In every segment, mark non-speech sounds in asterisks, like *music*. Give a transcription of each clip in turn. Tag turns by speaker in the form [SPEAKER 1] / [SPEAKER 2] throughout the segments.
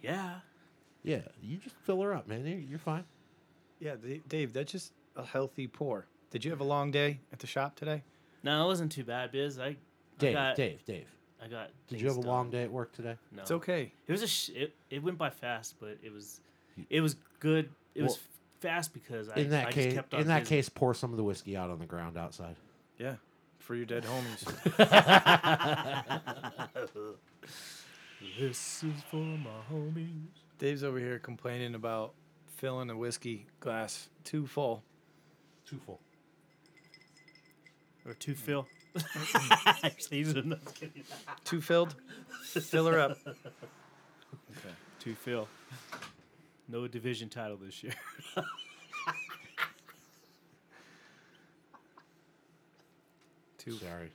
[SPEAKER 1] Yeah.
[SPEAKER 2] Yeah, you just fill her up, man. You're, you're fine.
[SPEAKER 3] Yeah, D- Dave, that's just a healthy pour. Did you have a long day at the shop today?
[SPEAKER 1] No, it wasn't too bad, Biz. I,
[SPEAKER 2] Dave,
[SPEAKER 1] I got,
[SPEAKER 2] Dave, Dave.
[SPEAKER 1] I got.
[SPEAKER 2] Did
[SPEAKER 1] things
[SPEAKER 2] you have a
[SPEAKER 1] done.
[SPEAKER 2] long day at work today?
[SPEAKER 1] No.
[SPEAKER 3] It's okay.
[SPEAKER 1] It was a. Sh- it, it went by fast, but it was, it was good. It was
[SPEAKER 2] Well,
[SPEAKER 1] f- fast because I,
[SPEAKER 2] In that
[SPEAKER 1] I just
[SPEAKER 2] case,
[SPEAKER 1] kept on.
[SPEAKER 2] in that
[SPEAKER 1] busy.
[SPEAKER 2] case, pour some of the whiskey out on the ground outside.
[SPEAKER 3] Yeah, for your dead homies.
[SPEAKER 1] *laughs* This is for my homies.
[SPEAKER 3] *laughs* Dave's over here complaining about filling a whiskey glass too full.
[SPEAKER 2] Too full.
[SPEAKER 1] Or two *laughs* Phil. Actually, he's I'm *laughs* not kidding.
[SPEAKER 3] Too filled? Fill her *laughs* up.
[SPEAKER 1] Two Phil. No division title this year.
[SPEAKER 3] Too.
[SPEAKER 2] Sorry.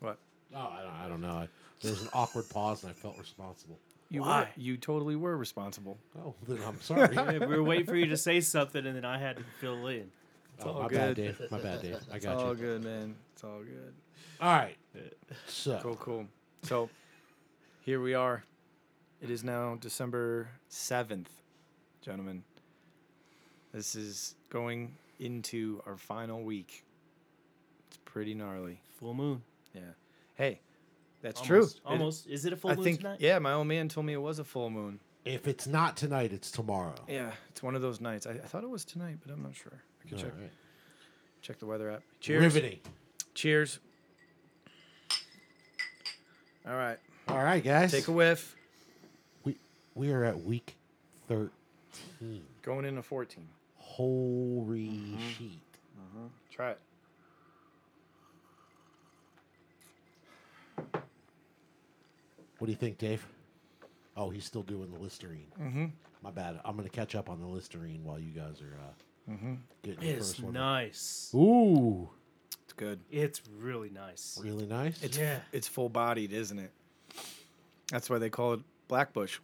[SPEAKER 3] What?
[SPEAKER 2] Oh, I don't, I don't know. I, there was an awkward pause, and I felt responsible.
[SPEAKER 3] You
[SPEAKER 1] Why?
[SPEAKER 3] were. You totally were responsible.
[SPEAKER 2] Oh, then I'm sorry.
[SPEAKER 1] we were waiting for you *laughs* to say something, and then I had to fill in.
[SPEAKER 2] oh,
[SPEAKER 3] all
[SPEAKER 2] my
[SPEAKER 3] good.
[SPEAKER 2] bad, Dave. My bad, Dave. I got
[SPEAKER 3] it's all
[SPEAKER 2] you.
[SPEAKER 3] good, man. It's all good.
[SPEAKER 2] All right.
[SPEAKER 3] Cool,
[SPEAKER 2] So,
[SPEAKER 3] cool. So, here we are. It is now December 7th, gentlemen. This is going into our final week. It's pretty gnarly.
[SPEAKER 1] Full moon.
[SPEAKER 3] Yeah. Hey, that's
[SPEAKER 1] Almost-
[SPEAKER 3] true. It-
[SPEAKER 1] Almost. Is it a full
[SPEAKER 3] I
[SPEAKER 1] moon
[SPEAKER 3] think,
[SPEAKER 1] tonight?
[SPEAKER 3] yeah, my old man told me it was a full moon.
[SPEAKER 2] if it's not tonight, it's tomorrow.
[SPEAKER 3] Yeah, it's one of those nights. I, I thought it was tonight, but I'm not sure. I can
[SPEAKER 2] All
[SPEAKER 3] check,
[SPEAKER 2] right.
[SPEAKER 3] check the weather app. Cheers.
[SPEAKER 2] Riveting.
[SPEAKER 3] Cheers. All right.
[SPEAKER 2] All right, guys.
[SPEAKER 3] Take a whiff.
[SPEAKER 2] we we are at week thirteen.
[SPEAKER 3] Going into 14.
[SPEAKER 2] Holy sheet!
[SPEAKER 3] Try it.
[SPEAKER 2] What do you think, Dave? Oh, he's still doing the Listerine. Mm-hmm. My bad. I'm gonna catch up on the Listerine while you guys are uh, getting the
[SPEAKER 1] It's
[SPEAKER 2] first one.
[SPEAKER 1] nice.
[SPEAKER 2] Ooh,
[SPEAKER 3] It's good.
[SPEAKER 1] It's really nice.
[SPEAKER 2] really nice.
[SPEAKER 3] It's
[SPEAKER 1] Yeah.
[SPEAKER 3] it's full bodied, isn't it? That's why they call it black bush.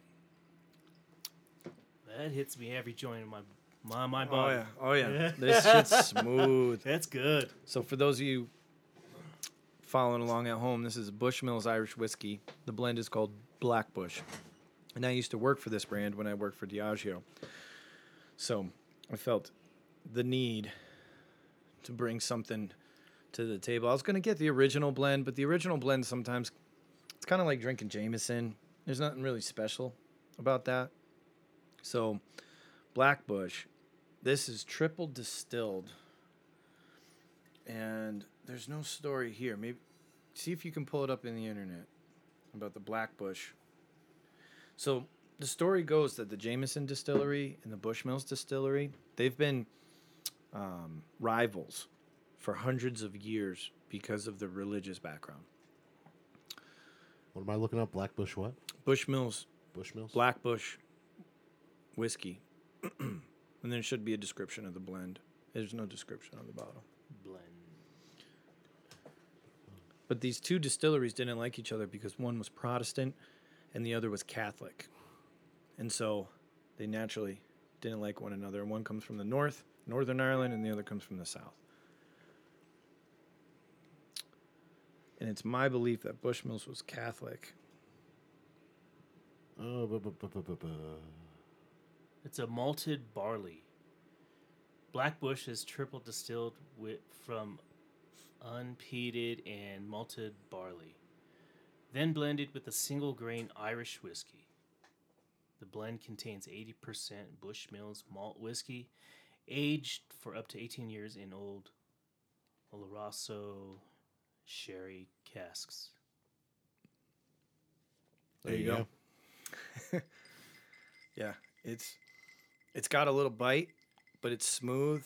[SPEAKER 1] That hits me every joint in my my my body.
[SPEAKER 3] Oh yeah. this shit's smooth.
[SPEAKER 1] That's good.
[SPEAKER 3] So for those of you following along at home, this is Bushmills Irish whiskey. The blend is called Black Bush. And I used to work for this brand when I worked for Diageo. So I felt the need to bring something to the table. I was going to get the original blend, but the original blend sometimes it's kind of like drinking Jameson. There's nothing really special about that. So Black Bush, this is triple distilled and there's no story here. Maybe see if you can pull it up in the internet about the Black Bush. So the story goes that the Jameson Distillery and the Bushmills Distillery they've been um, rivals for hundreds of years because of the religious background.
[SPEAKER 2] what am I looking up? Black Bush what?
[SPEAKER 3] Bushmills,
[SPEAKER 2] Bushmills.
[SPEAKER 3] Black Bush whiskey, *clears throat* and there should be a description of the blend. There's no description on the bottle.
[SPEAKER 1] Blend.
[SPEAKER 3] But these two distilleries didn't like each other because one was Protestant and the other was Catholic. And so they naturally didn't like one another. One comes from the north, Northern Ireland, and the other comes from the south. And it's my belief that Bushmills was Catholic.
[SPEAKER 2] Oh, bu- bu- bu- bu- bu- bu.
[SPEAKER 1] It's a malted barley. Black Bush is triple distilled with, from unpeated and malted barley, then blended with a single grain Irish whiskey. The blend contains 80% Bush Mills malt whiskey, aged for up to 18 years in old Oloroso sherry casks.
[SPEAKER 2] There, you go.
[SPEAKER 3] Yeah, it's it's got a little bite, but it's smooth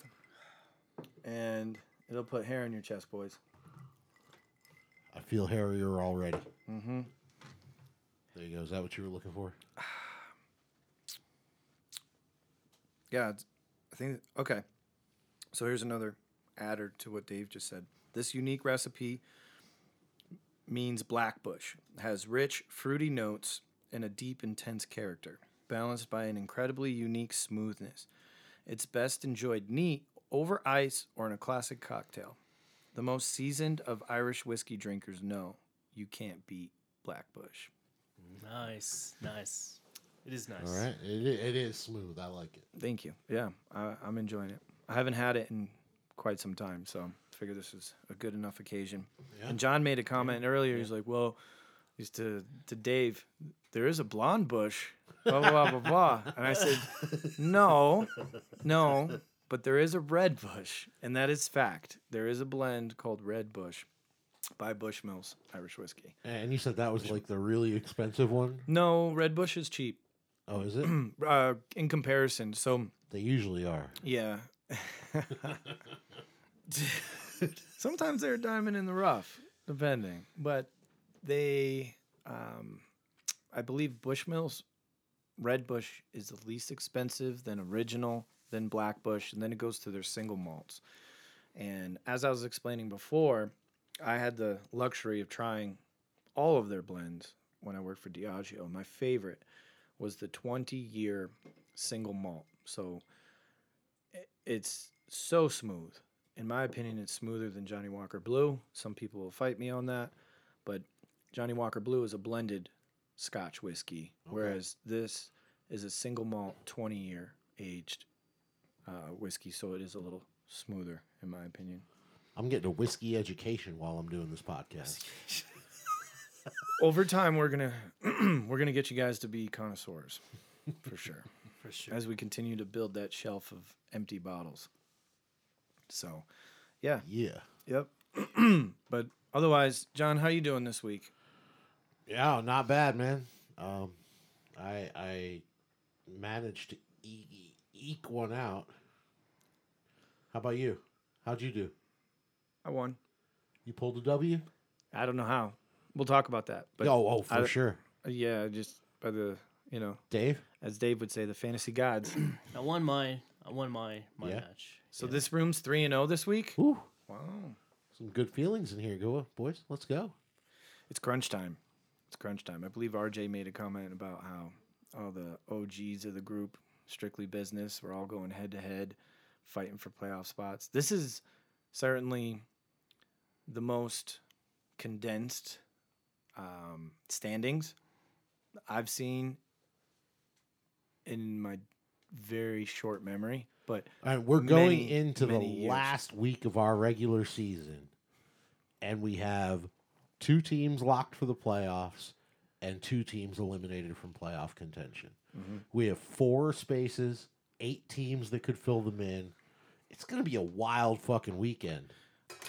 [SPEAKER 3] and it'll put hair on your chest, boys.
[SPEAKER 2] I feel hairier already. Mm-hmm. There you go. Is that what you were looking for?
[SPEAKER 3] Yeah, it's, I think okay. So here's another adder to what Dave just said. This unique recipe means blackbush has rich, fruity notes and a deep, intense character, balanced by an incredibly unique smoothness. It's best enjoyed neat, over ice, or in a classic cocktail. The most seasoned of Irish whiskey drinkers know you can't beat blackbush.
[SPEAKER 1] Nice. Nice, nice. It is nice.
[SPEAKER 2] All right, it, i- it is smooth. I like it.
[SPEAKER 3] Thank you. Yeah, I, I'm enjoying it. I haven't had it in quite some time, so I figure this is a good enough occasion.
[SPEAKER 2] Yeah.
[SPEAKER 3] And John made a comment earlier. He's like, "Well, he's to to Dave. There is a blonde bush." Blah blah blah blah. blah. And I said, "No, no, but there is a red bush, and that is fact. There is a blend called Red Bush by Bushmills Irish whiskey.
[SPEAKER 2] And you said that was like the really expensive one.
[SPEAKER 3] No, Red Bush is cheap
[SPEAKER 2] Oh, is it?
[SPEAKER 3] uh, in comparison. So."
[SPEAKER 2] they usually are.
[SPEAKER 3] Yeah. Sometimes they're a diamond in the rough, depending. But they, um, I believe Bushmills, Red Bush is the least expensive, then Original, then Black Bush, and then it goes to their single malts. And as I was explaining before, I had the luxury of trying all of their blends when I worked for Diageo. My favorite was the 20 year single malt. So i- it's so smooth. In my opinion, it's smoother than Johnny Walker Blue. Some people will fight me on that, but Johnny Walker Blue is a blended Scotch whiskey,
[SPEAKER 2] Okay.
[SPEAKER 3] whereas this is a single malt 20 year aged uh, whiskey. So it is a little smoother, in my opinion.
[SPEAKER 2] I'm getting a whiskey education while I'm doing this podcast.
[SPEAKER 3] Over time, we're gonna *clears throat* we're gonna get you guys to be connoisseurs, for sure.
[SPEAKER 1] For sure.
[SPEAKER 3] as we continue to build that shelf of empty bottles. So, yeah,
[SPEAKER 2] Yeah.
[SPEAKER 3] yep. *clears throat* but otherwise, John, how you doing this week?
[SPEAKER 2] Yeah, not bad, man. Um, I I managed to e- e- eke one out. How about you? How'd you do?
[SPEAKER 3] I won.
[SPEAKER 2] You pulled a W?
[SPEAKER 3] I don't know how. We'll talk about that. But
[SPEAKER 2] oh, oh, for
[SPEAKER 3] I-
[SPEAKER 2] sure.
[SPEAKER 3] yeah, just by the you know,
[SPEAKER 2] Dave?
[SPEAKER 3] as Dave would say, the fantasy gods.
[SPEAKER 1] I won my I won my my
[SPEAKER 2] Yeah.
[SPEAKER 1] match.
[SPEAKER 3] So this room's three and zero this week.
[SPEAKER 2] Ooh,
[SPEAKER 3] Wow,
[SPEAKER 2] some good feelings in here. Go, boys. Let's go.
[SPEAKER 3] it's crunch time. It's crunch time. I believe RJ made a comment about how all the OGs of the group, strictly business, we're all going head to head, fighting for playoff spots. This is certainly the most condensed um, standings I've seen in my very short memory. But
[SPEAKER 2] All right, we're going
[SPEAKER 3] Many,
[SPEAKER 2] into the
[SPEAKER 3] many years.
[SPEAKER 2] last week of our regular season, and we have two teams locked for the playoffs and two teams eliminated from playoff contention. We have four spaces, eight teams that could fill them in. It's going to be a wild fucking weekend.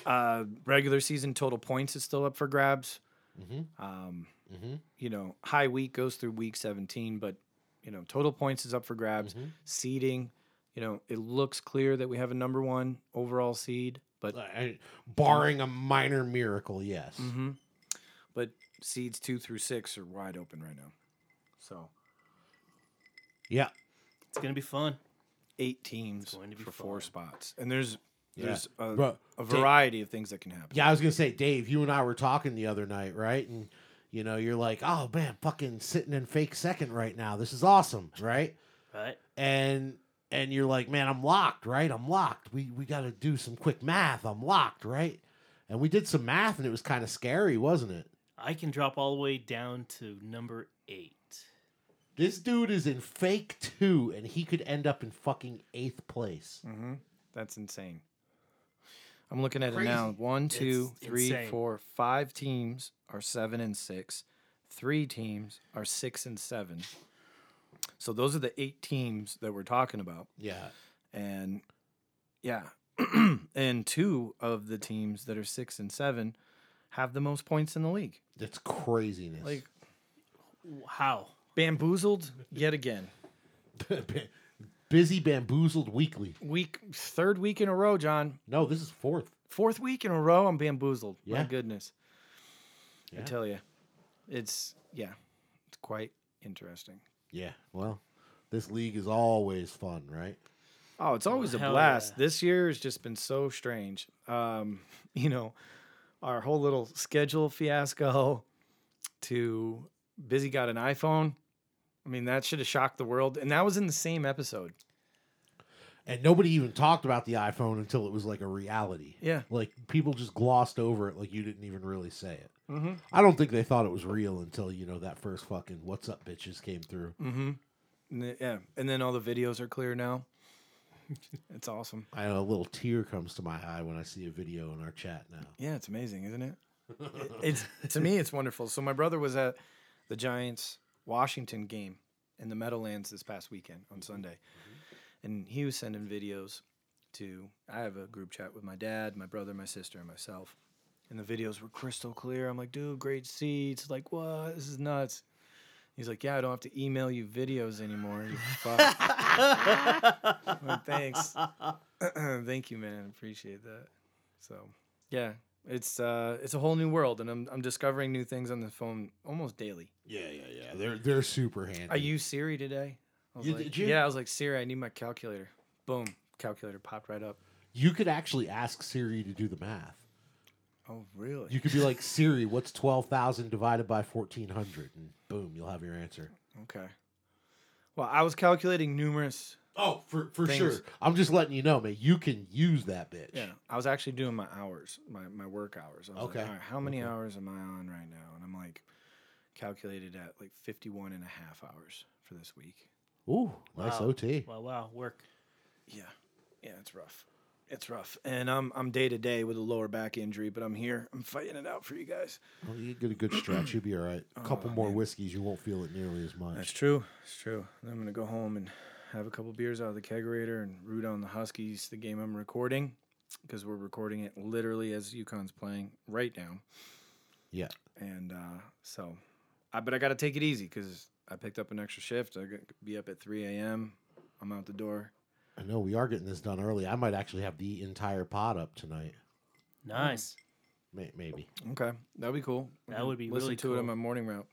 [SPEAKER 3] uh, regular season total points is still up for grabs.
[SPEAKER 2] Mhm.
[SPEAKER 3] Um,
[SPEAKER 2] Mhm.
[SPEAKER 3] You know, high week goes through week 17, but you know, total points is up for grabs.
[SPEAKER 1] Mm-hmm.
[SPEAKER 2] mm-hmm.
[SPEAKER 3] Seeding, you know, it looks clear that we have a number one overall seed, but
[SPEAKER 2] I- barring a minor miracle, yes.
[SPEAKER 3] mhm. but seeds two through six are wide open right now. So
[SPEAKER 2] Yeah.
[SPEAKER 1] It's gonna be fun.
[SPEAKER 3] eight teams
[SPEAKER 1] going to be
[SPEAKER 3] for four
[SPEAKER 1] fun.
[SPEAKER 3] spots, and there's
[SPEAKER 2] Yeah.
[SPEAKER 3] there's a,
[SPEAKER 2] Bro,
[SPEAKER 3] a
[SPEAKER 2] take-
[SPEAKER 3] variety of things that can happen.
[SPEAKER 2] Yeah, I was gonna say, Dave, you and I were talking the other night, right? And you know, you're like, oh man, fucking sitting in fake second right now. This is awesome, right?
[SPEAKER 1] Right?
[SPEAKER 2] And and you're like, man, I'm locked, right? I'm locked. We we got to do some quick math. I'm locked, right? And we did some math, and it was kind of scary, wasn't it?
[SPEAKER 1] I can drop all the way down to number eight.
[SPEAKER 2] This dude is in fake two, and he could end up in fucking eighth place.
[SPEAKER 3] Mm-hmm. That's insane. I'm looking at
[SPEAKER 2] Crazy.
[SPEAKER 3] it now. One, two,
[SPEAKER 1] It's
[SPEAKER 3] three, four, five
[SPEAKER 1] insane.
[SPEAKER 3] teams are seven and six. Three teams are six and seven. So those are the eight teams that we're talking about.
[SPEAKER 2] Yeah,
[SPEAKER 3] And yeah. *clears throat* and two of the teams that are six and seven have the most points in the league.
[SPEAKER 2] that's craziness.
[SPEAKER 3] Like *laughs*
[SPEAKER 1] How? *laughs*
[SPEAKER 3] bamboozled yet again.
[SPEAKER 2] *laughs* busy bamboozled weekly.
[SPEAKER 3] Week third week in a row, John.
[SPEAKER 2] No, this is fourth.
[SPEAKER 3] Fourth week in a row, I'm bamboozled.
[SPEAKER 2] Yeah.
[SPEAKER 3] My goodness.
[SPEAKER 2] Yeah.
[SPEAKER 3] I tell you, it's yeah, it's quite interesting.
[SPEAKER 2] Yeah. Well, this league is always fun, right?
[SPEAKER 3] Oh, it's always a
[SPEAKER 1] hell
[SPEAKER 3] blast.
[SPEAKER 1] yeah.
[SPEAKER 3] This year has just been so strange. Um, *laughs* you know, our whole little schedule fiasco to Busy got an iPhone. I mean, that should have shocked the world. And that was in the same episode.
[SPEAKER 2] And nobody even talked about the iPhone until it was like a reality.
[SPEAKER 3] Yeah.
[SPEAKER 2] Like people just glossed over it like you didn't even really say it. I don't think they thought it was real until you know that first fucking "What's up, bitches" came through.
[SPEAKER 3] And the- Mm-hmm. yeah, and then all the videos are clear now. it's awesome.
[SPEAKER 2] I know a little tear comes to my eye when I see a video in our chat now.
[SPEAKER 3] Yeah, it's amazing, isn't it? It- *laughs* it's to me, it's wonderful. So my brother was at the Giants Washington game in the Meadowlands this past weekend on Sunday, and he was sending videos to. I have a group chat with my dad, my brother, my sister, and myself, and the videos were crystal clear. I'm like, dude, great seats. Like, what? This is nuts. He's like, yeah, I don't have to email you videos anymore. You fuck. I'm like, *laughs* Thanks. *clears throat* Thank you, man. Appreciate that. So, yeah, it's uh, it's a whole new world, and I'm I'm discovering new things on the phone almost daily.
[SPEAKER 2] Yeah, yeah, yeah. They're they're super handy.
[SPEAKER 3] I used Siri today. I was
[SPEAKER 2] You-
[SPEAKER 3] like,
[SPEAKER 2] did you?
[SPEAKER 3] Yeah, I was like Siri, I need my calculator. Boom, calculator popped right up.
[SPEAKER 2] you could actually ask Siri to do the math.
[SPEAKER 3] Oh, really?
[SPEAKER 2] You could be like Siri, "What's twelve thousand divided by fourteen hundred? And boom, you'll have your answer.
[SPEAKER 3] okay. Well, I was calculating numerous.
[SPEAKER 2] Oh, for for
[SPEAKER 3] Things.
[SPEAKER 2] sure. I'm just letting you know, man. You can use that bitch.
[SPEAKER 3] Yeah, I was actually doing my hours, my my work hours. I was
[SPEAKER 2] Okay.
[SPEAKER 3] Like, All right, how many
[SPEAKER 2] Okay.
[SPEAKER 3] hours am I on right now? And I'm like calculated at like 51 and a half hours for this week.
[SPEAKER 2] Ooh, nice
[SPEAKER 1] Wow.
[SPEAKER 2] OT.
[SPEAKER 1] Wow, wow, work.
[SPEAKER 3] Yeah, yeah, it's rough. It's rough, and I'm I'm day to day with a lower back injury, but I'm here. I'm fighting it out for you guys.
[SPEAKER 2] Well, you get a good stretch. You'll be all right. A couple more whiskeys, you won't feel it nearly as much.
[SPEAKER 3] Oh, That's true. It's true. And I'm gonna go home and have a couple beers out of the kegerator and root on the Huskies, the game I'm recording, because we're recording it literally as UConn's playing right now.
[SPEAKER 2] Yeah.
[SPEAKER 3] And uh, so, I but I gotta take it easy because I picked up an extra shift. I got be up at 3 a.m. I'm out the door.
[SPEAKER 2] I know we are getting this done early. I might actually have the entire pod up tonight.
[SPEAKER 3] Mm,
[SPEAKER 1] Nice.
[SPEAKER 2] May- maybe.
[SPEAKER 3] Okay, that'd be cool. I
[SPEAKER 1] That
[SPEAKER 3] can
[SPEAKER 1] would be
[SPEAKER 3] listen
[SPEAKER 1] really
[SPEAKER 3] to it on
[SPEAKER 1] cool.
[SPEAKER 3] my morning route.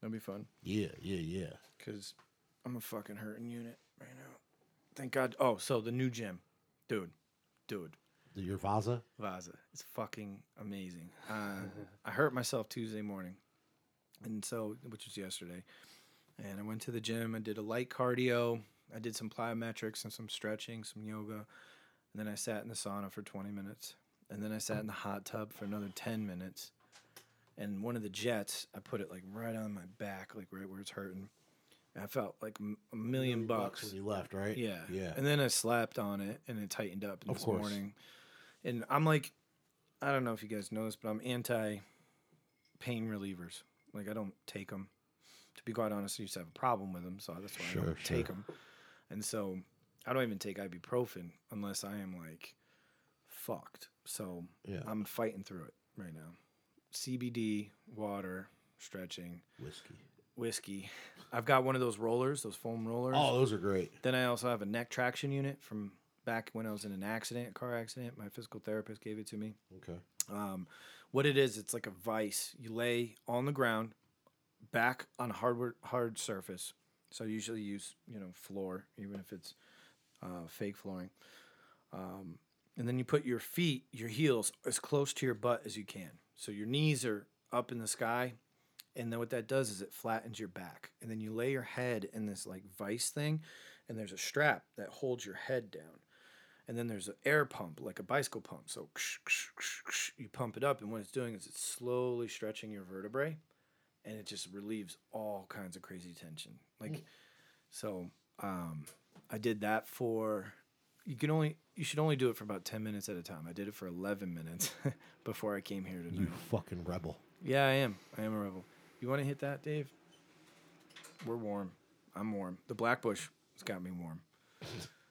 [SPEAKER 3] That'd be fun.
[SPEAKER 2] Yeah, yeah, yeah.
[SPEAKER 3] because I'm a fucking hurting unit right now. Thank God. Oh, so the new gym, dude, dude,
[SPEAKER 2] The- Your Vaza?
[SPEAKER 3] Vaza, it's fucking amazing. Uh, I hurt myself Tuesday morning, and so which was yesterday, and I went to the gym. I did a light cardio. I did some plyometrics and some stretching, some yoga, and then I sat in the sauna for 20 minutes, and then I sat in the hot tub for another 10 minutes. And one of the jets, I put it like right on my back, like right where it's hurting. And I felt like m- a million bucks.
[SPEAKER 2] when you left, right?
[SPEAKER 3] Yeah.
[SPEAKER 2] Yeah.
[SPEAKER 3] And then I slapped on it and it tightened up
[SPEAKER 2] Of
[SPEAKER 3] this
[SPEAKER 2] course.
[SPEAKER 3] morning. And I'm like, I don't know if you guys know this, but I'm anti pain relievers. Like, I don't take them. To be quite honest, I used to have a problem with them. So that's why I
[SPEAKER 2] Sure,
[SPEAKER 3] don't
[SPEAKER 2] sure.
[SPEAKER 3] take them. And so I don't even take ibuprofen unless I am like fucked. So
[SPEAKER 2] Yeah.
[SPEAKER 3] I'm fighting through it right now. CBD, water, stretching,
[SPEAKER 2] Whiskey.
[SPEAKER 3] whiskey. I've got one of those rollers, those foam rollers.
[SPEAKER 2] Oh, those are great.
[SPEAKER 3] Then I also have a neck traction unit from back when I was in an accident, a car accident. My physical therapist gave it to me.
[SPEAKER 2] Okay.
[SPEAKER 3] Um, what it is, it's like a vice. You lay on the ground, back on a hard hard surface. So I usually use you know floor, even if it's uh, fake flooring. Um, and then you put your feet, your heels, as close to your butt as you can. So your knees are up in the sky, and then what that does is it flattens your back. And then you lay your head in this like vice thing, and there's a strap that holds your head down and then there's an air pump like a bicycle pump so you pump it up and what it's doing is it's slowly stretching your vertebrae and it just relieves all kinds of crazy tension like so um, i did that for you can only you should only do it for about 10 minutes at a time i did it for 11 minutes *laughs* before i came here tonight
[SPEAKER 2] You fucking rebel.
[SPEAKER 3] yeah i am i am a rebel you want to hit that dave we're warm i'm warm the black bush has got me warm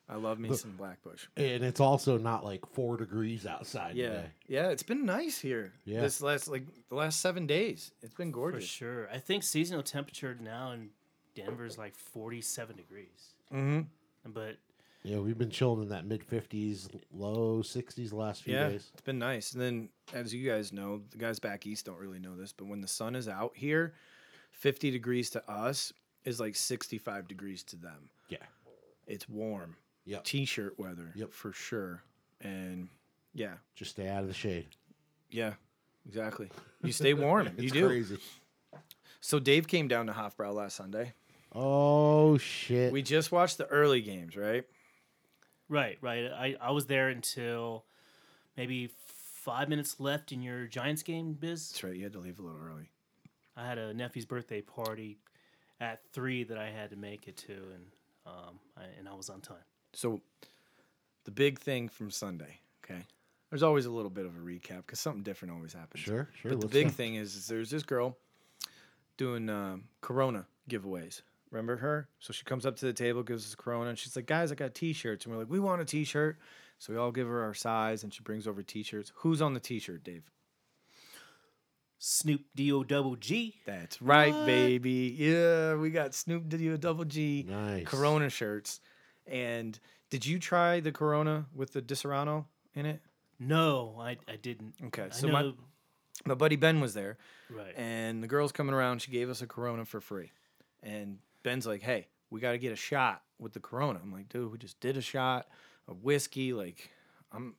[SPEAKER 3] i
[SPEAKER 2] *laughs*
[SPEAKER 3] love me some black bush
[SPEAKER 2] And it's also not like four degrees outside
[SPEAKER 3] Yeah,
[SPEAKER 2] today.
[SPEAKER 3] yeah, it's been nice here.
[SPEAKER 2] Yeah.
[SPEAKER 3] this last like the last seven days, it's been
[SPEAKER 1] For
[SPEAKER 3] gorgeous.
[SPEAKER 1] sure. I think seasonal temperature now in Denver is like 47 degrees. Mm-hmm. But
[SPEAKER 2] Yeah, we've been chilling in that mid 50s, low 60s the last few
[SPEAKER 3] Yeah,
[SPEAKER 2] days.
[SPEAKER 3] it's been nice. And then, as you guys know, the guys back east don't really know this, but when the sun is out here, fifty degrees to us is like sixty-five degrees to them.
[SPEAKER 2] Yeah.
[SPEAKER 3] It's warm.
[SPEAKER 2] Yep.
[SPEAKER 3] T-shirt weather.
[SPEAKER 2] Yep.
[SPEAKER 3] for sure. And yeah,
[SPEAKER 2] Just stay out of the shade.
[SPEAKER 3] yeah, exactly. You stay warm.
[SPEAKER 2] *laughs*
[SPEAKER 3] you
[SPEAKER 2] It's
[SPEAKER 3] do.
[SPEAKER 2] crazy.
[SPEAKER 3] So Dave came down to Hofbrau last Sunday.
[SPEAKER 2] Oh, shit.
[SPEAKER 3] We just watched the early games, right?
[SPEAKER 1] right, right. I, I was there until maybe five minutes left in your Giants game, Biz.
[SPEAKER 3] That's right. You had to leave a little early.
[SPEAKER 1] I had a nephew's birthday party at three that I had to make it to, and um, I, and I was on time.
[SPEAKER 3] So, the big thing from Sunday. Okay. There's always a little bit of a recap because something different always happens.
[SPEAKER 2] Sure, sure.
[SPEAKER 3] But the
[SPEAKER 2] let's
[SPEAKER 3] big
[SPEAKER 2] go.
[SPEAKER 3] thing is, is there's this girl doing um, Corona giveaways. Remember her? So she comes up to the table, gives us a Corona, and she's like, "Guys, I got T-shirts," and we're like, "We want a T-shirt." So we all give her our size, and she brings over T-shirts. Who's on the T-shirt, Dave?
[SPEAKER 1] Snoop D O double G.
[SPEAKER 3] That's right, baby. Yeah, we got Snoop Diddy Double G
[SPEAKER 2] Nice.
[SPEAKER 3] Corona shirts. And did you try the Corona with the Disaronno in it?
[SPEAKER 1] No, I, I didn't.
[SPEAKER 3] Okay,
[SPEAKER 1] I
[SPEAKER 3] so my-
[SPEAKER 1] know-
[SPEAKER 3] My buddy Ben was there,
[SPEAKER 1] right.
[SPEAKER 3] and the girl's coming around. She gave us a Corona for free, and Ben's like, "Hey, we got to get a shot with the Corona." I'm like, "Dude, we just did a shot of whiskey. Like, I'm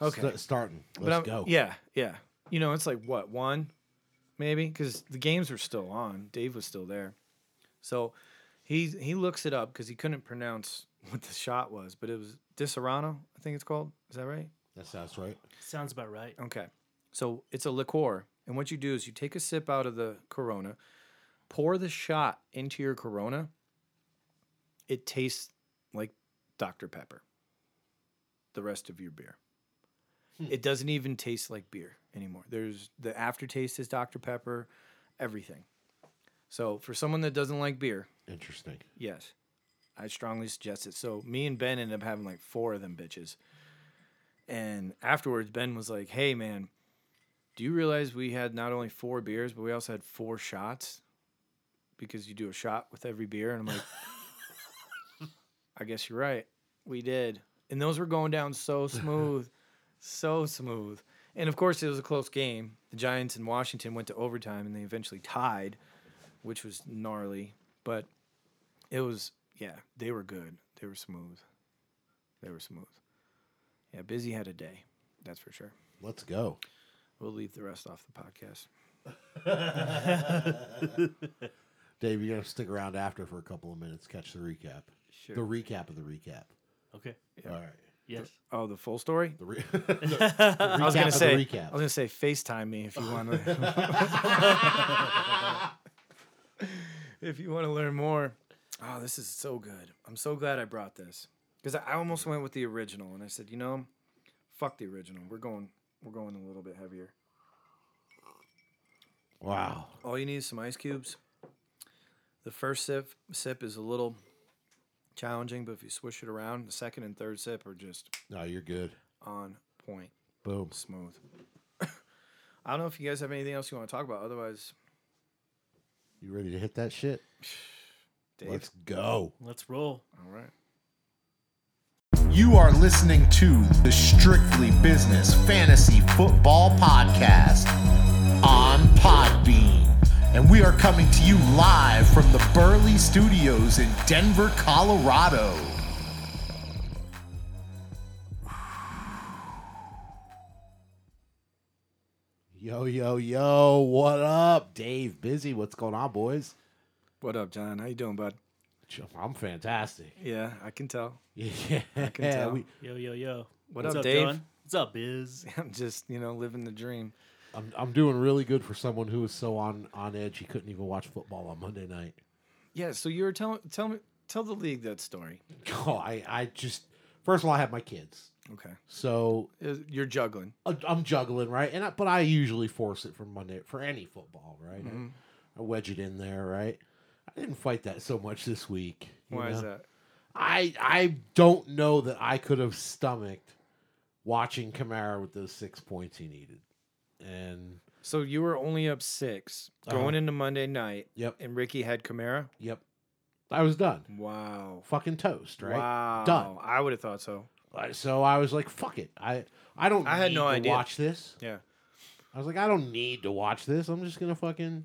[SPEAKER 3] okay."
[SPEAKER 2] Sta- starting. Let's
[SPEAKER 3] but I'm,
[SPEAKER 2] go.
[SPEAKER 3] Yeah, yeah. You know, it's like what one, maybe because the games were still on. Dave was still there, so he he looks it up because he couldn't pronounce *laughs* what the shot was, but it was Disaronno, I think it's called. Is that right?
[SPEAKER 2] That sounds right.
[SPEAKER 1] Sounds about right.
[SPEAKER 3] Okay. So it's a liqueur. And what you do is you take a sip out of the Corona, pour the shot into your Corona. It tastes like Dr. Pepper, the rest of your beer. It doesn't even taste like beer anymore. There's the aftertaste is Dr. Pepper, everything. So for someone that doesn't like beer,
[SPEAKER 2] Interesting.
[SPEAKER 3] Yes. I strongly suggest it. So me and Ben ended up having like four of them bitches. And afterwards Ben was like, Hey man, do you realize we had not only four beers, but we also had four shots? Because you do a shot with every beer. And I'm like, I guess you're right. We did. And those were going down so smooth. so smooth. And of course it was a close game. The Giants and Washington went to overtime and they eventually tied, which was gnarly. But it was yeah, they were good. They were smooth. They were smooth. Yeah, busy had a day, that's for sure.
[SPEAKER 2] Let's go.
[SPEAKER 3] We'll leave the rest off the podcast.
[SPEAKER 2] Dave, you're gonna stick around after for a couple of minutes. Catch the recap.
[SPEAKER 1] Sure.
[SPEAKER 2] The recap of the recap.
[SPEAKER 1] Okay.
[SPEAKER 2] All right.
[SPEAKER 1] Yes.
[SPEAKER 3] Oh, the full story?
[SPEAKER 2] The re- *laughs*
[SPEAKER 3] *laughs* I was gonna
[SPEAKER 2] of the
[SPEAKER 3] say
[SPEAKER 2] recap.
[SPEAKER 3] I was gonna say FaceTime me if you want
[SPEAKER 2] *laughs*
[SPEAKER 3] to *laughs* if you want to learn more. Oh, this is so good. I'm so glad I brought this. Because I I almost went with the original and I said, you know, fuck the original. We're going we're going a little bit heavier.
[SPEAKER 2] wow.
[SPEAKER 3] All you need is some ice cubes. The first sip sip is a little challenging, but if you swish it around, the second and third sip are just
[SPEAKER 2] No, you're good.
[SPEAKER 3] on point,
[SPEAKER 2] Boom.
[SPEAKER 3] smooth. *coughs* I don't know if you guys have anything else you want to talk about. Otherwise,
[SPEAKER 2] You ready to hit that shit?
[SPEAKER 3] Dave.
[SPEAKER 2] Let's go.
[SPEAKER 1] Let's roll.
[SPEAKER 3] All right.
[SPEAKER 4] You are listening to the Strictly Business Fantasy Football Podcast on Podbean. And we are coming to you live from the Burley Studios in Denver, Colorado.
[SPEAKER 2] Yo, yo, yo. What up, Dave? Busy. What's going on, boys?
[SPEAKER 3] What up, John? How you doing, bud?
[SPEAKER 2] Ch- I'm fantastic. *laughs*
[SPEAKER 3] Yeah, I can tell. *laughs*
[SPEAKER 2] Yeah.
[SPEAKER 3] tell.
[SPEAKER 2] we-
[SPEAKER 1] Yo, yo, yo.
[SPEAKER 3] What
[SPEAKER 1] What's
[SPEAKER 3] up, Dave?
[SPEAKER 1] John? What's up,
[SPEAKER 3] *laughs*
[SPEAKER 1] Biz?
[SPEAKER 3] I'm just, you know, living the dream.
[SPEAKER 2] I'm, I'm doing really good for someone who was so on, on edge he couldn't even watch football on Monday night. *laughs*
[SPEAKER 3] Yeah. So you were telling, tell me, tell the league that story.
[SPEAKER 2] Oh, I, I just, first of all, I have my kids.
[SPEAKER 3] Okay.
[SPEAKER 2] So
[SPEAKER 3] Is- Uh, You're juggling.
[SPEAKER 2] I- I'm juggling, right? And I, but I usually force it for Monday for any football, right?
[SPEAKER 3] Mm-hmm.
[SPEAKER 2] I, I wedge it in there, right? I didn't fight that so much this week. you
[SPEAKER 3] Why is
[SPEAKER 2] know?
[SPEAKER 3] that?
[SPEAKER 2] I I don't know that I could have stomached watching Kamara with those six points he needed. And
[SPEAKER 3] So you were only up 6 going
[SPEAKER 2] Uh-huh.
[SPEAKER 3] into Monday night,
[SPEAKER 2] yep,
[SPEAKER 3] and Ricky had Camara.
[SPEAKER 2] yep, I was done.
[SPEAKER 3] Wow.
[SPEAKER 2] Fucking toast, right?
[SPEAKER 3] Wow.
[SPEAKER 2] Done.
[SPEAKER 3] I would have
[SPEAKER 2] *laughs*
[SPEAKER 3] thought so.
[SPEAKER 2] Like, So I was like, "Fuck it." I I don't.
[SPEAKER 3] I had
[SPEAKER 2] need
[SPEAKER 3] no
[SPEAKER 2] to
[SPEAKER 3] idea.
[SPEAKER 2] Watch this.
[SPEAKER 3] Yeah.
[SPEAKER 2] I was like, I don't need to watch this. I'm just gonna fucking.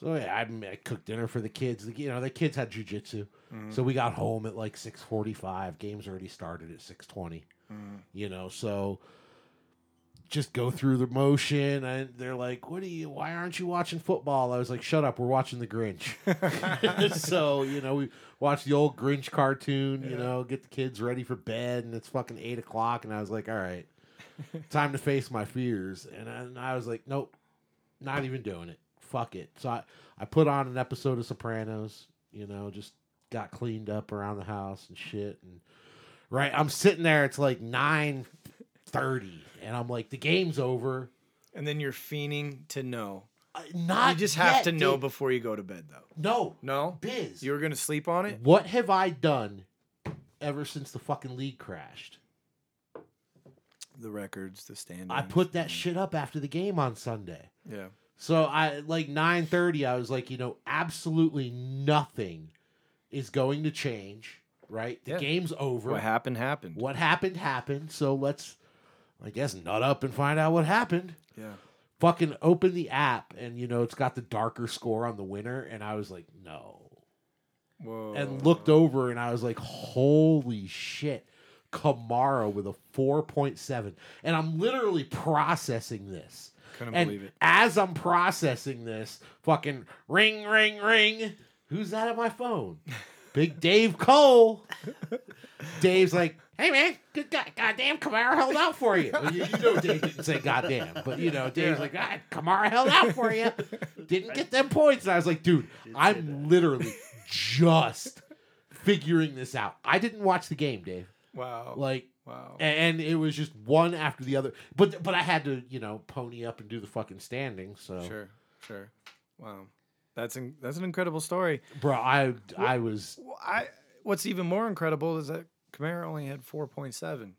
[SPEAKER 2] So yeah, I, m- I cooked dinner for the kids. The, you know, the kids had jujitsu,
[SPEAKER 3] Mm-hmm.
[SPEAKER 2] so we got home at like six forty-five. Games already started at six
[SPEAKER 3] Mm-hmm.
[SPEAKER 2] You know, so just go through the motion. And they're like, "What are you? Why aren't you watching football?" I was like, "Shut up! We're watching the Grinch." *laughs* so you know, we watched the old Grinch cartoon. You know, get the kids ready for bed, and it's fucking eight o'clock. And I was like, "All right." time to face my fears. And I, and I was like, nope, not even doing it. Fuck it. So I, I put on an episode of Sopranos, you know, just got cleaned up around the house and shit. And right, I'm sitting there, it's like 9 30, and I'm like, the game's over.
[SPEAKER 3] And then you're fiending to know.
[SPEAKER 2] Uh, Not
[SPEAKER 3] You just have
[SPEAKER 2] yet,
[SPEAKER 3] to know
[SPEAKER 2] dude.
[SPEAKER 3] before you go to bed, though.
[SPEAKER 2] No,
[SPEAKER 3] No,
[SPEAKER 2] Biz.
[SPEAKER 3] you were gonna sleep on it.
[SPEAKER 2] What have I done ever since the fucking league crashed?
[SPEAKER 3] The records, the standings.
[SPEAKER 2] I put that shit up after the game on Sunday.
[SPEAKER 3] Yeah.
[SPEAKER 2] So I like 9:30 I was like, you know, absolutely nothing is going to change, right? The
[SPEAKER 3] Yeah.
[SPEAKER 2] game's over.
[SPEAKER 3] What happened happened.
[SPEAKER 2] what happened happened. So let's I guess nut up and find out what happened.
[SPEAKER 3] Yeah.
[SPEAKER 2] Fucking open the app and you know it's got the darker score on the winner and I was like, no.
[SPEAKER 3] Whoa.
[SPEAKER 2] and looked over and I was like, holy shit, Kamara with a 4.7. And I'm literally processing this.
[SPEAKER 3] Couldn't
[SPEAKER 2] and
[SPEAKER 3] believe it.
[SPEAKER 2] As I'm processing this, fucking ring, ring, ring. Who's that at my
[SPEAKER 3] *laughs*
[SPEAKER 2] phone? Big Dave Cole. Dave's like, hey man, good God, goddamn Kamara held out for
[SPEAKER 3] *laughs*
[SPEAKER 2] you. Well, you. You know Dave didn't say goddamn, but you know, Dave's like, God, Kamara held out for
[SPEAKER 3] *laughs*
[SPEAKER 2] you. Didn't get them points. And I was like, dude, I'm literally just figuring this out. I didn't watch the game, Dave.
[SPEAKER 3] Wow.
[SPEAKER 2] Like,
[SPEAKER 3] wow.
[SPEAKER 2] and it was just one after the other. But but I had to, you know, pony up and do the fucking standing. So,
[SPEAKER 3] Sure. Sure. Wow. That's an that's an incredible story.
[SPEAKER 2] bro, I I was
[SPEAKER 3] Well, I what's even more incredible is that Kamara only had four point seven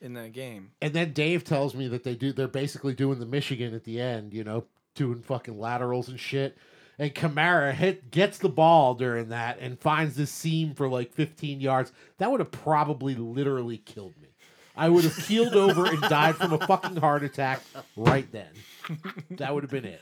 [SPEAKER 3] in that game.
[SPEAKER 2] And then Dave tells me that they do they're basically doing the Michigan at the end, you know, doing fucking laterals and shit. And Kamara hit gets the ball during that and finds this seam for like 15 yards. That would have probably literally killed me. I would have keeled over and died from a fucking heart attack right then. That would have been it.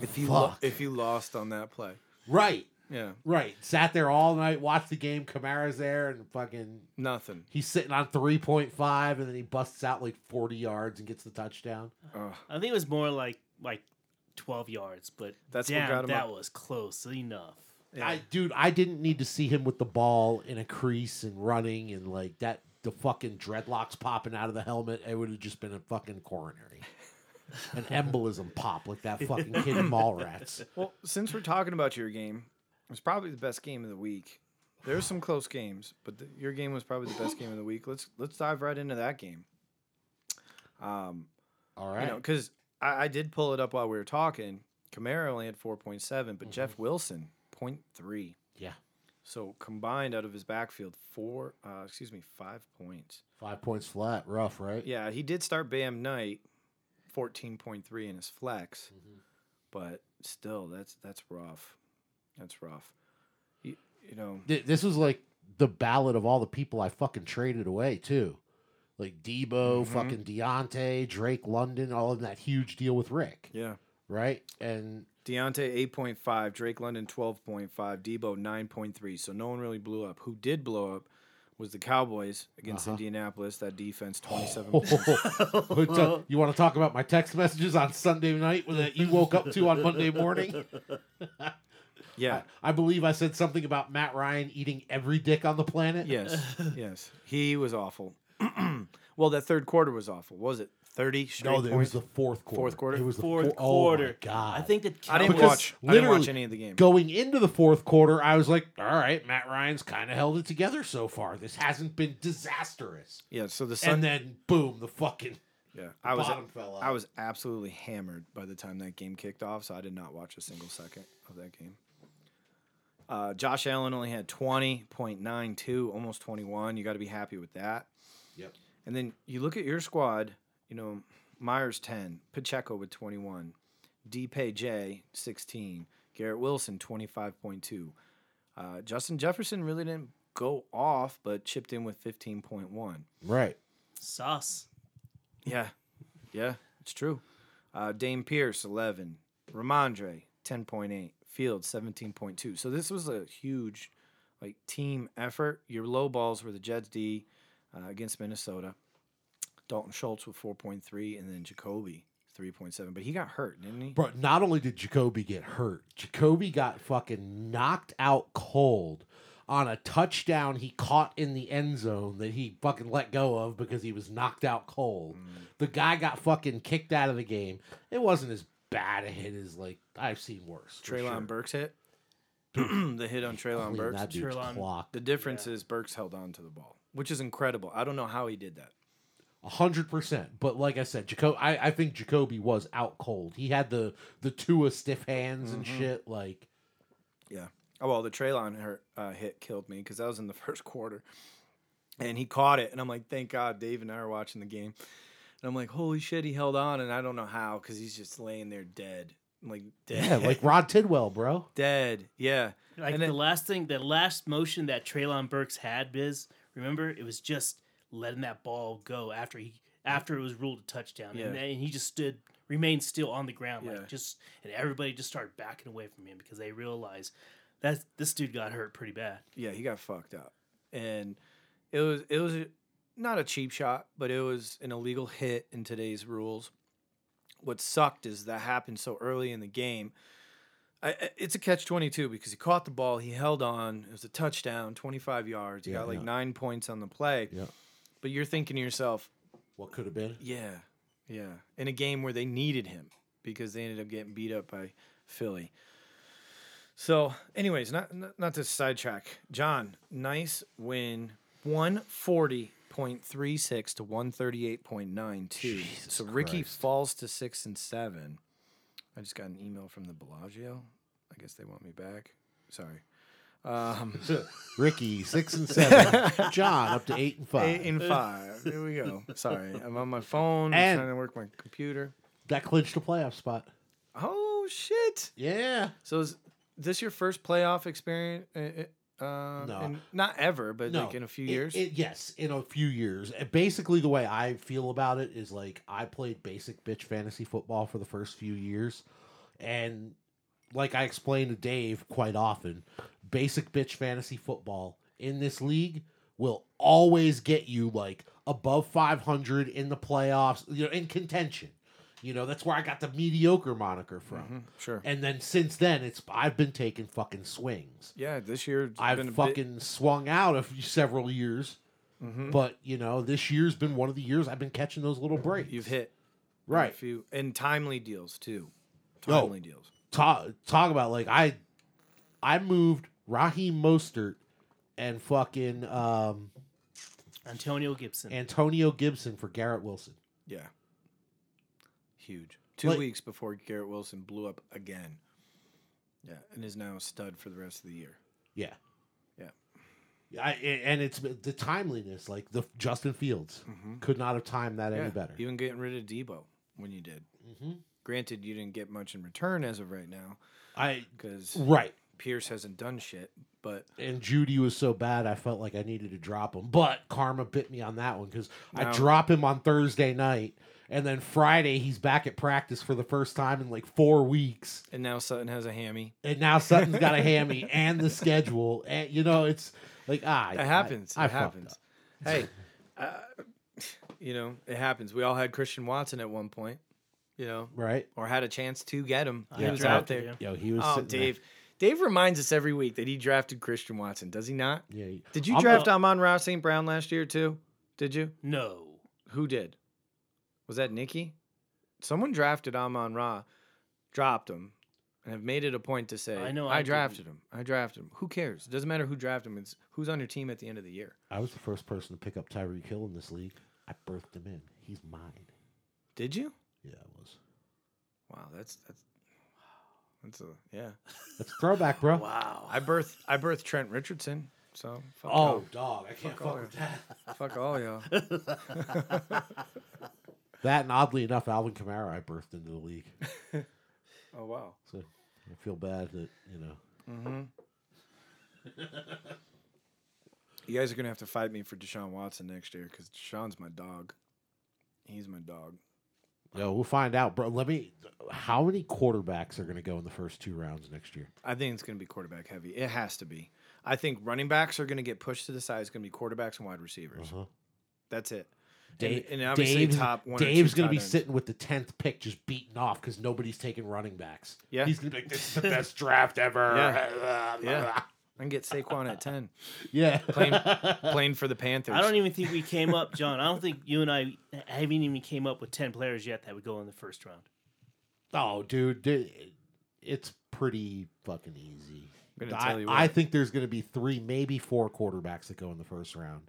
[SPEAKER 3] If you
[SPEAKER 2] lo-
[SPEAKER 3] if you lost on that play.
[SPEAKER 2] Right.
[SPEAKER 3] Yeah.
[SPEAKER 2] Right. Sat there all night, watched the game. Kamara's there and fucking
[SPEAKER 3] Nothing.
[SPEAKER 2] he's sitting on 3.5 and then he busts out like 40 yards and gets the touchdown.
[SPEAKER 3] Ugh.
[SPEAKER 1] I think it was more like like twelve yards, but
[SPEAKER 3] That's what
[SPEAKER 1] damn,
[SPEAKER 3] got him
[SPEAKER 1] that
[SPEAKER 3] up.
[SPEAKER 1] was close enough.
[SPEAKER 3] Yeah.
[SPEAKER 2] I dude, I didn't need to see him with the ball in a crease and running and like that the fucking dreadlocks popping out of the helmet. It would have just been a fucking coronary.
[SPEAKER 3] *laughs*
[SPEAKER 2] An embolism pop like that fucking kid in Mallrats.
[SPEAKER 3] Well, since we're talking about your game, it was probably the best game of the week. There's some close games, but the, your game was probably the best game of the week. Let's let's dive right into that game. Um,
[SPEAKER 2] All
[SPEAKER 3] you
[SPEAKER 2] right.
[SPEAKER 3] know, because I, I did pull it up while we were talking. Camaro only had 4.7, but Jeff Wilson 0.3.
[SPEAKER 2] Yeah.
[SPEAKER 3] So combined out of his backfield, four, uh, excuse me, five points.
[SPEAKER 2] Five points flat, rough, right?
[SPEAKER 3] Yeah, he did start Bam Knight, 14.3 in his flex,
[SPEAKER 2] Mhm.
[SPEAKER 3] but still, that's that's rough. That's rough. You, you know,
[SPEAKER 2] Th- this was like the ballot of all the people I fucking traded away too. Like Debo, fucking Deontay, Drake London, all in that huge deal with Rick,
[SPEAKER 3] yeah.
[SPEAKER 2] right? And *laughs*
[SPEAKER 3] Deontay 8.5, Drake London 12.5, Debo 9.3. So no one really blew up. Who did blow up was the Cowboys against
[SPEAKER 2] Uh-huh. Oh.
[SPEAKER 3] Indianapolis. That defense 27.
[SPEAKER 2] *laughs* But, uh, you want to talk about my text messages on Sunday night that you woke up to on Monday morning?
[SPEAKER 3] yeah.
[SPEAKER 2] I believe I said something about Matt Ryan eating every dick on the planet. *laughs*
[SPEAKER 3] Yes. Yes. He was awful. *clears throat* well, that third quarter was awful. Was it 30 straight
[SPEAKER 2] No, it was
[SPEAKER 3] points?
[SPEAKER 2] the fourth quarter.
[SPEAKER 3] Fourth quarter?
[SPEAKER 2] It was the
[SPEAKER 1] Fourth
[SPEAKER 2] four- oh my
[SPEAKER 1] quarter.
[SPEAKER 2] God.
[SPEAKER 1] I think that
[SPEAKER 3] I didn't
[SPEAKER 2] Because
[SPEAKER 3] watch. I didn't watch
[SPEAKER 2] literally
[SPEAKER 3] any of the game.
[SPEAKER 2] going into the fourth quarter, I was like, all right, Matt Ryan's kind of held it together so far. This hasn't been disastrous.
[SPEAKER 3] Yeah. So the
[SPEAKER 2] And
[SPEAKER 3] Sun.
[SPEAKER 2] then, boom, the fucking
[SPEAKER 3] Yeah. I was.
[SPEAKER 2] bottom fell out.
[SPEAKER 3] I was absolutely hammered by the time that game kicked off, so I did not watch a single second of that game. Uh, Josh Allen only had 20.92, almost 21. You got to be happy with that.
[SPEAKER 2] Yep.
[SPEAKER 3] And then you look at your squad, you know, Myers 10, Pacheco with 21, DPJ 16, Garrett Wilson 25.2. Uh, Justin Jefferson really didn't go off, but chipped in with 15.1.
[SPEAKER 2] Right.
[SPEAKER 1] Sauce.
[SPEAKER 3] Yeah, yeah, it's true. Uh, Dame Pierce, 11. Ramondre, 10.8. Field, 17.2. So this was a huge like team effort. Your low balls were the Jets D uh, against Minnesota. Dalton Schultz with 4.3, and then Jacoby, 3.7. But he got hurt, didn't he?
[SPEAKER 2] Bro, not only did Jacoby get hurt, Jacoby got fucking knocked out cold on a touchdown he caught in the end zone that he fucking let go of because he was knocked out cold.
[SPEAKER 3] Mm.
[SPEAKER 2] The guy got fucking kicked out of the game. It wasn't as bad a hit as like I've seen worse. for
[SPEAKER 3] Traylon
[SPEAKER 2] sure.
[SPEAKER 3] Burks hit. the hit on Traylon
[SPEAKER 2] Clean
[SPEAKER 3] Burks.
[SPEAKER 2] that dude's
[SPEAKER 1] Traylon-
[SPEAKER 2] clock.
[SPEAKER 3] The difference is Burks held on to the ball, which is incredible. I don't know how he did that.
[SPEAKER 2] A hundred percent. But like I said, Jaco I, I think Jacoby was out cold. He had the the two of stiff hands and shit. Like
[SPEAKER 3] Yeah. Oh well, the Traylon hurt, uh, hit killed me because that was in the *laughs* first quarter, and he caught it, and I'm like, thank God. Dave and I are watching the game, and I'm like, holy shit, he held on, and I don't know how because he's just laying there dead, I'm like
[SPEAKER 2] *laughs* yeah,
[SPEAKER 3] dead, *laughs*
[SPEAKER 2] like Rod Tidwell, bro.
[SPEAKER 3] dead, yeah.
[SPEAKER 1] Like
[SPEAKER 3] And
[SPEAKER 1] the
[SPEAKER 3] then-
[SPEAKER 1] last thing, the last motion that Traylon Burks had, Biz, remember, it was just letting that ball go after he after it was ruled a touchdown,
[SPEAKER 3] Yeah.
[SPEAKER 1] and, then he just stood, remained still on the ground,
[SPEAKER 3] Yeah.
[SPEAKER 1] like just, and everybody just started backing away from him because they realized that this dude got hurt pretty bad.
[SPEAKER 3] yeah, he got fucked up, and it was it was not a cheap shot, but it was an illegal hit in today's rules. What sucked is that happened so early in the game. I, I- it's a catch twenty two because he caught the ball, he held on, it was a touchdown, twenty five yards, he
[SPEAKER 2] Yeah,
[SPEAKER 3] got like
[SPEAKER 2] yeah.
[SPEAKER 3] nine points on the play.
[SPEAKER 2] Yeah.
[SPEAKER 3] But you're thinking to yourself,
[SPEAKER 2] What could have been?
[SPEAKER 3] yeah, yeah, in a game where they needed him because they ended up getting beat up by Philly. So, anyways, not not, not to sidetrack. John, nice win, one forty point three six to one thirty eight point nine two.
[SPEAKER 2] Jesus
[SPEAKER 3] So Ricky
[SPEAKER 2] Christ.
[SPEAKER 3] falls to six and seven. I just got an email from the Bellagio. I guess they want me back. Sorry. Um, *laughs*
[SPEAKER 2] *laughs* Ricky six and *laughs* seven. John up to eight and five.
[SPEAKER 3] eight and five. There we go. Sorry, I'm on my phone.
[SPEAKER 2] And-
[SPEAKER 3] trying to work my computer.
[SPEAKER 2] that clinched a playoff spot.
[SPEAKER 3] Oh shit!
[SPEAKER 2] Yeah.
[SPEAKER 3] So is this your first playoff experience? Uh, Uh,
[SPEAKER 2] No.
[SPEAKER 3] in- not ever, but
[SPEAKER 2] No,
[SPEAKER 3] like in a few
[SPEAKER 2] it-
[SPEAKER 3] years.
[SPEAKER 2] it- yes, in a few years. And basically, the way I feel about it is like I played basic bitch fantasy football for the first few years, and like I explained to Dave quite often, basic bitch fantasy football in this league will always get you like above 500 in the playoffs, you know, in contention. You know, that's where I got the mediocre moniker from.
[SPEAKER 3] sure.
[SPEAKER 2] And then since then, it's I've been taking fucking swings.
[SPEAKER 3] yeah, this year it's been a
[SPEAKER 2] I've
[SPEAKER 3] bit-
[SPEAKER 2] fucking swung out a few, *laughs* several years,
[SPEAKER 3] Mm-hmm.
[SPEAKER 2] but you know this year's been one of the years I've been catching those little breaks.
[SPEAKER 3] you've hit on a
[SPEAKER 2] right?
[SPEAKER 3] few and timely deals too.
[SPEAKER 2] No.
[SPEAKER 3] Timely deals.
[SPEAKER 2] Talk talk about like I, I moved Raheem Mostert and fucking um,
[SPEAKER 1] Antonio Gibson.
[SPEAKER 2] Antonio Gibson for Garrett Wilson.
[SPEAKER 3] Yeah. Huge. Two
[SPEAKER 2] Like-
[SPEAKER 3] weeks before Garrett Wilson blew up again. Yeah, and is now a stud for the rest of the year.
[SPEAKER 2] Yeah,
[SPEAKER 3] Yeah.
[SPEAKER 2] I, and it's the timeliness. Like the Justin Fields could not have timed that
[SPEAKER 3] Mm-hmm. yeah,
[SPEAKER 2] any better.
[SPEAKER 3] Even getting rid of Debo when you did.
[SPEAKER 2] Mhm.
[SPEAKER 3] Granted, you didn't get much in return as of right now
[SPEAKER 2] I
[SPEAKER 3] because
[SPEAKER 2] right.
[SPEAKER 3] Pierce hasn't done shit, but
[SPEAKER 2] and Judy was so bad, I felt like I needed to drop him. But karma bit me on that one because I
[SPEAKER 3] No.
[SPEAKER 2] drop him on Thursday night, and then Friday he's back at practice for the first time in like four weeks,
[SPEAKER 3] and now Sutton has a hammy.
[SPEAKER 2] and now Sutton's got a
[SPEAKER 3] *laughs*
[SPEAKER 2] hammy and the schedule, and you know it's like ah,
[SPEAKER 3] It happens.
[SPEAKER 2] I, I
[SPEAKER 3] it
[SPEAKER 2] fucked
[SPEAKER 3] happens.
[SPEAKER 2] up.
[SPEAKER 3] *laughs* Hey, uh, you know, it happens. We all had Christian Watson at one point, you know,
[SPEAKER 2] right?
[SPEAKER 3] or had a chance to get him. he
[SPEAKER 1] Yeah.
[SPEAKER 3] was
[SPEAKER 1] Drafted
[SPEAKER 3] out there.
[SPEAKER 1] him.
[SPEAKER 2] Yo, he was.
[SPEAKER 3] Oh,
[SPEAKER 2] sitting there.
[SPEAKER 3] Dave. Dave reminds us every week that he drafted Christian Watson, does he not?
[SPEAKER 2] Yeah. he-
[SPEAKER 3] Did you
[SPEAKER 2] I'm
[SPEAKER 3] draft Amon Ross St. Brown last year too? Did you?
[SPEAKER 1] no,
[SPEAKER 3] Who did? Was that Nikki? Someone drafted Amon Ra, dropped him, and have made it a point to say,
[SPEAKER 1] I know
[SPEAKER 3] I,
[SPEAKER 1] I
[SPEAKER 3] drafted him. I drafted him. Who cares? It doesn't matter who drafted him. It's who's on your team at the end of the year.
[SPEAKER 2] I was the first person to pick up Tyreek Hill in this league. I birthed him in. He's mine.
[SPEAKER 3] Did you?
[SPEAKER 2] Yeah, I was.
[SPEAKER 3] Wow, that's that's that's a yeah.
[SPEAKER 2] That's a throwback, bro.
[SPEAKER 1] wow,
[SPEAKER 3] I birthed I birthed Trent Richardson. So fuck
[SPEAKER 2] Oh, dog! I can't fuck
[SPEAKER 3] off.
[SPEAKER 2] with that.
[SPEAKER 3] y'all. fuck all y'all.
[SPEAKER 2] That and oddly enough, Alvin Kamara I birthed into the league.
[SPEAKER 3] *laughs* Oh wow.
[SPEAKER 2] So I feel bad that you know.
[SPEAKER 3] Mm-hmm. You guys are gonna have to fight me for Deshaun Watson next year because Deshaun's my dog. He's my dog.
[SPEAKER 2] Yo, we'll find out, bro. Let me. How many quarterbacks are going to go in the first two rounds next year?
[SPEAKER 3] I think it's going to be quarterback heavy. It has to be. I think running backs are going to get pushed to the side. It's going to be quarterbacks and wide receivers.
[SPEAKER 1] Mm-hmm.
[SPEAKER 2] Uh-huh.
[SPEAKER 3] That's it.
[SPEAKER 2] Dave,
[SPEAKER 3] and, and obviously
[SPEAKER 2] Dave's,
[SPEAKER 3] top one.
[SPEAKER 2] Dave's
[SPEAKER 3] going
[SPEAKER 2] gonna
[SPEAKER 3] to
[SPEAKER 2] be sitting with the tenth pick, just beaten off because nobody's taking running backs.
[SPEAKER 3] Yeah.
[SPEAKER 2] *laughs* he's going to be like, "This is the best draft ever."
[SPEAKER 3] Yeah. I can get Saquon at ten.
[SPEAKER 2] Yeah.
[SPEAKER 3] Playing, playing for the Panthers.
[SPEAKER 1] *laughs* I don't even think we came up, John. I don't think you and I haven't even came up with ten players yet that would go in the first round.
[SPEAKER 2] oh, dude, di- it's pretty fucking easy.
[SPEAKER 3] I'm gonna tell
[SPEAKER 2] I,
[SPEAKER 3] you
[SPEAKER 2] I
[SPEAKER 3] what.
[SPEAKER 2] think there's going to be three, maybe four quarterbacks that go in the first round.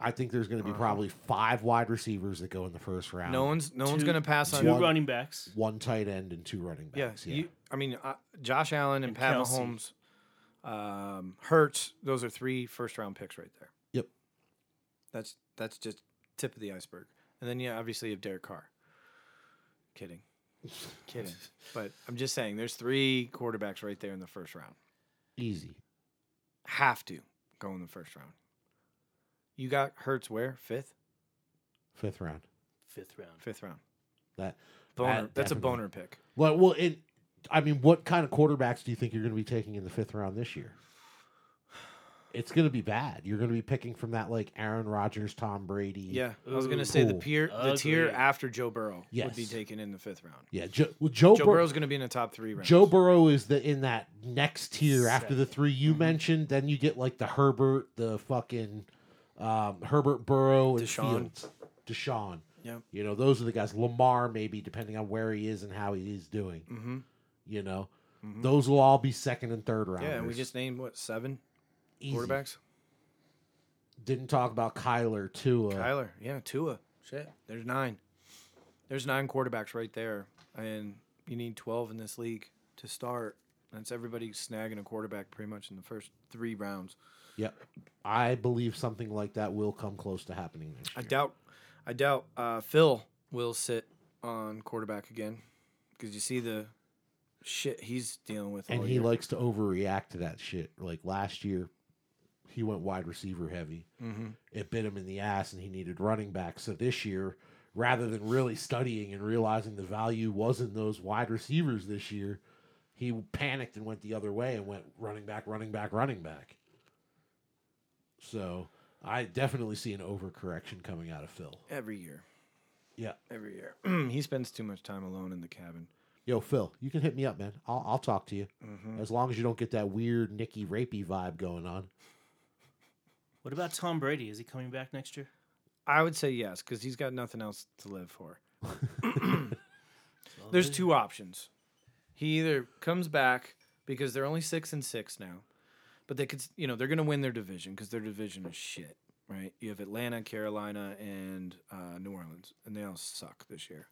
[SPEAKER 2] I think there's going to be probably five wide receivers that go in the first round.
[SPEAKER 3] Uh-huh. no one's no one's
[SPEAKER 1] Two-
[SPEAKER 3] gonna pass on.
[SPEAKER 1] Two
[SPEAKER 2] One-
[SPEAKER 1] running backs.
[SPEAKER 2] one tight end and two running
[SPEAKER 3] Yeah,
[SPEAKER 2] backs. Yeah,
[SPEAKER 3] you, I mean, uh, Josh Allen and,
[SPEAKER 1] And
[SPEAKER 3] Pat
[SPEAKER 1] Kelsey.
[SPEAKER 3] Mahomes, um, Hurts. Those are three first round picks right there.
[SPEAKER 2] Yep.
[SPEAKER 3] That's that's just tip of the iceberg, and then yeah, obviously you have Derek Carr.
[SPEAKER 1] *laughs*
[SPEAKER 3] Kidding, kidding. But I'm just saying, there's three quarterbacks right there in the first round.
[SPEAKER 2] easy.
[SPEAKER 3] Have to go in the first round. You got Hurts where fifth,
[SPEAKER 2] Fifth round.
[SPEAKER 1] Fifth round.
[SPEAKER 3] fifth round.
[SPEAKER 2] That.
[SPEAKER 3] Boner.
[SPEAKER 2] That
[SPEAKER 3] that's a
[SPEAKER 2] definitely-
[SPEAKER 3] boner pick.
[SPEAKER 2] Well, well, it. I mean, what kind of quarterbacks do you think you're going to be taking in the fifth round this year? It's going to be bad. You're going to be picking from that like Aaron Rodgers, Tom Brady.
[SPEAKER 3] Yeah, I was
[SPEAKER 1] Ooh.
[SPEAKER 3] gonna say the
[SPEAKER 2] Cool.
[SPEAKER 3] peer, the tier
[SPEAKER 1] Agreed.
[SPEAKER 3] after Joe Burrow would be
[SPEAKER 2] Yes.
[SPEAKER 3] taken in the fifth round.
[SPEAKER 2] yeah. Joe, well, Joe,
[SPEAKER 3] Joe
[SPEAKER 2] Bur-
[SPEAKER 3] Burrow's going to be in the top three rounds.
[SPEAKER 2] Joe Burrow is the in that next tier after the
[SPEAKER 1] Second.
[SPEAKER 2] three you
[SPEAKER 3] Mm-hmm.
[SPEAKER 2] mentioned. Then you get like the Herbert, the fucking um, Herbert Burrow and
[SPEAKER 3] Deshaun.
[SPEAKER 2] Fields, Deshaun.
[SPEAKER 3] Yep.
[SPEAKER 2] You know, those are the guys. Lamar, maybe depending on where he is and how he is doing.
[SPEAKER 3] Mm-hmm.
[SPEAKER 2] You know,
[SPEAKER 3] Mhm.
[SPEAKER 2] those will all be second and third rounders.
[SPEAKER 3] Yeah, and we just named what seven
[SPEAKER 2] Easy.
[SPEAKER 3] quarterbacks.
[SPEAKER 2] Didn't talk about Kyler Tua.
[SPEAKER 3] Kyler, yeah, Tua. Shit, there's nine. There's nine quarterbacks right there, and you need twelve in this league to start. That's everybody snagging a quarterback pretty much in the first three rounds.
[SPEAKER 2] Yep. I believe something like that will come close to happening this
[SPEAKER 3] I
[SPEAKER 2] year.
[SPEAKER 3] doubt, I doubt uh, Phil will sit on quarterback again because you see the shit he's dealing with.
[SPEAKER 2] and
[SPEAKER 3] all
[SPEAKER 2] he
[SPEAKER 3] year.
[SPEAKER 2] likes to overreact to that shit. Like last year, he went wide receiver heavy.
[SPEAKER 3] Mhm.
[SPEAKER 2] It bit him in the ass, and he needed running back. So this year, rather than really studying and realizing the value was in those wide receivers this year, he panicked and went the other way and went running back, running back, running back. So I definitely see an overcorrection coming out of Phil.
[SPEAKER 3] every year.
[SPEAKER 2] Yeah.
[SPEAKER 3] every year *clears throat* he spends too much time alone in the cabin.
[SPEAKER 2] Yo, Phil, you can hit me up, man. I'll, I'll talk to you.
[SPEAKER 3] Mm-hmm.
[SPEAKER 2] As long as you don't get that weird Nicky rapey vibe going on.
[SPEAKER 1] What about Tom Brady? Is he coming back next
[SPEAKER 3] *laughs*
[SPEAKER 1] year?
[SPEAKER 3] I would say yes because he's got nothing else to live for. *clears throat*
[SPEAKER 1] Well,
[SPEAKER 3] There's
[SPEAKER 1] this-
[SPEAKER 3] two options. He either comes back because they're only six and six now, but they could, s- you know, they're going to win their division because their division is shit, right? You have Atlanta, Carolina, and uh, New Orleans, and they all suck this year.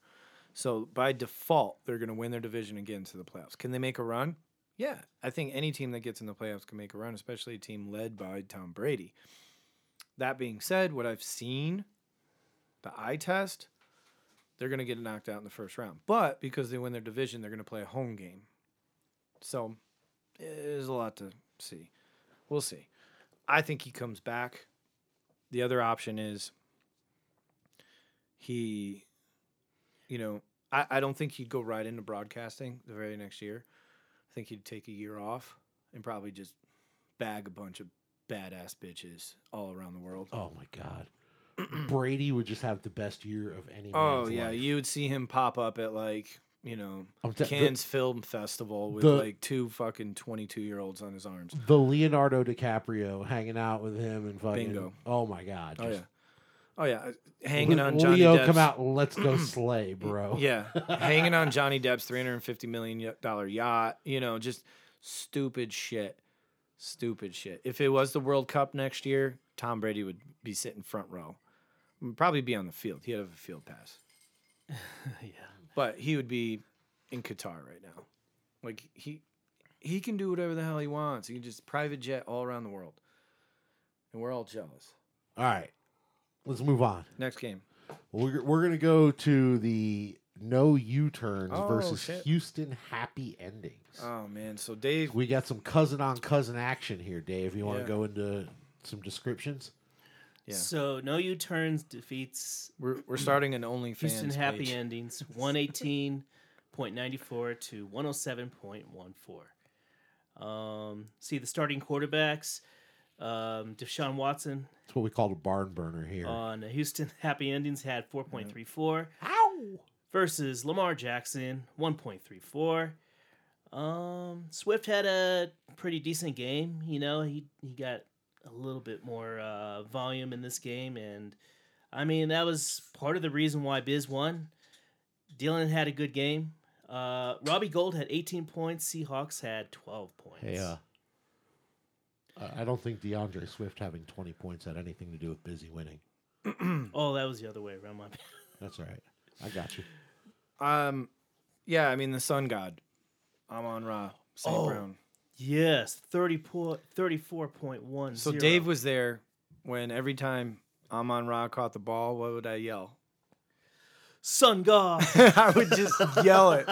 [SPEAKER 3] So by default, they're going to win their division again to the playoffs. Can they make a run? Yeah, I think any team that gets in the playoffs can make a run, especially a team led by Tom Brady. That being said, what I've seen, the eye test, they're going to get knocked out in the first round. But because they win their division, they're going to play a home game. So eh, there's a lot to see. We'll see. I think he comes back. The other option is he, you know, I, I don't think he'd go right into broadcasting the very next year. I think he'd take a year off and probably just bag a bunch of badass bitches all around the world.
[SPEAKER 2] Oh my
[SPEAKER 3] *clears throat*
[SPEAKER 2] God. Brady would just have the best year of any.
[SPEAKER 3] Oh
[SPEAKER 2] man's
[SPEAKER 3] yeah,
[SPEAKER 2] life.
[SPEAKER 3] you would see him pop up at like you know
[SPEAKER 2] I'm te- the-
[SPEAKER 3] Cannes Film Festival with
[SPEAKER 2] the-
[SPEAKER 3] like two fucking twenty-two year olds on his arms.
[SPEAKER 2] The Leonardo DiCaprio hanging out with him and fucking.
[SPEAKER 3] Bingo.
[SPEAKER 2] Oh my God.
[SPEAKER 3] Oh yeah,
[SPEAKER 2] just-
[SPEAKER 3] oh yeah, hanging on
[SPEAKER 2] Le-
[SPEAKER 3] Johnny
[SPEAKER 2] Leo,
[SPEAKER 3] Depp's.
[SPEAKER 2] come out. and Let's
[SPEAKER 3] *clears throat*
[SPEAKER 2] go slay, bro.
[SPEAKER 3] Yeah,
[SPEAKER 2] *laughs*
[SPEAKER 3] hanging on Johnny Depp's three hundred and fifty million dollar yacht. You know, just stupid shit, stupid shit. If it was the World Cup next year, Tom Brady would be sitting front row, probably be on the field. He'd have a field pass.
[SPEAKER 1] yeah.
[SPEAKER 3] but he would be in Qatar right now. Like he he can do whatever the hell he wants. He can just private jet all around the world. And we're all jealous.
[SPEAKER 2] All right. Let's move on.
[SPEAKER 3] Next game.
[SPEAKER 2] We're, we're going to go to the no U turns
[SPEAKER 3] Oh,
[SPEAKER 2] versus
[SPEAKER 3] shit.
[SPEAKER 2] Houston happy endings.
[SPEAKER 3] Oh man, so Dave
[SPEAKER 2] We got some cousin on cousin action here, Dave. You want to
[SPEAKER 3] Yeah.
[SPEAKER 2] go into some descriptions?
[SPEAKER 3] Yeah.
[SPEAKER 1] So no U turns defeats
[SPEAKER 3] we're, we're starting an OnlyFans
[SPEAKER 1] Houston happy
[SPEAKER 3] *laughs* page.
[SPEAKER 1] endings one eighteen point ninety four to one hundred seven point one four. Um, see the starting quarterbacks, um, Deshaun Watson
[SPEAKER 2] That's what we call a barn burner here.
[SPEAKER 3] Uh,
[SPEAKER 1] on the Houston *laughs* happy endings had four point three four
[SPEAKER 2] Mm-hmm. Ow!
[SPEAKER 1] versus Lamar Jackson one point three four. Um, Swift had a pretty decent game. You know, he he got a little bit more uh, volume in this game, and I mean that was part of the reason why Biz won. Dylan had a good game. Uh, Robbie Gold had 18 points. Seahawks had 12 points.
[SPEAKER 2] Hey, uh, I I don't think DeAndre Swift having 20 points had anything to do with busy winning.
[SPEAKER 1] oh, that was the other way around. My bad. *laughs*
[SPEAKER 2] That's all right. I got you.
[SPEAKER 3] Um, yeah, I mean the sun god, Amon Ra, St.
[SPEAKER 1] Oh.
[SPEAKER 3] Brown.
[SPEAKER 1] Yes, 30 po- 34.1.
[SPEAKER 3] So Dave was there when every time Amon Ra caught the ball, what would I *laughs* yell?
[SPEAKER 1] Sun God. *laughs*
[SPEAKER 3] I would just yell it,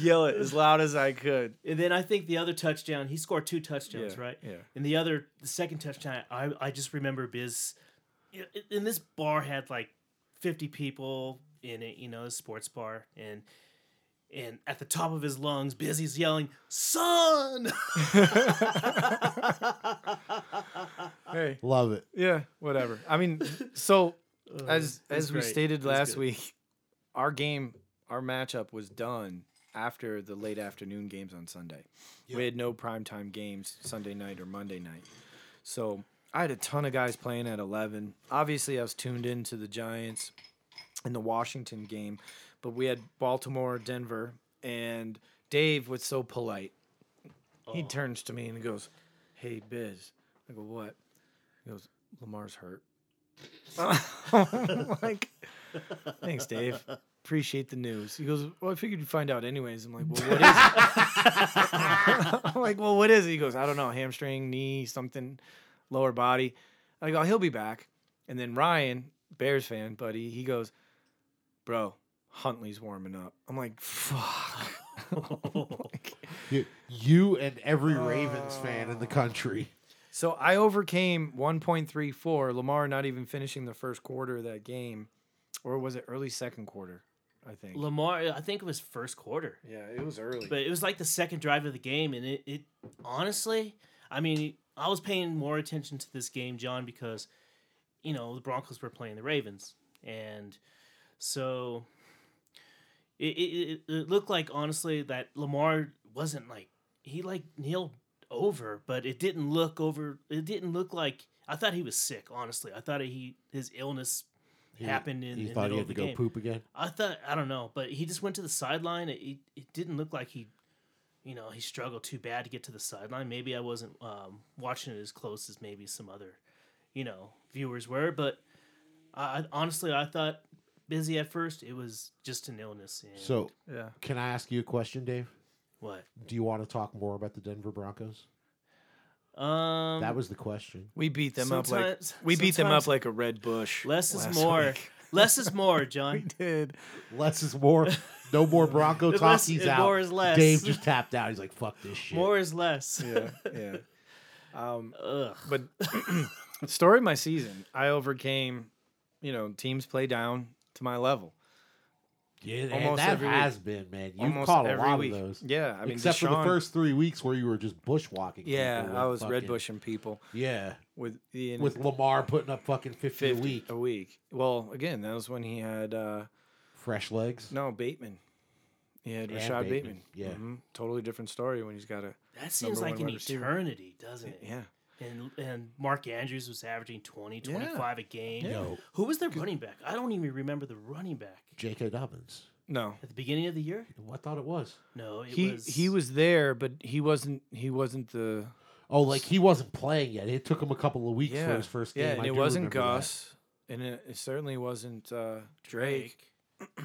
[SPEAKER 3] yell it as loud as I could.
[SPEAKER 1] and then I think the other touchdown, he scored two touchdowns,
[SPEAKER 3] Yeah,
[SPEAKER 1] right?
[SPEAKER 3] yeah.
[SPEAKER 1] And the other, the second touchdown, I, I just remember Biz. And this bar had like 50 people in it, you know, a sports bar. And and at the top of his lungs, Busy's yelling, Sun!
[SPEAKER 3] Hey,
[SPEAKER 2] Love it.
[SPEAKER 3] yeah, whatever.
[SPEAKER 1] *laughs*
[SPEAKER 3] I mean, so as as we
[SPEAKER 1] Uh, great. It
[SPEAKER 3] stated
[SPEAKER 1] was
[SPEAKER 3] last
[SPEAKER 1] good.
[SPEAKER 3] week, our game, our matchup was done after the late afternoon games on Sunday. We had no primetime games Sunday night or Monday night. So I had a ton of guys playing at 11. Obviously, I was tuned into the Giants and the Washington game, but we had Baltimore, Denver, and Dave was so polite. He
[SPEAKER 1] Oh.
[SPEAKER 3] turns to me and he goes, Hey, Biz. I go, What? He goes, Lamar's hurt. *laughs* I'm like, thanks, Dave. Appreciate the news. He goes, Well, I figured you'd find out anyways. I'm like, Well, what is it? *laughs* I'm like, Well, what is it? He goes, I don't know, hamstring, knee, something, lower body. I go, He'll be back. And then Ryan, Bears fan, buddy, he goes, Bro, Huntley's warming up. I'm like, Fuck. *laughs*
[SPEAKER 2] You, you and every Ravens fan in the country.
[SPEAKER 3] So I overcame 1.34. Lamar not even finishing the first quarter of that game, or was it early second quarter? I think.
[SPEAKER 1] Lamar, I think it was first quarter.
[SPEAKER 3] yeah, it was early.
[SPEAKER 1] But it was like the second drive of the game, and it, it honestly, I mean, I was paying more attention to this game, John, because you know the Broncos were playing the Ravens, and so it it, it- it looked like honestly that Lamar wasn't like he like kneeled over, but it didn't look over. It didn't look like I thought he was sick. Honestly, I thought he his illness
[SPEAKER 2] He-
[SPEAKER 1] happened in,
[SPEAKER 2] He
[SPEAKER 1] in the
[SPEAKER 2] thought
[SPEAKER 1] middle
[SPEAKER 2] he
[SPEAKER 1] of
[SPEAKER 2] had
[SPEAKER 1] the
[SPEAKER 2] to go
[SPEAKER 1] game.
[SPEAKER 2] poop again.
[SPEAKER 1] I thought I don't know, but he just went to the sideline. It, it, it didn't look like he, you know, he struggled too bad to get to the sideline. Maybe I wasn't um, watching it as close as maybe some other, you know, viewers were. But I, I- honestly, I thought busy at first. It was just an illness. And
[SPEAKER 2] So,
[SPEAKER 3] yeah.
[SPEAKER 2] can I ask you a question, Dave?
[SPEAKER 1] what?
[SPEAKER 2] Do you want to talk more about the Denver Broncos?
[SPEAKER 1] Um,
[SPEAKER 2] That was the question.
[SPEAKER 3] We beat them up like
[SPEAKER 1] sometimes-
[SPEAKER 3] we beat them up
[SPEAKER 1] sometimes
[SPEAKER 3] like a red bush.
[SPEAKER 1] less is
[SPEAKER 3] last
[SPEAKER 1] more.
[SPEAKER 3] week. *laughs*
[SPEAKER 1] Less is more, John.
[SPEAKER 3] Did
[SPEAKER 2] Less is more. No more Bronco
[SPEAKER 1] The
[SPEAKER 2] talk.
[SPEAKER 1] less-
[SPEAKER 2] he's
[SPEAKER 1] uh,
[SPEAKER 2] out.
[SPEAKER 1] more is less.
[SPEAKER 2] Dave just tapped out. He's like, "Fuck this shit."
[SPEAKER 1] More is less. *laughs*
[SPEAKER 3] yeah, yeah. Um,
[SPEAKER 1] Ugh.
[SPEAKER 3] but *clears throat* story of my season, I overcame. You know, teams play down to my level.
[SPEAKER 2] yeah, and
[SPEAKER 3] almost
[SPEAKER 2] that
[SPEAKER 3] every
[SPEAKER 2] has been man. You
[SPEAKER 3] Almost
[SPEAKER 2] caught a
[SPEAKER 3] every
[SPEAKER 2] lot
[SPEAKER 3] week.
[SPEAKER 2] of those.
[SPEAKER 3] Yeah, I mean,
[SPEAKER 2] except for the
[SPEAKER 3] Deshaun-
[SPEAKER 2] first three weeks where you were just bushwalking.
[SPEAKER 3] Yeah,
[SPEAKER 2] people with
[SPEAKER 3] I was red
[SPEAKER 2] fucking-
[SPEAKER 3] bushing people
[SPEAKER 2] Yeah,
[SPEAKER 3] with the
[SPEAKER 2] with Lamar putting up fucking fifty, a week,
[SPEAKER 3] A week. Well, again, that was when he had uh
[SPEAKER 2] fresh legs.
[SPEAKER 3] no Bateman. He had
[SPEAKER 2] And
[SPEAKER 3] Rashad
[SPEAKER 2] Bateman,
[SPEAKER 3] Bateman.
[SPEAKER 2] yeah.
[SPEAKER 3] Mhm. Totally different story when he's got a
[SPEAKER 1] That seems
[SPEAKER 3] Number
[SPEAKER 1] like
[SPEAKER 3] one
[SPEAKER 1] an
[SPEAKER 3] wide receiver.
[SPEAKER 1] eternity, doesn't it?
[SPEAKER 3] yeah.
[SPEAKER 1] And and Mark Andrews was averaging 20,
[SPEAKER 3] Yeah.
[SPEAKER 1] 25 a game.
[SPEAKER 2] Yo.
[SPEAKER 1] Who was their running back? I don't even remember the running back.
[SPEAKER 2] J.K. Dobbins.
[SPEAKER 3] No.
[SPEAKER 1] At the beginning of the year?
[SPEAKER 2] I thought it was.
[SPEAKER 1] No, it
[SPEAKER 3] He
[SPEAKER 1] was
[SPEAKER 3] he was there, but he wasn't he wasn't the
[SPEAKER 2] Oh, like he wasn't playing yet. It took him a couple of weeks for his first game.
[SPEAKER 3] Yeah, and
[SPEAKER 2] I
[SPEAKER 3] it
[SPEAKER 2] do
[SPEAKER 3] wasn't
[SPEAKER 2] remember that.
[SPEAKER 3] Gus. And it, it certainly wasn't uh Drake. *clears throat*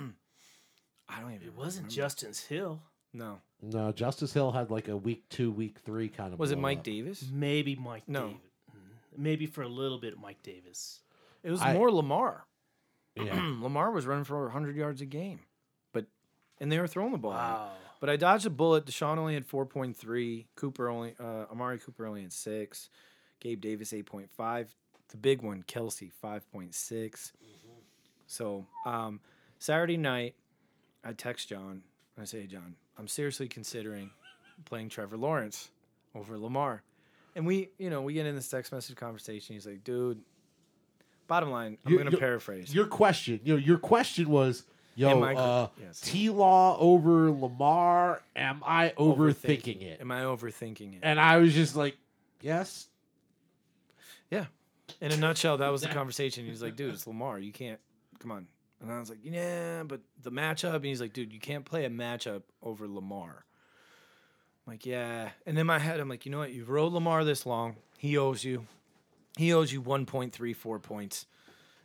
[SPEAKER 3] I don't even
[SPEAKER 1] It wasn't
[SPEAKER 3] remember.
[SPEAKER 1] Justin's Hill.
[SPEAKER 3] No.
[SPEAKER 2] No, Justice Hill had like a week two, week three kind of.
[SPEAKER 3] Was it
[SPEAKER 2] blow
[SPEAKER 3] Mike
[SPEAKER 2] up.
[SPEAKER 3] Davis?
[SPEAKER 1] Maybe Mike
[SPEAKER 3] No.
[SPEAKER 1] Davis. Mm, Maybe for a little bit Mike Davis.
[SPEAKER 3] It was
[SPEAKER 2] I-
[SPEAKER 3] more
[SPEAKER 2] *clears throat*
[SPEAKER 3] Lamar. *clears throat*
[SPEAKER 2] Yeah.
[SPEAKER 3] Lamar was running for 100 yards a game. But and they were throwing the ball. at him.
[SPEAKER 1] Wow.
[SPEAKER 3] But I dodged a bullet. Deshaun only had 4.3. Cooper only, uh, Amari Cooper only had six. Gabe Davis 8.5. The big one, Kelsey 5.6. So um, Saturday night, I text John. I say, "Hey, John, I'm seriously considering playing Trevor Lawrence over Lamar. And we, you know, we get in this text message conversation. He's like, dude, bottom line, I'm
[SPEAKER 2] You-
[SPEAKER 3] going to
[SPEAKER 2] you-
[SPEAKER 3] paraphrase.
[SPEAKER 2] Your question, you know, your question was, Yo,
[SPEAKER 3] Am I-
[SPEAKER 2] uh,
[SPEAKER 3] yes.
[SPEAKER 2] T Law over Lamar. Am I overthinking it?
[SPEAKER 3] Am I overthinking it?
[SPEAKER 2] And I was just like, yes.
[SPEAKER 3] Yeah. In a nutshell, that was the conversation. He was like, dude, it's Lamar. You can't, come on. And I was like, yeah, but the matchup. And he's like, dude, you can't play a matchup over Lamar. I'm like, yeah. And in my head, I'm like, you know what? You've rode Lamar this long. He owes you. He owes you 1.34 points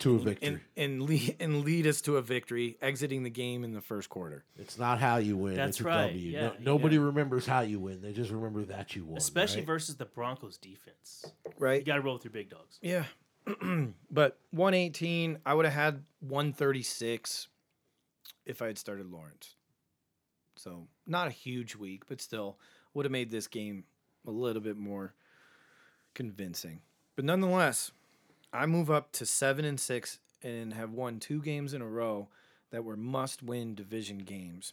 [SPEAKER 2] To a victory.
[SPEAKER 3] and, and, lead, and lead us to a victory, exiting the game in the first quarter.
[SPEAKER 2] it's not how you win.
[SPEAKER 1] That's
[SPEAKER 2] it's a
[SPEAKER 1] right,
[SPEAKER 2] W.
[SPEAKER 1] yeah,
[SPEAKER 2] no, nobody remembers how you win. They just remember that you won.
[SPEAKER 1] especially
[SPEAKER 2] right?
[SPEAKER 1] versus the Broncos defense.
[SPEAKER 3] Right.
[SPEAKER 1] You got to roll with your big dogs.
[SPEAKER 3] Yeah. *clears throat* but 118, I would have had 136 if I had started Lawrence. So, not a huge week, but still would have made this game a little bit more convincing. But nonetheless, I move up to 7 and 6 and have won two games in a row that were must-win division games.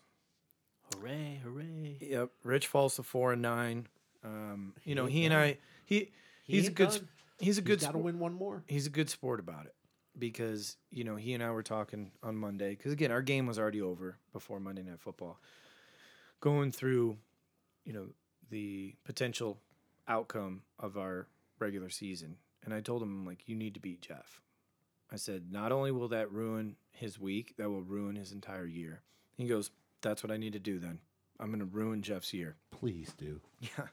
[SPEAKER 1] Hooray, hooray!
[SPEAKER 3] Yep, Rich falls to 4 and 9. Um, you know, he and I he he's a
[SPEAKER 2] ain't
[SPEAKER 3] good
[SPEAKER 2] done.
[SPEAKER 3] sp- he's a good
[SPEAKER 2] Got to
[SPEAKER 3] sp-
[SPEAKER 2] win one more.
[SPEAKER 3] he's a good sport about it because you know he and I were talking on Monday because again our game was already over before Monday Night Football. Going through, you know, the potential outcome of our regular season, and I told him I'm like, you need to beat Jeff. I said, not only will that ruin his week, that will ruin his entire year. He goes, that's what I need to do then. I'm going to ruin Jeff's year.
[SPEAKER 2] Please do.
[SPEAKER 3] *laughs* Yeah,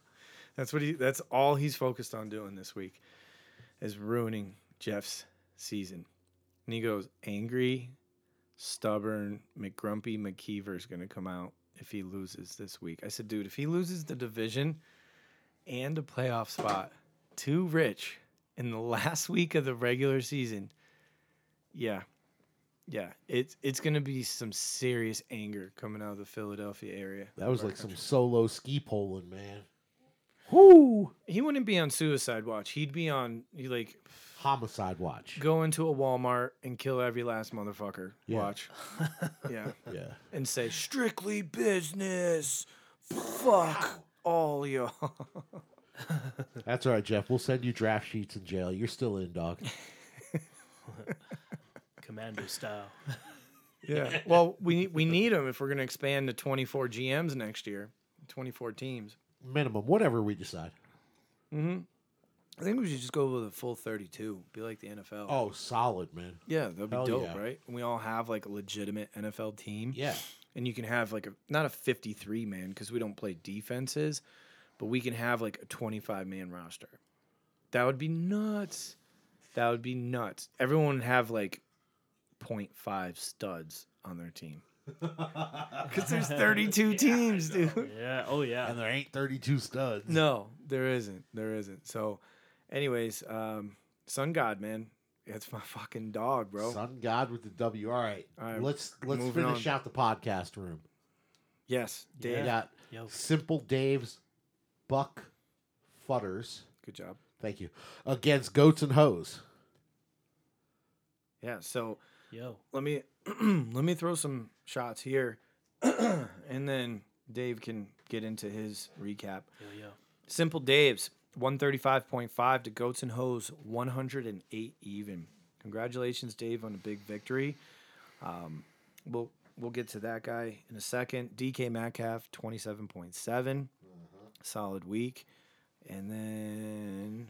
[SPEAKER 3] that's what he. That's all he's focused on doing this week, is ruining Jeff's season. And he goes angry, stubborn, McGrumpy McKeever is going to come out if he loses this week. I said, dude, if he loses the division and a playoff spot to Rich in the *laughs* last week of the regular season, yeah. Yeah, it's it's gonna be some serious anger coming out of the Philadelphia area.
[SPEAKER 2] That was
[SPEAKER 3] of our
[SPEAKER 2] like some
[SPEAKER 3] country."
[SPEAKER 2] solo ski polling, man. Whoo!
[SPEAKER 3] He wouldn't be on suicide watch. He'd be on he like
[SPEAKER 2] Homicide watch.
[SPEAKER 3] go into a Walmart and kill every last motherfucker.
[SPEAKER 2] Yeah. *laughs*
[SPEAKER 3] Watch. yeah.
[SPEAKER 2] Yeah.
[SPEAKER 3] And say strictly business. Fuck all y'all.
[SPEAKER 2] *laughs* That's all right, Jeff. We'll send you draft sheets in jail. You're still in, dog.
[SPEAKER 1] Commando style.
[SPEAKER 3] *laughs* yeah. *laughs* Well, we we need him if we're going to expand to 24 GMs next year, 24 teams. Mm-hmm.
[SPEAKER 2] Minimum, whatever we decide.
[SPEAKER 3] I think we should just go with a full 32. Be like the NFL.
[SPEAKER 2] Oh, solid, man.
[SPEAKER 3] yeah, that'd be
[SPEAKER 2] hell
[SPEAKER 3] dope,
[SPEAKER 2] yeah.
[SPEAKER 3] right? And we all have like a legitimate NFL team. *laughs*
[SPEAKER 2] Yeah.
[SPEAKER 3] and you can have like a not a 53 man because we don't play defenses but we can have like a 25 man roster that would be nuts that would be nuts everyone would have like 0.5 studs on their *laughs* team because
[SPEAKER 1] *laughs*
[SPEAKER 3] there's 32 teams dude *laughs*
[SPEAKER 1] Yeah. Oh yeah.
[SPEAKER 2] And there ain't 32 studs.
[SPEAKER 3] no there isn't there isn't so anyways um sun god man it's my fucking dog bro
[SPEAKER 2] Sun God with the W. All right.
[SPEAKER 3] All right,
[SPEAKER 2] let's let's
[SPEAKER 3] moving
[SPEAKER 2] finish
[SPEAKER 3] on.
[SPEAKER 2] out the podcast room.
[SPEAKER 3] yes dave
[SPEAKER 2] We got
[SPEAKER 3] Oh.
[SPEAKER 1] Yo.
[SPEAKER 2] Simple Dave's Buck Futters.
[SPEAKER 3] good job
[SPEAKER 2] Thank you. Against Goats and Hoes.
[SPEAKER 3] yeah so
[SPEAKER 1] Yo.
[SPEAKER 3] let me *clears throat* let me throw some shots here *clears throat* and then Dave can get into his recap.
[SPEAKER 1] Yo. Yo.
[SPEAKER 3] Simple Dave's 135.5 to Goats and Hoes 108 even. Congratulations, Dave, on a big victory. Um, we'll we'll get to that guy in a second. DK Metcalf 27.7,
[SPEAKER 2] Mm-hmm.
[SPEAKER 3] solid week, and then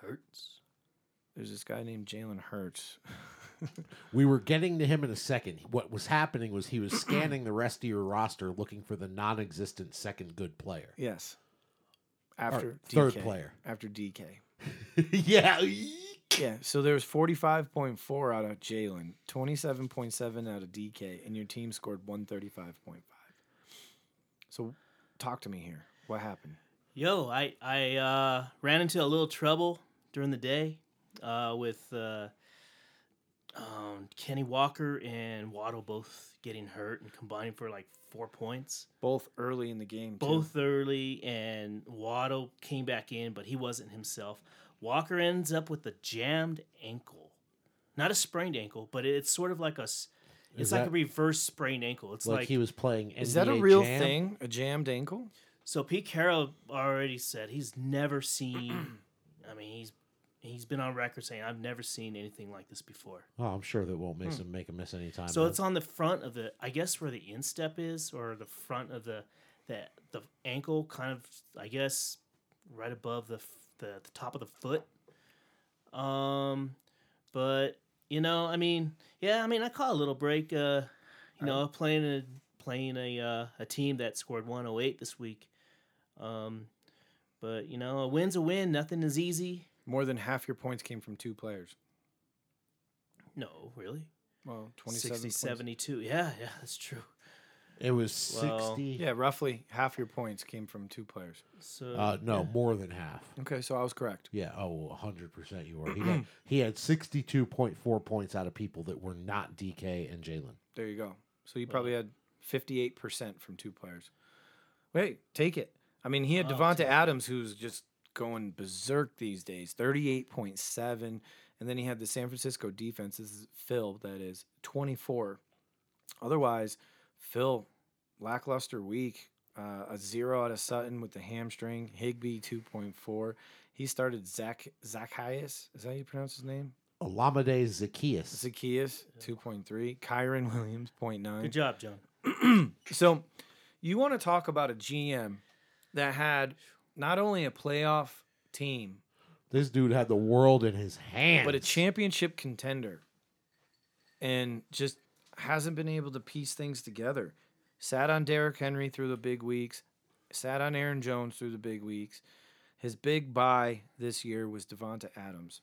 [SPEAKER 1] Hurts.
[SPEAKER 3] there's this guy named Jalen Hurts. *laughs*
[SPEAKER 2] We were getting to him in a second. What was happening was he was scanning the rest of your roster looking for the non existent second good player.
[SPEAKER 3] Yes. After
[SPEAKER 2] third
[SPEAKER 3] DK.
[SPEAKER 2] player.
[SPEAKER 3] After DK.
[SPEAKER 2] yeah.
[SPEAKER 3] Yeah, so there was 45.4 out of Jalen, 27.7 out of DK, and your team scored 135.5. So talk to me here. What happened?
[SPEAKER 1] Yo. I I uh, ran into a little trouble during the day uh, with uh, um, Kenny Walker and Waddle both getting hurt and combining for like four points.
[SPEAKER 3] Both early in the game. too.
[SPEAKER 1] both early and Waddle came back in, but he wasn't himself. Walker ends up with a jammed ankle, not a sprained ankle, but it's sort of like a, s- it's
[SPEAKER 2] Is
[SPEAKER 1] like
[SPEAKER 2] that-
[SPEAKER 1] a reverse sprained ankle. It's
[SPEAKER 2] Like,
[SPEAKER 1] like,
[SPEAKER 2] he was playing.
[SPEAKER 3] Is that a
[SPEAKER 2] NBA
[SPEAKER 3] real
[SPEAKER 2] Jam.
[SPEAKER 3] thing? A jammed ankle?
[SPEAKER 1] so. Pete Carroll already said he's never seen. *clears throat* I mean, he's And he's been on record saying, I've never seen anything like this before.
[SPEAKER 2] Oh, I'm sure that won't miss him, make him miss any time.
[SPEAKER 1] So
[SPEAKER 2] though.
[SPEAKER 1] it's on the front of the, I guess where the instep is, or the front of the, the the ankle, kind of, I guess, right above the f- the, the top of the foot. Um, but you know, I mean, yeah, I mean, I caught a little break. Uh, you know, playing a playing a uh, a team that scored 108 this week. Um, but you know, a win's a win. Nothing is easy.
[SPEAKER 3] More than half your points came from two players.
[SPEAKER 1] No, really.
[SPEAKER 3] Well, 27
[SPEAKER 1] 60,
[SPEAKER 3] points.
[SPEAKER 1] 72. Yeah, yeah, that's true.
[SPEAKER 2] it was
[SPEAKER 1] Well,
[SPEAKER 2] sixty.
[SPEAKER 3] Yeah, roughly half your points came from two players.
[SPEAKER 1] So
[SPEAKER 2] Uh, no, more than half.
[SPEAKER 3] Okay, so I was correct.
[SPEAKER 2] Yeah. Oh, 100% you were. He had, he had 62.4 points out of people that were not DK and Jalen.
[SPEAKER 3] There you go. So you probably had 58% from two players. Wait, take it. I mean, he had Devonta Adams, who's just going berserk these days, 38.7. And then he had the San Francisco defense. This is Phil, that is 24. Otherwise, Phil, lackluster week. Uh, a zero out of Sutton with the hamstring. Higby 2.4. He started Zach Zacchaeus. Is that how you pronounce his name?
[SPEAKER 2] Alameda Zacchaeus.
[SPEAKER 3] Zacchaeus 2.3. Kyron Williams 0.9.
[SPEAKER 1] good job, John.
[SPEAKER 3] So, you want to talk about a GM that had not only a playoff team,
[SPEAKER 2] This dude had the world in his hands.
[SPEAKER 3] but a championship contender and just hasn't been able to piece things together. Sat on Derrick Henry through the big weeks, sat on Aaron Jones through the big weeks. His big buy this year was Devonta Adams,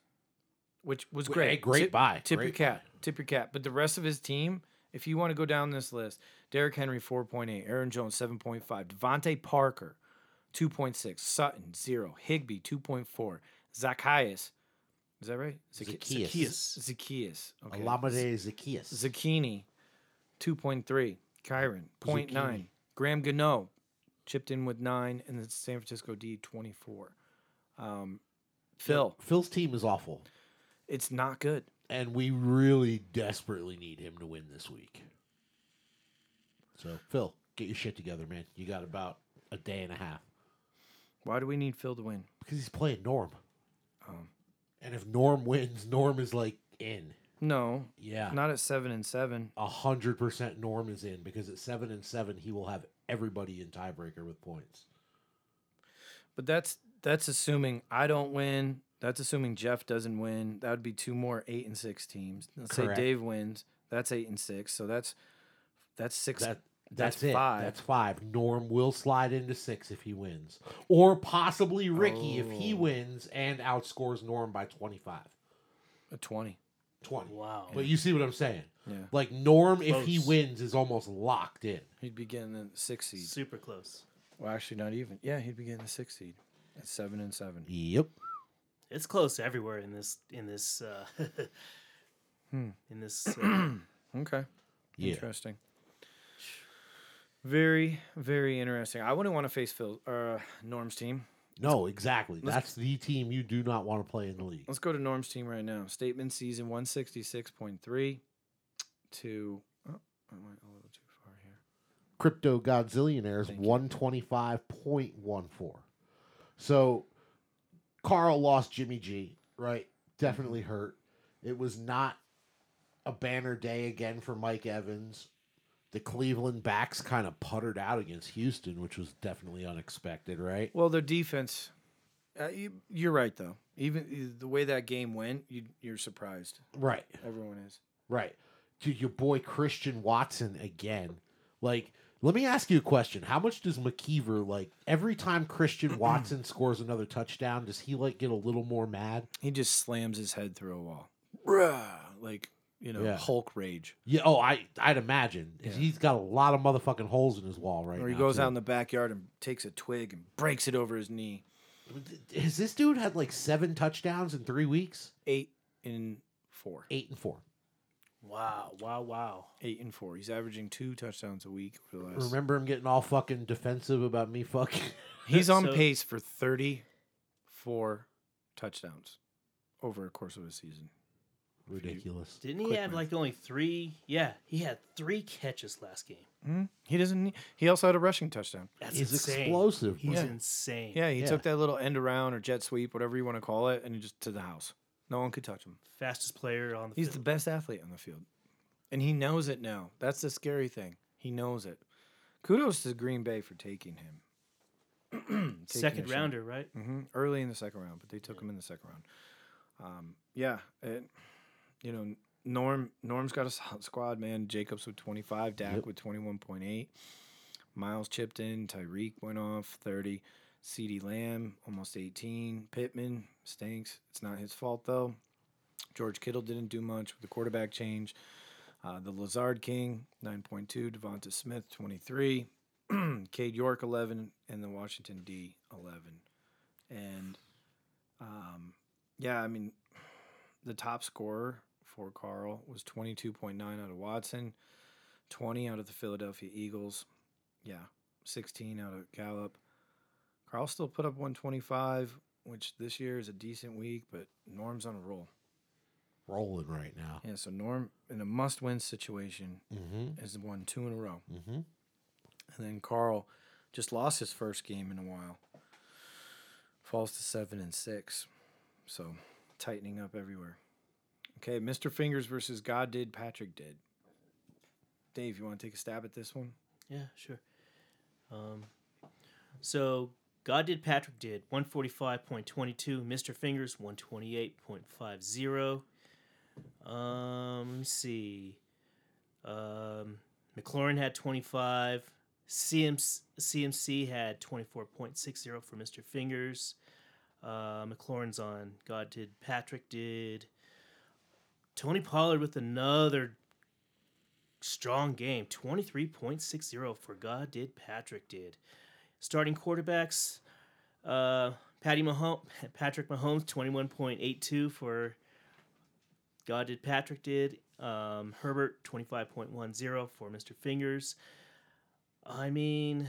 [SPEAKER 3] which was
[SPEAKER 2] Hey,
[SPEAKER 3] great.
[SPEAKER 2] great
[SPEAKER 3] Tip-
[SPEAKER 2] buy,
[SPEAKER 3] Tip
[SPEAKER 2] great
[SPEAKER 3] your cap. Tip your cap. But the rest of his team, if you want to go down this list, Derrick Henry 4.8, Aaron Jones 7.5, Devontae Parker 2.6, Sutton 0, Higby 2.4, Zacchaeus. Is that right? Zac-
[SPEAKER 2] Zacchaeus.
[SPEAKER 1] Zacchaeus.
[SPEAKER 3] Zacchaeus. Okay.
[SPEAKER 2] Alameda Zacchaeus.
[SPEAKER 3] Zucchini, 2.3. Kyron, 0.9. Graham Gano chipped in with 9. And the San Francisco D, 24. Um, Phil,
[SPEAKER 2] Phil's team is awful,
[SPEAKER 3] it's not good.
[SPEAKER 2] and we really desperately need him to win this week. So, Phil, get your shit together, man. You got about a day and a half
[SPEAKER 3] Why do we need Phil to win?
[SPEAKER 2] because he's playing Norm. and if Norm wins, Norm is like in.
[SPEAKER 3] No,
[SPEAKER 2] Yeah.
[SPEAKER 3] not at 7 and 7.
[SPEAKER 2] a hundred percent Norm is in because at seven and seven he will have everybody in tiebreaker with points.
[SPEAKER 3] But that's that's assuming I don't win. That's assuming Jeff doesn't win. That would be two more 8 and 6 teams. Let's
[SPEAKER 2] Correct.
[SPEAKER 3] say Dave wins. That's 8 and 6. So that's that's 6
[SPEAKER 2] That that's,
[SPEAKER 3] That's
[SPEAKER 2] it.
[SPEAKER 3] five.
[SPEAKER 2] That's five. Norm will slide into six if he wins, or possibly Ricky if he wins and outscores Norm by 25,
[SPEAKER 3] a 20.
[SPEAKER 2] 20.
[SPEAKER 1] Wow.
[SPEAKER 2] But you see what I'm saying?
[SPEAKER 3] uh, Yeah.
[SPEAKER 2] Like Norm, if he
[SPEAKER 1] Close.
[SPEAKER 2] wins, is almost locked in.
[SPEAKER 3] He'd be getting the 6 seed.
[SPEAKER 1] Super close.
[SPEAKER 3] Well, actually, not even. Yeah, he'd be getting the six seed at seven and seven.
[SPEAKER 2] Yep.
[SPEAKER 1] It's close everywhere in this in this uh, *laughs*
[SPEAKER 3] Hmm.
[SPEAKER 1] in this. Uh, *clears throat*
[SPEAKER 3] Okay,
[SPEAKER 2] Yeah.
[SPEAKER 3] interesting. Very, very interesting. I wouldn't want to face Phil or uh, Norm's team.
[SPEAKER 2] No, exactly. That's the team you do not want to play in the league.
[SPEAKER 3] Let's go to Norm's team right now. Statement season one sixty six point three to. Oh, I went a little too far here.
[SPEAKER 2] Crypto Godzillionaires 125.14. So Carl lost Jimmy G, right? Definitely hurt. It was not a banner day again for Mike Evans. The Cleveland backs kind of puttered out against Houston, which was definitely unexpected, right?
[SPEAKER 3] Well, their defense. Uh, you, you're right though. Even uh, the way that game went, you, you're surprised.
[SPEAKER 2] Right.
[SPEAKER 3] Everyone is.
[SPEAKER 2] Right. To your boy Christian Watson again. Like, let me ask you a question. How much does McKeever like every time
[SPEAKER 3] *clears throat*
[SPEAKER 2] Christian Watson scores another touchdown, does he like get a little more mad?
[SPEAKER 3] He just slams his head through a wall. Rah! Like you know,
[SPEAKER 2] Yeah.
[SPEAKER 3] Hulk rage.
[SPEAKER 2] Yeah, oh, I I'd imagine.
[SPEAKER 3] Yeah.
[SPEAKER 2] He's got a lot of motherfucking holes in his wall right
[SPEAKER 3] Or he
[SPEAKER 2] now,
[SPEAKER 3] goes
[SPEAKER 2] too.
[SPEAKER 3] out in the backyard and takes a twig and breaks it over his knee.
[SPEAKER 2] Has this dude had like seven touchdowns in three weeks?
[SPEAKER 3] Eight and four.
[SPEAKER 2] Eight and four.
[SPEAKER 1] wow! Wow! Wow!
[SPEAKER 3] Eight and four. He's averaging two touchdowns a week over the last.
[SPEAKER 2] Remember him getting all fucking defensive about me fucking *laughs*
[SPEAKER 3] He's on
[SPEAKER 1] So-
[SPEAKER 3] pace for 34 touchdowns over a course of a season.
[SPEAKER 2] Ridiculous.
[SPEAKER 1] Didn't he
[SPEAKER 3] Quick
[SPEAKER 1] have like only three? Yeah, he had three catches last game.
[SPEAKER 3] Mm-hmm. He doesn't. need- He also had a rushing touchdown.
[SPEAKER 1] That's
[SPEAKER 2] He's
[SPEAKER 1] insane.
[SPEAKER 2] explosive.
[SPEAKER 1] He's
[SPEAKER 2] bro.
[SPEAKER 1] insane.
[SPEAKER 3] Yeah, he
[SPEAKER 2] Yeah.
[SPEAKER 3] took that little end around or jet sweep, whatever you want to call it, and he just to the house. No one could touch him.
[SPEAKER 1] fastest player on the
[SPEAKER 3] He's the
[SPEAKER 1] field.
[SPEAKER 3] best athlete on the field, and he knows it now. That's the scary thing. He knows it. Kudos to Green Bay for taking him. *clears throat* Taking a
[SPEAKER 1] second
[SPEAKER 3] shot.
[SPEAKER 1] rounder, right?
[SPEAKER 3] hmm early in the second round, but they took him in the second round. Um, yeah, it, you know, Norm Norm's got a solid *laughs* squad, man. Jacobs with twenty five, Dak with twenty one point eight, Miles chipped in, Tyreek went off thirty, Ceedee Lamb almost eighteen, Pittman stinks. It's not his fault though. George Kittle didn't do much with the quarterback change. Uh, the Lazard King, 9.2. Devonta Smith, 23. *clears throat* Cade York, 11. And the Washington D, 11 and um, yeah, I mean, the top scorer for Carl was twenty two point nine out of Watson, twenty out of the Philadelphia Eagles, yeah, sixteen out of Gallup. Carl still put up one twenty five, which this year is a decent week, but Norm's on a roll.
[SPEAKER 2] Rolling right now.
[SPEAKER 3] Yeah, so Norm in a must win situation
[SPEAKER 2] Mm-hmm.
[SPEAKER 3] has won two in a row.
[SPEAKER 2] Mm-hmm.
[SPEAKER 3] And then Carl just lost his first game in a while. Falls to seven and six. So tightening up everywhere. Okay, Mr. Fingers versus God did, Patrick did. Dave, you want to take a stab at this one?
[SPEAKER 1] Yeah, sure. Um, so God did, Patrick did. One forty five point twenty two. Mister Fingers one twenty eight point five zero. Um, let me see. Um, McLaurin had twenty five. CMC, CMC had twenty four point six zero for Mister Fingers. Uh, McLaurin's on. God did, Patrick did. Tony Pollard with another strong game 23.60 for god did patrick did starting quarterbacks uh patty mahomes patrick mahomes 21.82 for god did patrick did um herbert 25.10 for mr fingers i mean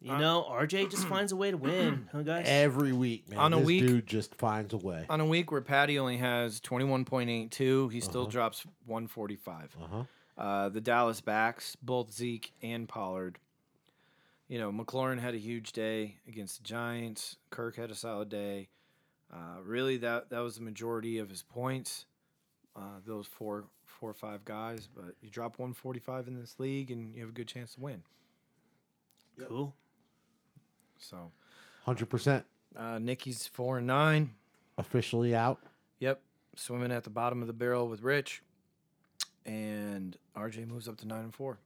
[SPEAKER 1] you know rj just finds a way to win huh guys
[SPEAKER 2] Every week, man.
[SPEAKER 3] On a
[SPEAKER 2] this
[SPEAKER 3] week-
[SPEAKER 2] dude just finds a way.
[SPEAKER 3] On a week where Patty only has 21.82, he still drops 145.
[SPEAKER 2] Uh-huh.
[SPEAKER 3] Uh, the Dallas backs, both Zeke and Pollard. You know, McLaurin had a huge day against the Giants. Kirk had a solid day. Uh, really, that that was the majority of his points. Uh, those four, four or five guys. But you drop 145 in this league, and you have a good chance to win.
[SPEAKER 1] cool
[SPEAKER 3] So,
[SPEAKER 2] Hundred percent
[SPEAKER 3] uh, Nicky's four and nine.
[SPEAKER 2] officially out.
[SPEAKER 3] Yep, swimming at the bottom of the barrel with Rich, and RJ moves up to nine and four.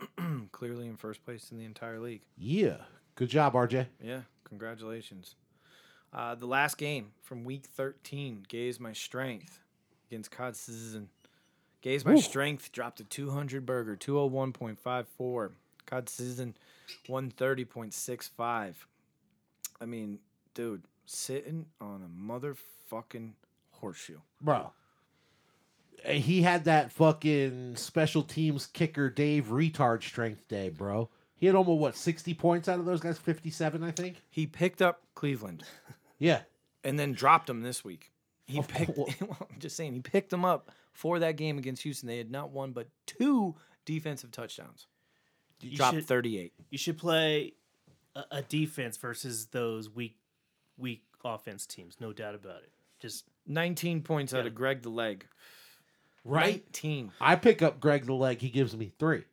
[SPEAKER 3] *clears throat* Clearly in first place in the entire league.
[SPEAKER 2] Yeah. Good job, RJ.
[SPEAKER 3] Yeah, congratulations. Uh, the last game from week 13, Gaze My Strength against Cod Citizen. Gaze My
[SPEAKER 2] Woo.
[SPEAKER 3] Strength dropped a 200 burger, 201.54. Cod Citizen, 130.65. I mean, dude, sitting on a motherfucking horseshoe.
[SPEAKER 2] Bro. Uh, He had that fucking special teams kicker Dave retard strength day, bro. He had almost what sixty points out of those guys, fifty-seven, I think.
[SPEAKER 3] He picked up Cleveland
[SPEAKER 2] Yeah,
[SPEAKER 3] and then dropped him this week. He
[SPEAKER 2] Of
[SPEAKER 3] picked.
[SPEAKER 2] course.
[SPEAKER 3] *laughs* Well, I'm just saying, he picked him up for that game against Houston. They had not one but two defensive touchdowns.
[SPEAKER 1] you
[SPEAKER 3] dropped
[SPEAKER 1] should,
[SPEAKER 3] 38.
[SPEAKER 1] you should play a, a defense versus those weak weak offense teams no doubt about it just
[SPEAKER 3] 19 points out of Greg the Leg.
[SPEAKER 2] right.
[SPEAKER 3] 19.
[SPEAKER 2] I pick up Greg the leg. He gives me three.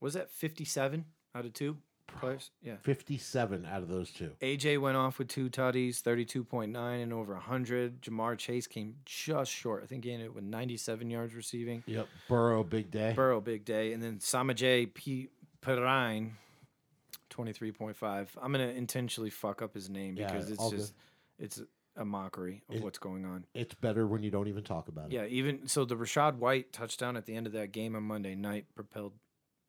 [SPEAKER 3] Was that 57 out of two players? Yeah.
[SPEAKER 2] 57 out of those two.
[SPEAKER 3] AJ went off with two tutties, 32.9 and over 100. Jamar Chase came just short. I think he ended with 97 yards receiving.
[SPEAKER 2] Yep. Burrow, big day.
[SPEAKER 3] Burrow, big day. And then Samajay P. Perrine, 23.5. I'm going to intentionally fuck up his name
[SPEAKER 2] Yeah,
[SPEAKER 3] because
[SPEAKER 2] all
[SPEAKER 3] it's
[SPEAKER 2] good.
[SPEAKER 3] just, it's a mockery of
[SPEAKER 2] It-
[SPEAKER 3] what's going on.
[SPEAKER 2] it's better when you don't even talk about it.
[SPEAKER 3] Yeah, even so, the Rashad White touchdown at the end of that game on Monday night propelled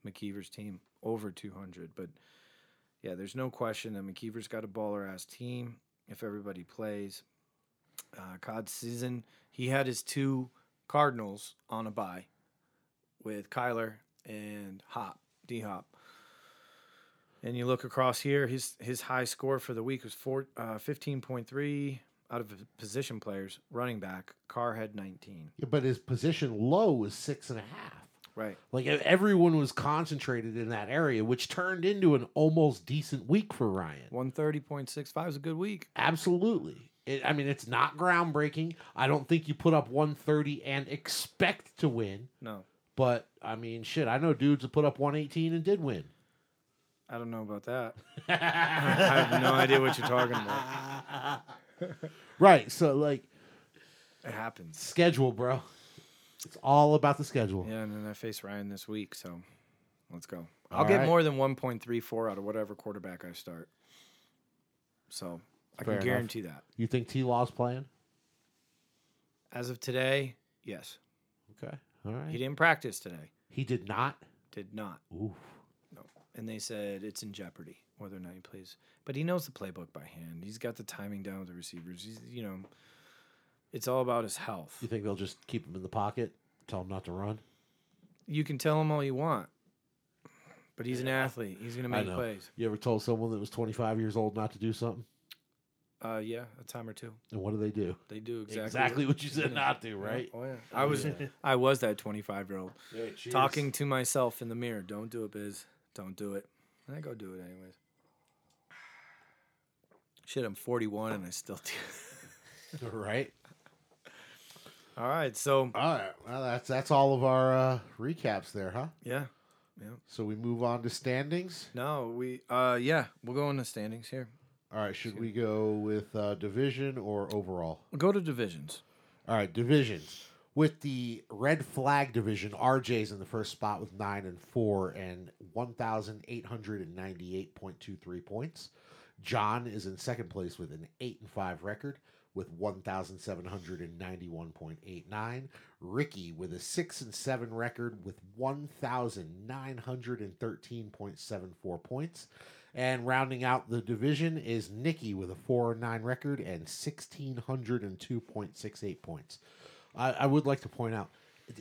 [SPEAKER 3] McKeever's team over 200. But yeah, there's no question that McKeever's got a baller ass team if everybody plays. Uh, Cod season, he had his two Cardinals on a bye with Kyler and Hop, D Hop. And you look across here, his his high score for the week was four, uh, 15.3. out of his position players, running back, Carr had 19.
[SPEAKER 2] Yeah, but his position low was six and a half.
[SPEAKER 3] Right.
[SPEAKER 2] Like e- everyone was concentrated in that area, which turned into an almost decent week for Ryan.
[SPEAKER 3] 130.65 is a good week.
[SPEAKER 2] Absolutely. It, I mean, it's not groundbreaking. I don't think you put up 130 and expect to win,
[SPEAKER 3] No,
[SPEAKER 2] but I mean, shit, I know dudes that put up 118 and did win.
[SPEAKER 3] I don't know about that. *laughs* I have no idea what you're talking about.
[SPEAKER 2] Right. So, like,
[SPEAKER 3] It happens.
[SPEAKER 2] schedule, bro. It's all about the schedule.
[SPEAKER 3] Yeah, and then I face Ryan this week, so let's go. I'll
[SPEAKER 2] All
[SPEAKER 3] get
[SPEAKER 2] right.
[SPEAKER 3] more than 1.34 out of whatever quarterback I start. So I
[SPEAKER 2] Fair
[SPEAKER 3] can
[SPEAKER 2] enough.
[SPEAKER 3] guarantee that.
[SPEAKER 2] You think T Law's playing?
[SPEAKER 3] As of today, yes.
[SPEAKER 2] Okay. All right.
[SPEAKER 3] He didn't practice today.
[SPEAKER 2] He did not.
[SPEAKER 3] Did not.
[SPEAKER 2] Ooh.
[SPEAKER 3] No. And they said it's in jeopardy whether or not he plays. But he knows the playbook by hand. He's got the timing down with the receivers. He's, you know, it's all about his health.
[SPEAKER 2] You think they'll just keep him in the pocket? Tell him not to run?
[SPEAKER 3] You can tell him all you want, but he's an athlete. He's going to
[SPEAKER 2] I
[SPEAKER 3] make
[SPEAKER 2] know.
[SPEAKER 3] plays.
[SPEAKER 2] You ever told someone that was 25 years old not to do something?
[SPEAKER 3] Uh, yeah, a time or two.
[SPEAKER 2] And what do they do?
[SPEAKER 3] They do exactly,
[SPEAKER 2] Exactly what you said not to, right?
[SPEAKER 3] Oh, yeah. I was
[SPEAKER 2] Yeah.
[SPEAKER 3] I was that 25 year old talking to myself in the mirror. Don't do it, Biz. Don't do it. And I go do it anyways. Shit, I'm 41 and I still do.
[SPEAKER 2] right?
[SPEAKER 3] *laughs* All right, so
[SPEAKER 2] All right. Well, that's that's all of our uh, recaps there, huh?
[SPEAKER 3] yeah,
[SPEAKER 2] So we move on to standings.
[SPEAKER 3] no, we uh yeah, we'll go into standings here.
[SPEAKER 2] All right. Should we go with uh, division or overall?
[SPEAKER 3] We'll go to divisions.
[SPEAKER 2] All right, divisions. With the red flag division, RJ's in the first spot with nine and four and one thousand eight hundred and ninety-eight point two three points. John is in second place with an eight and five record with one thousand seven hundred and ninety-one point eight nine. Ricky with a six and seven record with one thousand nine hundred and thirteen point seven four points. And rounding out the division is Nikki with a 4 and 9 record and 1,602.68 points. I, I would like to point out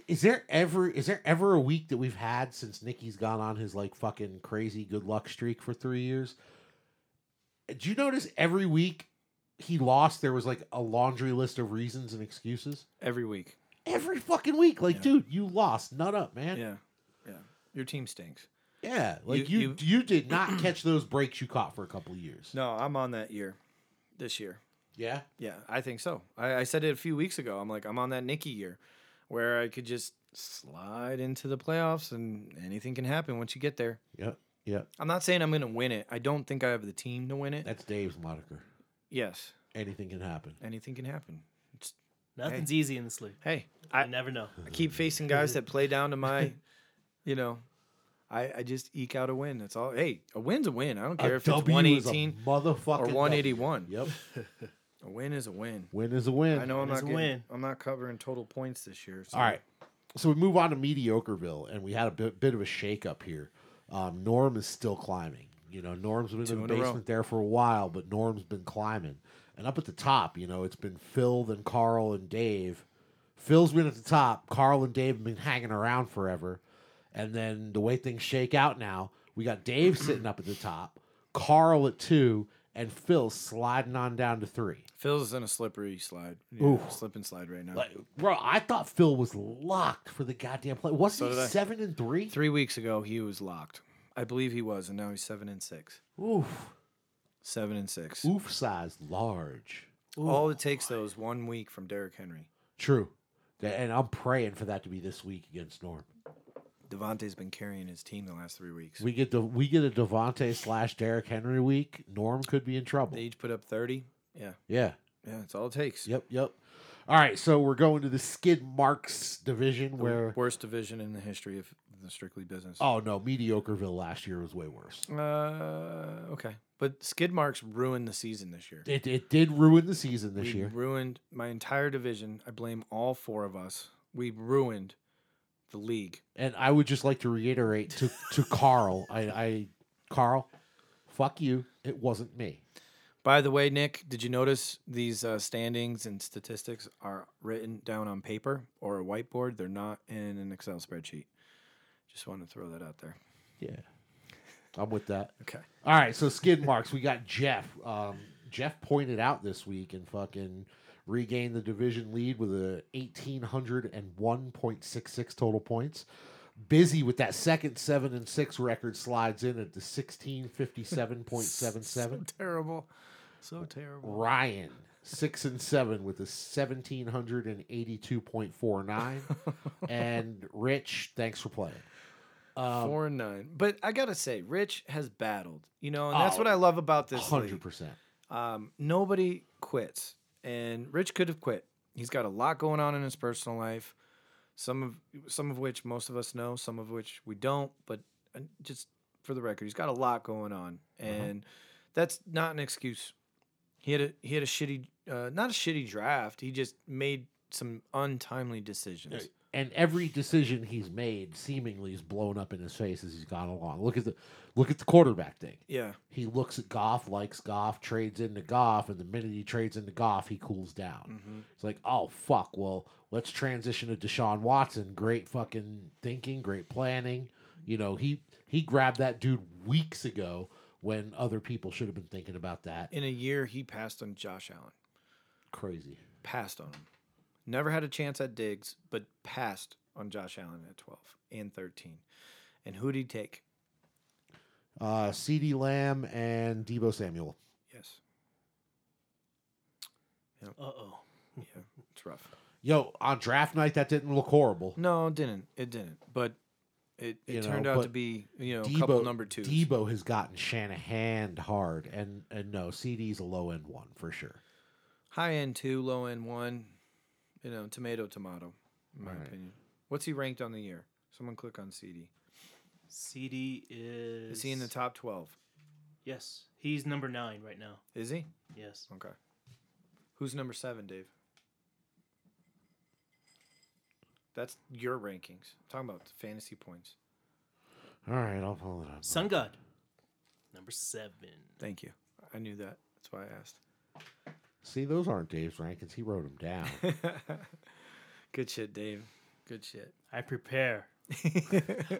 [SPEAKER 2] is there ever is there ever a week that we've had since Nikki's gone on his like fucking crazy good luck streak for 3 years? Do you notice every week he lost there was like a laundry list of reasons and excuses?
[SPEAKER 3] Every week.
[SPEAKER 2] Every fucking week like
[SPEAKER 3] Yeah.
[SPEAKER 2] dude, you lost, nut up, man.
[SPEAKER 3] Yeah. Yeah. Your team stinks.
[SPEAKER 2] Yeah, like
[SPEAKER 3] You-
[SPEAKER 2] you you, did not catch those breaks you caught for a couple of years.
[SPEAKER 3] No, I'm on that year. This year.
[SPEAKER 2] Yeah.
[SPEAKER 3] Yeah, I think so. I, I said it a few weeks ago. I'm like, I'm on that Nikki year where I could just slide into the playoffs and anything can happen once you get there.
[SPEAKER 2] Yep. Yep.
[SPEAKER 3] I'm not saying I'm going to win it. I don't think I have the team to win it.
[SPEAKER 2] That's Dave's moniker.
[SPEAKER 3] yes,
[SPEAKER 2] Anything can happen.
[SPEAKER 3] anything can happen. It's,
[SPEAKER 1] Nothing's easy in this league.
[SPEAKER 3] hey,
[SPEAKER 1] I
[SPEAKER 3] I,
[SPEAKER 1] never know.
[SPEAKER 3] I keep facing guys that play down
[SPEAKER 2] *laughs*
[SPEAKER 3] to my, you know, I, I just eke out a win. That's all. Hey, a win's a win. I don't care
[SPEAKER 2] A
[SPEAKER 3] if it's
[SPEAKER 2] W is a
[SPEAKER 3] 118.
[SPEAKER 2] motherfucking
[SPEAKER 3] or 181.
[SPEAKER 2] W. Yep.
[SPEAKER 3] A win is a win.
[SPEAKER 2] Win is a win.
[SPEAKER 3] I know I'm
[SPEAKER 1] Win is
[SPEAKER 3] not
[SPEAKER 1] a
[SPEAKER 3] getting,
[SPEAKER 1] win.
[SPEAKER 3] I'm not covering total points this year. So.
[SPEAKER 2] All right. So we move on to Mediocreville, and we had a bit, bit of a shakeup here. Um, Norm is still climbing. You know, Norm's been in
[SPEAKER 3] in
[SPEAKER 2] the
[SPEAKER 3] a row.
[SPEAKER 2] basement there for a while, but Norm's been climbing. And up at the top, you know, it's been Phil, then Carl, and Dave. Phil's been at the top. Carl and Dave have been hanging around forever. And then the way things shake out now, we got Dave sitting up at the top, Carl at two, and Phil sliding on down to three.
[SPEAKER 3] Phil's in a slippery slide. Yeah, Slip and slide right now.
[SPEAKER 2] Like, bro, I thought Phil was locked for the goddamn play. Wasn't
[SPEAKER 3] So
[SPEAKER 2] he
[SPEAKER 3] did I.
[SPEAKER 2] seven and three?
[SPEAKER 3] Three weeks ago, he was locked. I believe he was, and now he's seven and six.
[SPEAKER 2] Oof.
[SPEAKER 3] Seven and six.
[SPEAKER 2] Oof size large.
[SPEAKER 3] All it takes though is one week from Derrick Henry.
[SPEAKER 2] True. Th- And I'm praying for that to be this week against Norm.
[SPEAKER 3] Devontae's been carrying his team the last three weeks.
[SPEAKER 2] We get the we get a Devontae slash Derrick Henry week. Norm could be in trouble.
[SPEAKER 3] they each put up thirty. Yeah,
[SPEAKER 2] Yeah.
[SPEAKER 3] yeah, that's all it takes.
[SPEAKER 2] Yep. Yep. All right. So we're going to the Skid Marks division where
[SPEAKER 3] Worst division in the history of the strictly business.
[SPEAKER 2] oh no, mediocreville last year was way worse.
[SPEAKER 3] Uh, okay, but skid marks ruined the season this year.
[SPEAKER 2] It it did ruin the season this
[SPEAKER 3] we
[SPEAKER 2] year.
[SPEAKER 3] ruined my entire division. I blame all four of us. We ruined the league.
[SPEAKER 2] And I would just like to reiterate to to Carl, I, I Carl, fuck you. It wasn't me.
[SPEAKER 3] By the way, Nick, did you notice these uh, standings and statistics are written down on paper or a whiteboard? They're not in an Excel spreadsheet. Just want to throw that out there.
[SPEAKER 2] Yeah. I'm with that.
[SPEAKER 3] Okay.
[SPEAKER 2] All right, so skid marks. We got Jeff. Um, Jeff pointed out this week and fucking regained the division lead with a 1801.66 total points. Busy with that second seven and six record slides in at the 1657.77.
[SPEAKER 3] So terrible. So terrible.
[SPEAKER 2] Ryan, six and seven with a seventeen hundred and eighty-two point four nine, and Rich, thanks for playing. Um,
[SPEAKER 3] Four and nine. But I gotta say, Rich has battled. You know, and that's
[SPEAKER 2] Oh,
[SPEAKER 3] what I love about this.
[SPEAKER 2] hundred
[SPEAKER 3] league.
[SPEAKER 2] percent.
[SPEAKER 3] um, nobody quits, and Rich could have quit. He's got a lot going on in his personal life, some of some of which most of us know, some of which we don't. But uh, just for the record, he's got a lot going on, and that's not an excuse. He had a he had a shitty, uh, not a shitty draft. He just made some untimely decisions.
[SPEAKER 2] And every decision he's made seemingly is blown up in his face as he's gone along. Look at the look at the quarterback thing.
[SPEAKER 3] Yeah,
[SPEAKER 2] He looks at Goff, likes Goff, trades into Goff, and the minute he trades into Goff, he cools down.
[SPEAKER 3] Mm-hmm.
[SPEAKER 2] It's like, oh fuck, well, let's transition to Deshaun Watson. Great fucking thinking, great planning. You know, he he grabbed that dude weeks ago when other people should have been thinking about that.
[SPEAKER 3] in a year he passed on Josh Allen.
[SPEAKER 2] Crazy.
[SPEAKER 3] passed on him. Never had a chance at Diggs, but passed on Josh Allen at 12 and 13. And who did he take?
[SPEAKER 2] Uh CD Lamb and Debo Samuel.
[SPEAKER 3] Yes.
[SPEAKER 1] Uh oh.
[SPEAKER 3] Yeah. It's rough.
[SPEAKER 2] Yo, on draft night that didn't look horrible.
[SPEAKER 3] No, it didn't. It didn't. But it,
[SPEAKER 2] You
[SPEAKER 3] it turned
[SPEAKER 2] know,
[SPEAKER 3] out
[SPEAKER 2] but
[SPEAKER 3] to be, you know, a couple
[SPEAKER 2] Debo,
[SPEAKER 3] number twos.
[SPEAKER 2] Debo has gotten Shanahan hard, and and no, CD's a low end one for sure.
[SPEAKER 3] High end two, low end one. You know, tomato, tomato, in my
[SPEAKER 2] Right.
[SPEAKER 3] opinion. What's he ranked on the year? Someone click on CD.
[SPEAKER 1] CD is.
[SPEAKER 3] Is he in the top 12?
[SPEAKER 1] Yes, he's number nine right now.
[SPEAKER 3] Is he?
[SPEAKER 1] Yes.
[SPEAKER 3] Okay. Who's number seven, Dave? That's your rankings. I'm talking about fantasy points.
[SPEAKER 2] All right, I'll pull it up.
[SPEAKER 1] Sun God, number seven.
[SPEAKER 3] Thank you. I knew that. That's why I asked.
[SPEAKER 2] See, those aren't Dave's rankings. He wrote them *laughs* down.
[SPEAKER 3] Good shit, Dave. Good shit.
[SPEAKER 1] I
[SPEAKER 3] *laughs*
[SPEAKER 1] prepare.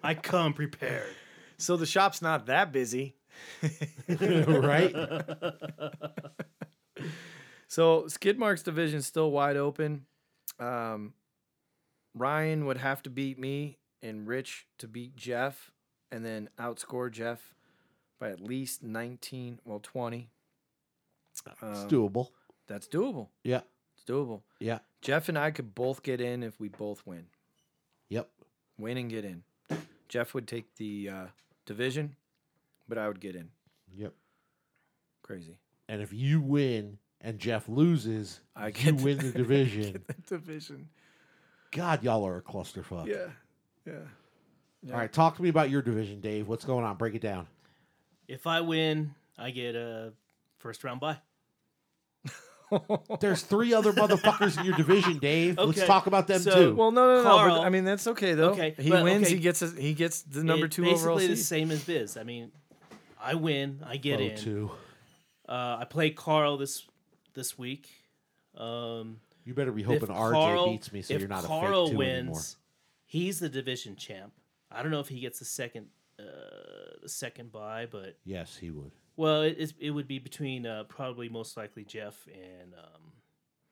[SPEAKER 1] I come prepared.
[SPEAKER 3] So the shop's not that busy.
[SPEAKER 2] right?
[SPEAKER 3] So Skidmark's division's still wide open. Um, Ryan would have to beat me and Rich to beat Jeff and then outscore Jeff by at least 19, well, 20.
[SPEAKER 2] It's
[SPEAKER 3] Um,
[SPEAKER 2] doable.
[SPEAKER 3] That's doable.
[SPEAKER 2] Yeah.
[SPEAKER 3] It's doable.
[SPEAKER 2] Yeah.
[SPEAKER 3] Jeff and I could both get in if we both win.
[SPEAKER 2] Yep.
[SPEAKER 3] Win and get in. Jeff would take the uh, division, but I would get in.
[SPEAKER 2] Yep.
[SPEAKER 3] *laughs* Crazy.
[SPEAKER 2] And if you win and Jeff loses,
[SPEAKER 3] I
[SPEAKER 2] you
[SPEAKER 3] get
[SPEAKER 1] *laughs*
[SPEAKER 2] win the division.
[SPEAKER 3] division.
[SPEAKER 2] God, y'all are a clusterfuck.
[SPEAKER 3] Yeah. Yeah.
[SPEAKER 2] All right, talk to me about your division, Dave. What's going on? Break it
[SPEAKER 1] *laughs*
[SPEAKER 2] down.
[SPEAKER 1] If I win, I get a first round bye.
[SPEAKER 2] There's three other motherfuckers in your division, Dave. Let's
[SPEAKER 1] Okay,
[SPEAKER 2] talk about them
[SPEAKER 1] so-
[SPEAKER 2] too.
[SPEAKER 3] Well, no, no, no. but
[SPEAKER 1] Carl-
[SPEAKER 3] I mean, that's okay though.
[SPEAKER 1] Okay,
[SPEAKER 3] He
[SPEAKER 1] but
[SPEAKER 3] wins.
[SPEAKER 1] okay.
[SPEAKER 3] He gets. A, he gets the number
[SPEAKER 1] It-
[SPEAKER 3] two
[SPEAKER 1] basically
[SPEAKER 3] overall
[SPEAKER 1] the
[SPEAKER 3] seed.
[SPEAKER 1] same as Biz. I mean, I win, I get
[SPEAKER 2] Oh,
[SPEAKER 1] in.
[SPEAKER 2] two.
[SPEAKER 1] Uh, I play Carl this this week. Um,
[SPEAKER 2] You better be hoping
[SPEAKER 1] if
[SPEAKER 2] RJ
[SPEAKER 1] Carl-
[SPEAKER 2] beats me, so
[SPEAKER 1] if
[SPEAKER 2] you're not
[SPEAKER 1] Carl
[SPEAKER 2] a fake two
[SPEAKER 1] wins,
[SPEAKER 2] anymore.
[SPEAKER 1] He's the division champ. I don't know if he gets the second uh, the second bye, but
[SPEAKER 2] Yes, he would.
[SPEAKER 1] well, it, it's- it would be between uh, probably most likely Jeff and um,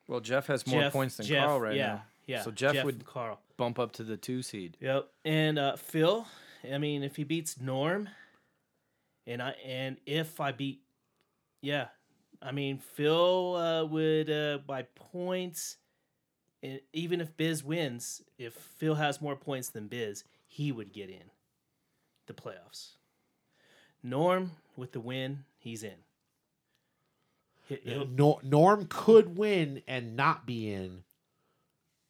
[SPEAKER 3] Well, Jeff has more
[SPEAKER 1] Jeff-
[SPEAKER 3] points than
[SPEAKER 1] Jeff,
[SPEAKER 3] Carl right
[SPEAKER 1] yeah,
[SPEAKER 3] now.
[SPEAKER 1] Yeah,
[SPEAKER 3] So Jeff,
[SPEAKER 1] and
[SPEAKER 3] would
[SPEAKER 1] Carl.
[SPEAKER 3] bump up to the two seed.
[SPEAKER 1] Yep. And uh, Phil, I mean, if he beats Norm, and I and if I beat, yeah, I mean Phil uh, would uh, by points, and even if Biz wins, if Phil has more points than Biz, he would get in the playoffs. Norm with the win, he's in. He- he'll-
[SPEAKER 2] Nor- Norm could win and not be in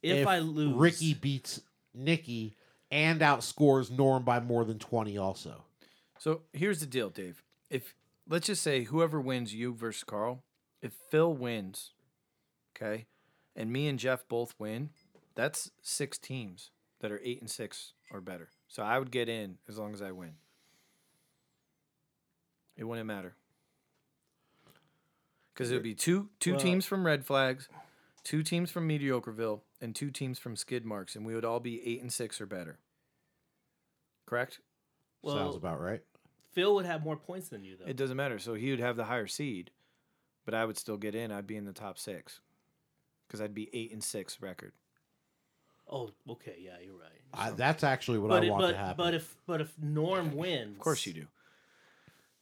[SPEAKER 1] if, I lose,
[SPEAKER 2] Ricky beats Nikki and outscores Norm by more than 20 also.
[SPEAKER 3] So here's the deal, Dave. If let's just say whoever wins, you versus Carl. If Phil wins, okay, and me and Jeff both win, that's six teams that are eight and six or better. So I would get in as long as I win. It wouldn't matter because it would be two two
[SPEAKER 1] Well-
[SPEAKER 3] teams from Red Flags, two teams from Mediocreville, and two teams from Skid Marks, and we would all be eight and six or better. Correct.
[SPEAKER 1] well,
[SPEAKER 2] Sounds about right.
[SPEAKER 1] Phil would have more points than you though.
[SPEAKER 3] It doesn't matter. So he would have the higher seed, but I would still get in. I'd be in the top six because I'd be eight and six record.
[SPEAKER 1] Oh, okay, yeah, you're right.
[SPEAKER 2] I, that's actually what
[SPEAKER 1] but
[SPEAKER 2] I
[SPEAKER 1] it,
[SPEAKER 2] want
[SPEAKER 1] but
[SPEAKER 2] to happen.
[SPEAKER 1] but if but if Norm wins,
[SPEAKER 3] Of course you do.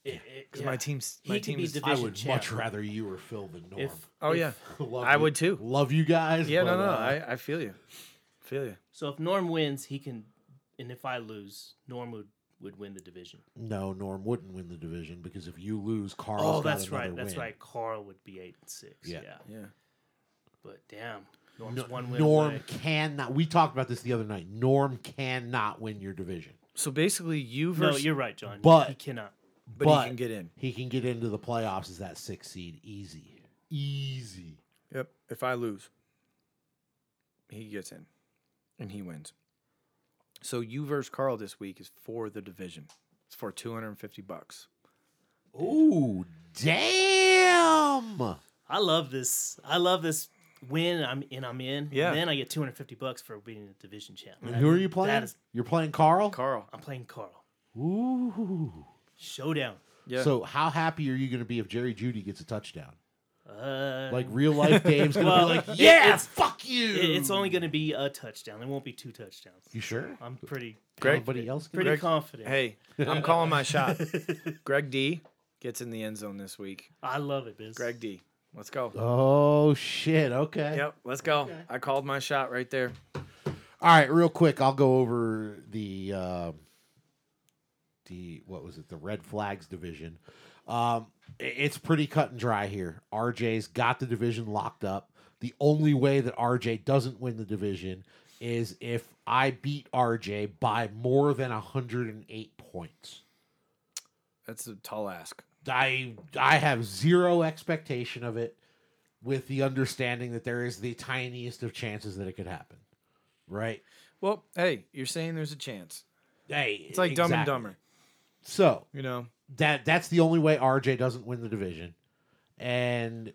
[SPEAKER 3] Because my team's my
[SPEAKER 1] He could
[SPEAKER 3] team
[SPEAKER 1] be
[SPEAKER 3] is
[SPEAKER 1] divi-
[SPEAKER 2] I
[SPEAKER 1] division
[SPEAKER 2] would much
[SPEAKER 1] champ.
[SPEAKER 2] rather you were Phil than Norm.
[SPEAKER 1] If
[SPEAKER 3] Oh
[SPEAKER 1] if- *laughs*
[SPEAKER 3] yeah,
[SPEAKER 2] *laughs* Love
[SPEAKER 3] I
[SPEAKER 2] you-
[SPEAKER 3] would too.
[SPEAKER 2] Love you guys.
[SPEAKER 3] Yeah, no,
[SPEAKER 2] but,
[SPEAKER 3] no,
[SPEAKER 2] uh,
[SPEAKER 3] I, I feel you, feel you.
[SPEAKER 1] so if Norm wins, he can, and if I lose, Norm would would win the division.
[SPEAKER 2] no, Norm wouldn't win the division because if you lose, Carl.
[SPEAKER 1] oh, that's right, that's right. Carl would be eight and six.
[SPEAKER 2] Yeah.
[SPEAKER 1] Yeah,
[SPEAKER 3] Yeah,
[SPEAKER 1] but damn, Norm's
[SPEAKER 2] No,
[SPEAKER 1] one win
[SPEAKER 2] Norm
[SPEAKER 1] away.
[SPEAKER 2] cannot. We talked about this the other night. Norm cannot win your division,
[SPEAKER 3] So basically, you
[SPEAKER 1] No,
[SPEAKER 3] versus
[SPEAKER 1] you're right, John.
[SPEAKER 2] But-
[SPEAKER 1] he cannot.
[SPEAKER 3] but, you can get in.
[SPEAKER 2] He can get into the playoffs as that six seed easy, easy.
[SPEAKER 3] Yep. If I lose, he gets in, and he wins. So you versus Carl this week is for the division. It's for two hundred and fifty bucks.
[SPEAKER 2] Ooh, damn!
[SPEAKER 1] I love this. I love this win. I'm and I'm in.
[SPEAKER 3] Yeah.
[SPEAKER 1] And then I get 250 bucks for being the division champ.
[SPEAKER 2] And
[SPEAKER 1] That-
[SPEAKER 2] who are you playing?
[SPEAKER 1] That is,
[SPEAKER 2] You're playing Carl.
[SPEAKER 3] Carl.
[SPEAKER 1] I'm playing Carl.
[SPEAKER 2] Ooh.
[SPEAKER 1] Showdown.
[SPEAKER 3] Yeah.
[SPEAKER 2] So how happy are you going to be if Jerry Judy gets a touchdown?
[SPEAKER 1] Uh,
[SPEAKER 2] Like
[SPEAKER 1] *laughs*
[SPEAKER 2] real life Dave's going to
[SPEAKER 1] Well,
[SPEAKER 2] be like,
[SPEAKER 1] it-
[SPEAKER 2] *laughs* "Yeah,
[SPEAKER 1] it's-
[SPEAKER 2] fuck you."
[SPEAKER 1] it- it's only going to be a touchdown. There won't be two touchdowns.
[SPEAKER 2] You sure?
[SPEAKER 1] I'm pretty
[SPEAKER 3] Greg-
[SPEAKER 2] Anybody else? gonna-
[SPEAKER 1] pretty
[SPEAKER 3] Greg-
[SPEAKER 1] confident.
[SPEAKER 3] hey, I'm calling my shot. Greg D gets in the end zone this week.
[SPEAKER 1] I love it, Biz.
[SPEAKER 3] Greg D, let's go.
[SPEAKER 2] Oh shit. Okay.
[SPEAKER 3] Yep, let's go. I called my shot right there.
[SPEAKER 2] All right, real quick, I'll go over the um the what was it? The red flags division. Um, i- it's pretty cut and dry here. RJ's got the division locked up. The only way that RJ doesn't win the division is if I beat RJ by more than 108 points.
[SPEAKER 3] That's a tall ask.
[SPEAKER 2] I I have zero expectation of it with the understanding that there is the tiniest of chances that it could happen. Right?
[SPEAKER 3] Well, hey, you're saying there's a chance.
[SPEAKER 2] Hey,
[SPEAKER 3] It's like Dumb and
[SPEAKER 2] exactly.
[SPEAKER 3] Dumber,
[SPEAKER 2] So,
[SPEAKER 3] you know.
[SPEAKER 2] that that's the only way RJ doesn't win the division. And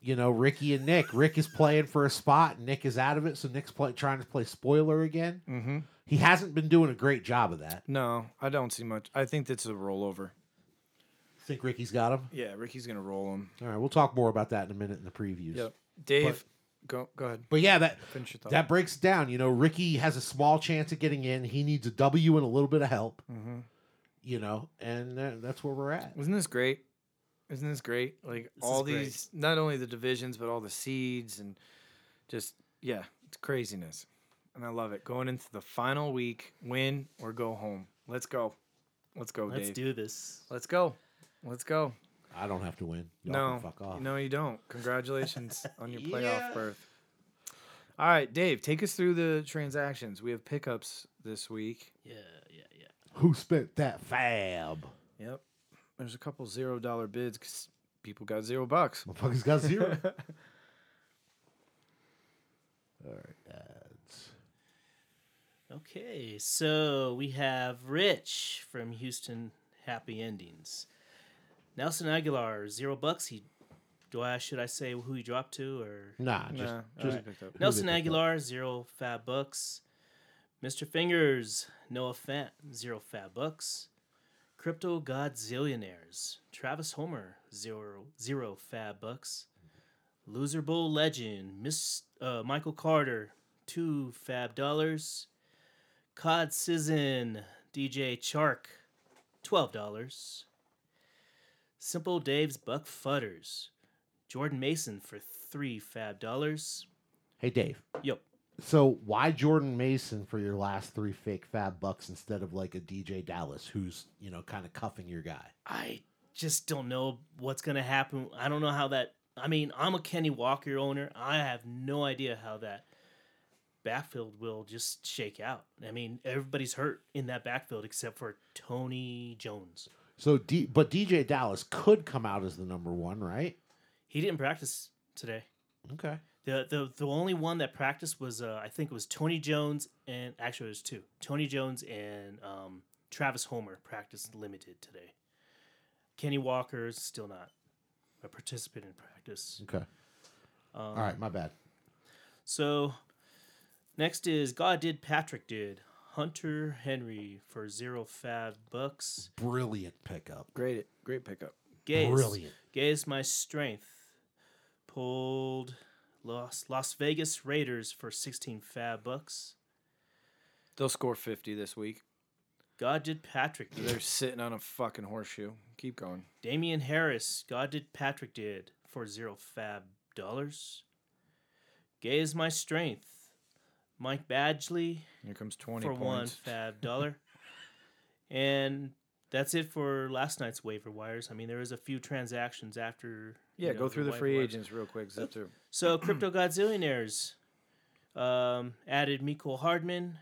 [SPEAKER 2] you know, Ricky and Nick. Rick is playing for a spot, and Nick is out of it, so Nick's play, trying to play spoiler again.
[SPEAKER 3] Mm-hmm.
[SPEAKER 2] He hasn't been doing a great job of that.
[SPEAKER 3] No, I don't see much. I think that's a rollover.
[SPEAKER 2] Think Ricky's got him.
[SPEAKER 3] Yeah, Ricky's gonna roll him.
[SPEAKER 2] All right, we'll talk more about that in a minute in the previews.
[SPEAKER 3] Yep. Dave, go go ahead.
[SPEAKER 2] But yeah, that
[SPEAKER 3] Finish your thought.
[SPEAKER 2] that breaks it down. You know, Ricky has a small chance of getting in. He needs a W and a little bit of help.
[SPEAKER 3] Mhm.
[SPEAKER 2] You know, and that, that's where we're at.
[SPEAKER 3] Wasn't this great? Isn't this great? Like
[SPEAKER 1] This
[SPEAKER 3] all
[SPEAKER 1] is great.
[SPEAKER 3] these, not only the divisions, but all the seeds and just yeah, it's craziness, and I love it. Going into the final week, win or go home. Let's go, let's go,
[SPEAKER 1] Let's
[SPEAKER 3] Dave.
[SPEAKER 1] do this.
[SPEAKER 3] let's go, let's go.
[SPEAKER 2] I don't have to win. Y'all
[SPEAKER 3] no,
[SPEAKER 2] can fuck off.
[SPEAKER 3] no, you don't.
[SPEAKER 2] *laughs*
[SPEAKER 3] Congratulations on your playoff
[SPEAKER 2] Yeah.
[SPEAKER 3] berth. All right, Dave, take us through the transactions. We have pickups this week.
[SPEAKER 1] Yeah, yeah, yeah.
[SPEAKER 2] Who spent that fab?
[SPEAKER 3] Yep, there's a couple zero dollar bids because people got zero bucks.
[SPEAKER 2] Motherfuckers got zero.
[SPEAKER 1] Okay, so we have Rich from Houston Happy Endings. Nelson Aguilar, zero bucks. He, do I should I say who he dropped to or
[SPEAKER 2] Nah, just
[SPEAKER 3] Nah,
[SPEAKER 2] just
[SPEAKER 3] alright, picked up.
[SPEAKER 1] Nelson
[SPEAKER 2] picked up?
[SPEAKER 1] Aguilar, zero fab bucks. Mr. Fingers, Noah Fant, zero fab bucks. Crypto Godzillionaires, Travis Homer, zero zero fab bucks. Loser Bowl legend, Miss uh, Michael Carter, two fab dollars. Cod Sizzon, DJ Chark, twelve dollars. Simple Dave's Buck Futters, Jordan Mason for three fab dollars.
[SPEAKER 2] hey Dave.
[SPEAKER 1] Yep.
[SPEAKER 2] So why Jordan Mason for your last three fake fab bucks instead of like a DJ Dallas who's you know kind of cuffing your guy?
[SPEAKER 1] I just don't know what's going to happen. I don't know how that. I mean, I'm a Kenny Walker owner. I have no idea how that backfield will just shake out. I mean, everybody's hurt in that backfield except for Tony Jones.
[SPEAKER 2] So D, but DJ Dallas could come out as the number one, right?
[SPEAKER 1] He didn't practice today.
[SPEAKER 2] Okay.
[SPEAKER 1] The the the only one that practiced was uh, I think it was Tony Jones and actually it was two Tony Jones and um, Travis Homer practiced limited today. Kenny Walker's still not a participant in practice.
[SPEAKER 2] Okay. All right, my bad.
[SPEAKER 1] So next is God did Patrick did Hunter Henry for zero fab bucks.
[SPEAKER 2] Brilliant pickup.
[SPEAKER 3] Great, great pickup.
[SPEAKER 1] Gaze.
[SPEAKER 2] Brilliant.
[SPEAKER 1] Gaze my strength. Pulled Las, Las Vegas Raiders for 16 fab bucks.
[SPEAKER 3] They'll score 50 this week.
[SPEAKER 1] God did Patrick did.
[SPEAKER 3] They're sitting on a fucking horseshoe. Keep going.
[SPEAKER 1] Damian Harris, God did Patrick did for zero fab dollars. Gay is my strength. Mike Badgley
[SPEAKER 3] Here comes 20
[SPEAKER 1] for one
[SPEAKER 3] points.
[SPEAKER 1] fab dollar. and that's it for last night's waiver wires. I mean, there was a few transactions after. you
[SPEAKER 3] yeah,
[SPEAKER 1] know,
[SPEAKER 3] go through the
[SPEAKER 1] waiver
[SPEAKER 3] free
[SPEAKER 1] wires.
[SPEAKER 3] agents real quick. Zip through.
[SPEAKER 1] So crypto godzillionaires um, added Miko Hardman.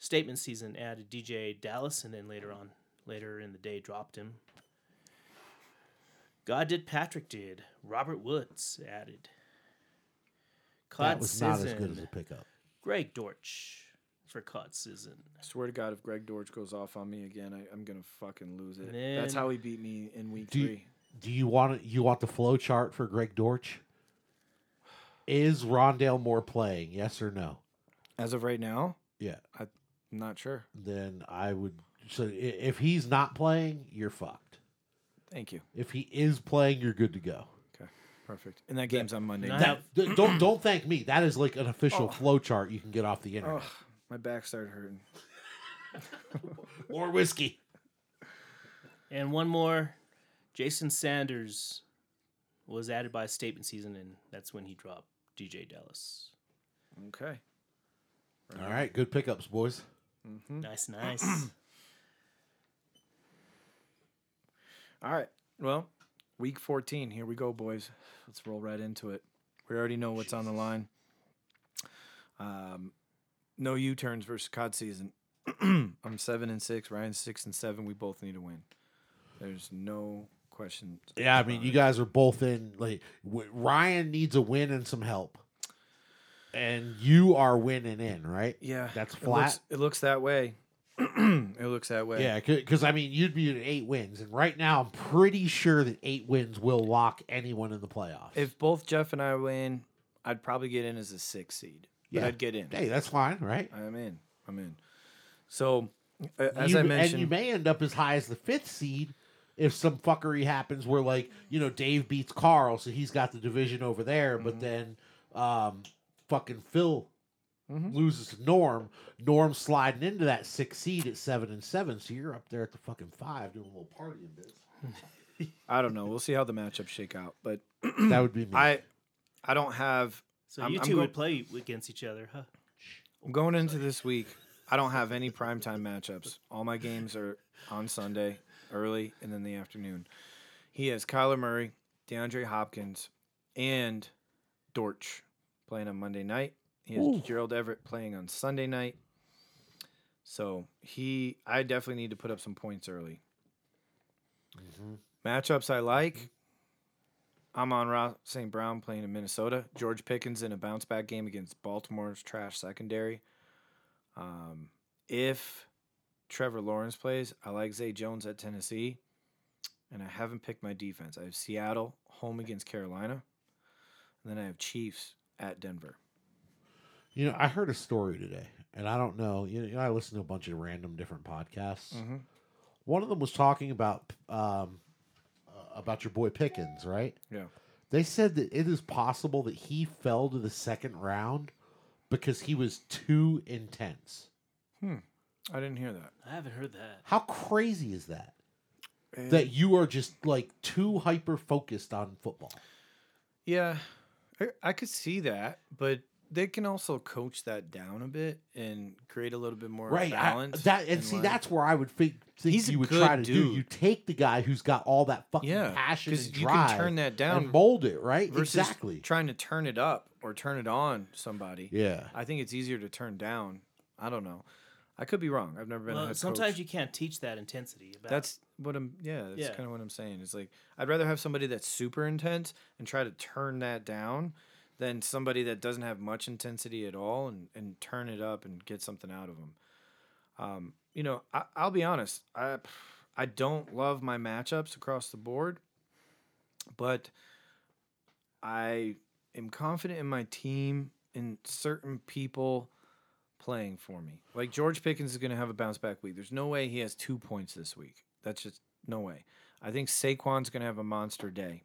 [SPEAKER 1] Statement season added DJ Dallas, and then later on, later in the day, dropped him. God did Patrick did. Robert Woods added.
[SPEAKER 2] That
[SPEAKER 1] Cod
[SPEAKER 2] was not as good
[SPEAKER 1] Sisson,
[SPEAKER 2] as a pickup.
[SPEAKER 1] Greg Dortch for Cod Sisson.
[SPEAKER 3] I swear to God, if Greg Dortch goes off on me again, I, I'm gonna fucking lose it.
[SPEAKER 1] And
[SPEAKER 3] That's
[SPEAKER 1] then-
[SPEAKER 3] how he beat me in week
[SPEAKER 2] Do you,
[SPEAKER 3] three.
[SPEAKER 2] do you want it? You want the flow chart for Greg Dortch? Is Rondale Moore playing? Yes or no?
[SPEAKER 3] As of right now,
[SPEAKER 2] Yeah.
[SPEAKER 3] I'm not sure.
[SPEAKER 2] Then I would. So i- if he's not playing, you're fucked.
[SPEAKER 3] Thank you.
[SPEAKER 2] If he is playing, you're good to go.
[SPEAKER 3] Okay, perfect. And that game's on Monday.
[SPEAKER 1] Nice.
[SPEAKER 3] night.
[SPEAKER 2] That, d- don't don't thank me. That is like an
[SPEAKER 3] Oh.
[SPEAKER 2] official flow chart you can get off the internet.
[SPEAKER 3] Ugh, my back started hurting.
[SPEAKER 2] More whiskey.
[SPEAKER 1] And one more, Jason Sanders was added by statement season, and that's when he dropped DJ Dallas.
[SPEAKER 3] Okay.
[SPEAKER 2] All right, good pickups, boys.
[SPEAKER 3] Hmm. *clears throat*
[SPEAKER 1] Nice, nice.
[SPEAKER 3] All right. Well, week 14. Here we go, boys. Let's roll right into it. We already know what's on the line. Um, no U turns versus COD season. *clears throat* I'm seven and six. Ryan's six and seven. We both need to win. There's no question.
[SPEAKER 2] Yeah, I mean, you guys are both in. Like w- Ryan needs a win and some help, and you are winning in, right?
[SPEAKER 3] Yeah.
[SPEAKER 2] that's
[SPEAKER 3] it looks-
[SPEAKER 2] flat.
[SPEAKER 3] It looks, that way. *clears throat* it looks that way.
[SPEAKER 2] Yeah, because I mean, you'd be at eight wins, and right now I'm pretty sure that eight wins will lock anyone in the playoffs.
[SPEAKER 3] If both Jeff and I win, I'd probably get in as a six seed. But
[SPEAKER 2] Yeah.
[SPEAKER 3] I'd get in.
[SPEAKER 2] hey, that's fine, right?
[SPEAKER 3] I'm in. I'm in. So, a- as
[SPEAKER 2] You-
[SPEAKER 3] I
[SPEAKER 2] and
[SPEAKER 3] mentioned,
[SPEAKER 2] you may end up as high as the fifth seed if some fuckery happens where, like, you know, Dave beats Carl, so he's got the division over there,
[SPEAKER 3] Mm-hmm.
[SPEAKER 2] but then um, fucking Phil
[SPEAKER 3] Mm-hmm.
[SPEAKER 2] loses to Norm. Norm sliding into that sixth seed at seven and seven, so you're up there at the fucking five doing a little party in this.
[SPEAKER 3] *clears throat* I don't know. We'll see how the matchups shake out. But
[SPEAKER 2] that would be me.
[SPEAKER 3] I, I don't have.
[SPEAKER 1] So
[SPEAKER 3] I'm-
[SPEAKER 1] you
[SPEAKER 3] I'm
[SPEAKER 1] 2
[SPEAKER 3] go-
[SPEAKER 1] would play against each other, huh?
[SPEAKER 3] Going into this week, I don't have any primetime matchups. All my games are on Sunday, early, and then the afternoon. He has Kyler Murray, DeAndre Hopkins, and Dortch playing on Monday night. He has Gerald Everett playing on Sunday night. So he, I definitely need to put up some points early. Matchups I like. I'm on Ross St. Brown playing in Minnesota. George Pickens in a bounce back game against Baltimore's trash secondary. Um, if Trevor Lawrence plays, I like Zay Jones at Tennessee. And I haven't picked my defense. I have Seattle home against Carolina. And then I have Chiefs at Denver.
[SPEAKER 2] You know, I heard a story today, and I don't know. You know, I listen to a bunch of random different podcasts.
[SPEAKER 3] Mhm.
[SPEAKER 2] One of them was talking about um, uh, about your boy Pickens, right?
[SPEAKER 3] Yeah.
[SPEAKER 2] They said that it is possible that he fell to the second round because he was too intense.
[SPEAKER 3] I didn't hear that.
[SPEAKER 1] I haven't heard that.
[SPEAKER 2] How crazy is that? That you are just like too hyper focused on football.
[SPEAKER 3] Yeah, I, I could see that, but they can also coach that down a bit and create a little bit more
[SPEAKER 2] right I-
[SPEAKER 3] balance.
[SPEAKER 2] that and see
[SPEAKER 3] like-
[SPEAKER 2] that's where i would think, think
[SPEAKER 3] He's a
[SPEAKER 2] you would
[SPEAKER 3] good
[SPEAKER 2] try to do
[SPEAKER 3] dude.
[SPEAKER 2] you take the guy who's got all that fucking
[SPEAKER 3] Yeah,
[SPEAKER 2] passion
[SPEAKER 3] 'cause
[SPEAKER 2] and
[SPEAKER 3] you can
[SPEAKER 2] drive
[SPEAKER 3] turn that down
[SPEAKER 2] and mold it right
[SPEAKER 3] versus
[SPEAKER 2] exactly
[SPEAKER 3] trying to turn it up or turn it on somebody.
[SPEAKER 2] yeah
[SPEAKER 3] I think it's easier to turn down. I don't know. I could be wrong. I've never been. a
[SPEAKER 1] Well,
[SPEAKER 3] head
[SPEAKER 1] sometimes
[SPEAKER 3] coach.
[SPEAKER 1] you can't teach that intensity. About
[SPEAKER 3] That's what I'm. Yeah, that's
[SPEAKER 1] Yeah.
[SPEAKER 3] kind of what I'm saying. It's like I'd rather have somebody that's super intense and try to turn that down than somebody that doesn't have much intensity at all and and turn it up and get something out of them. Um, you know, I, I'll be honest. I I don't love my matchups across the board, but I am confident in my team and certain people playing for me. Like George Pickens is going to have a bounce back week. There's no way he has two points this week. That's just no way. I think Saquon's going to have a monster day.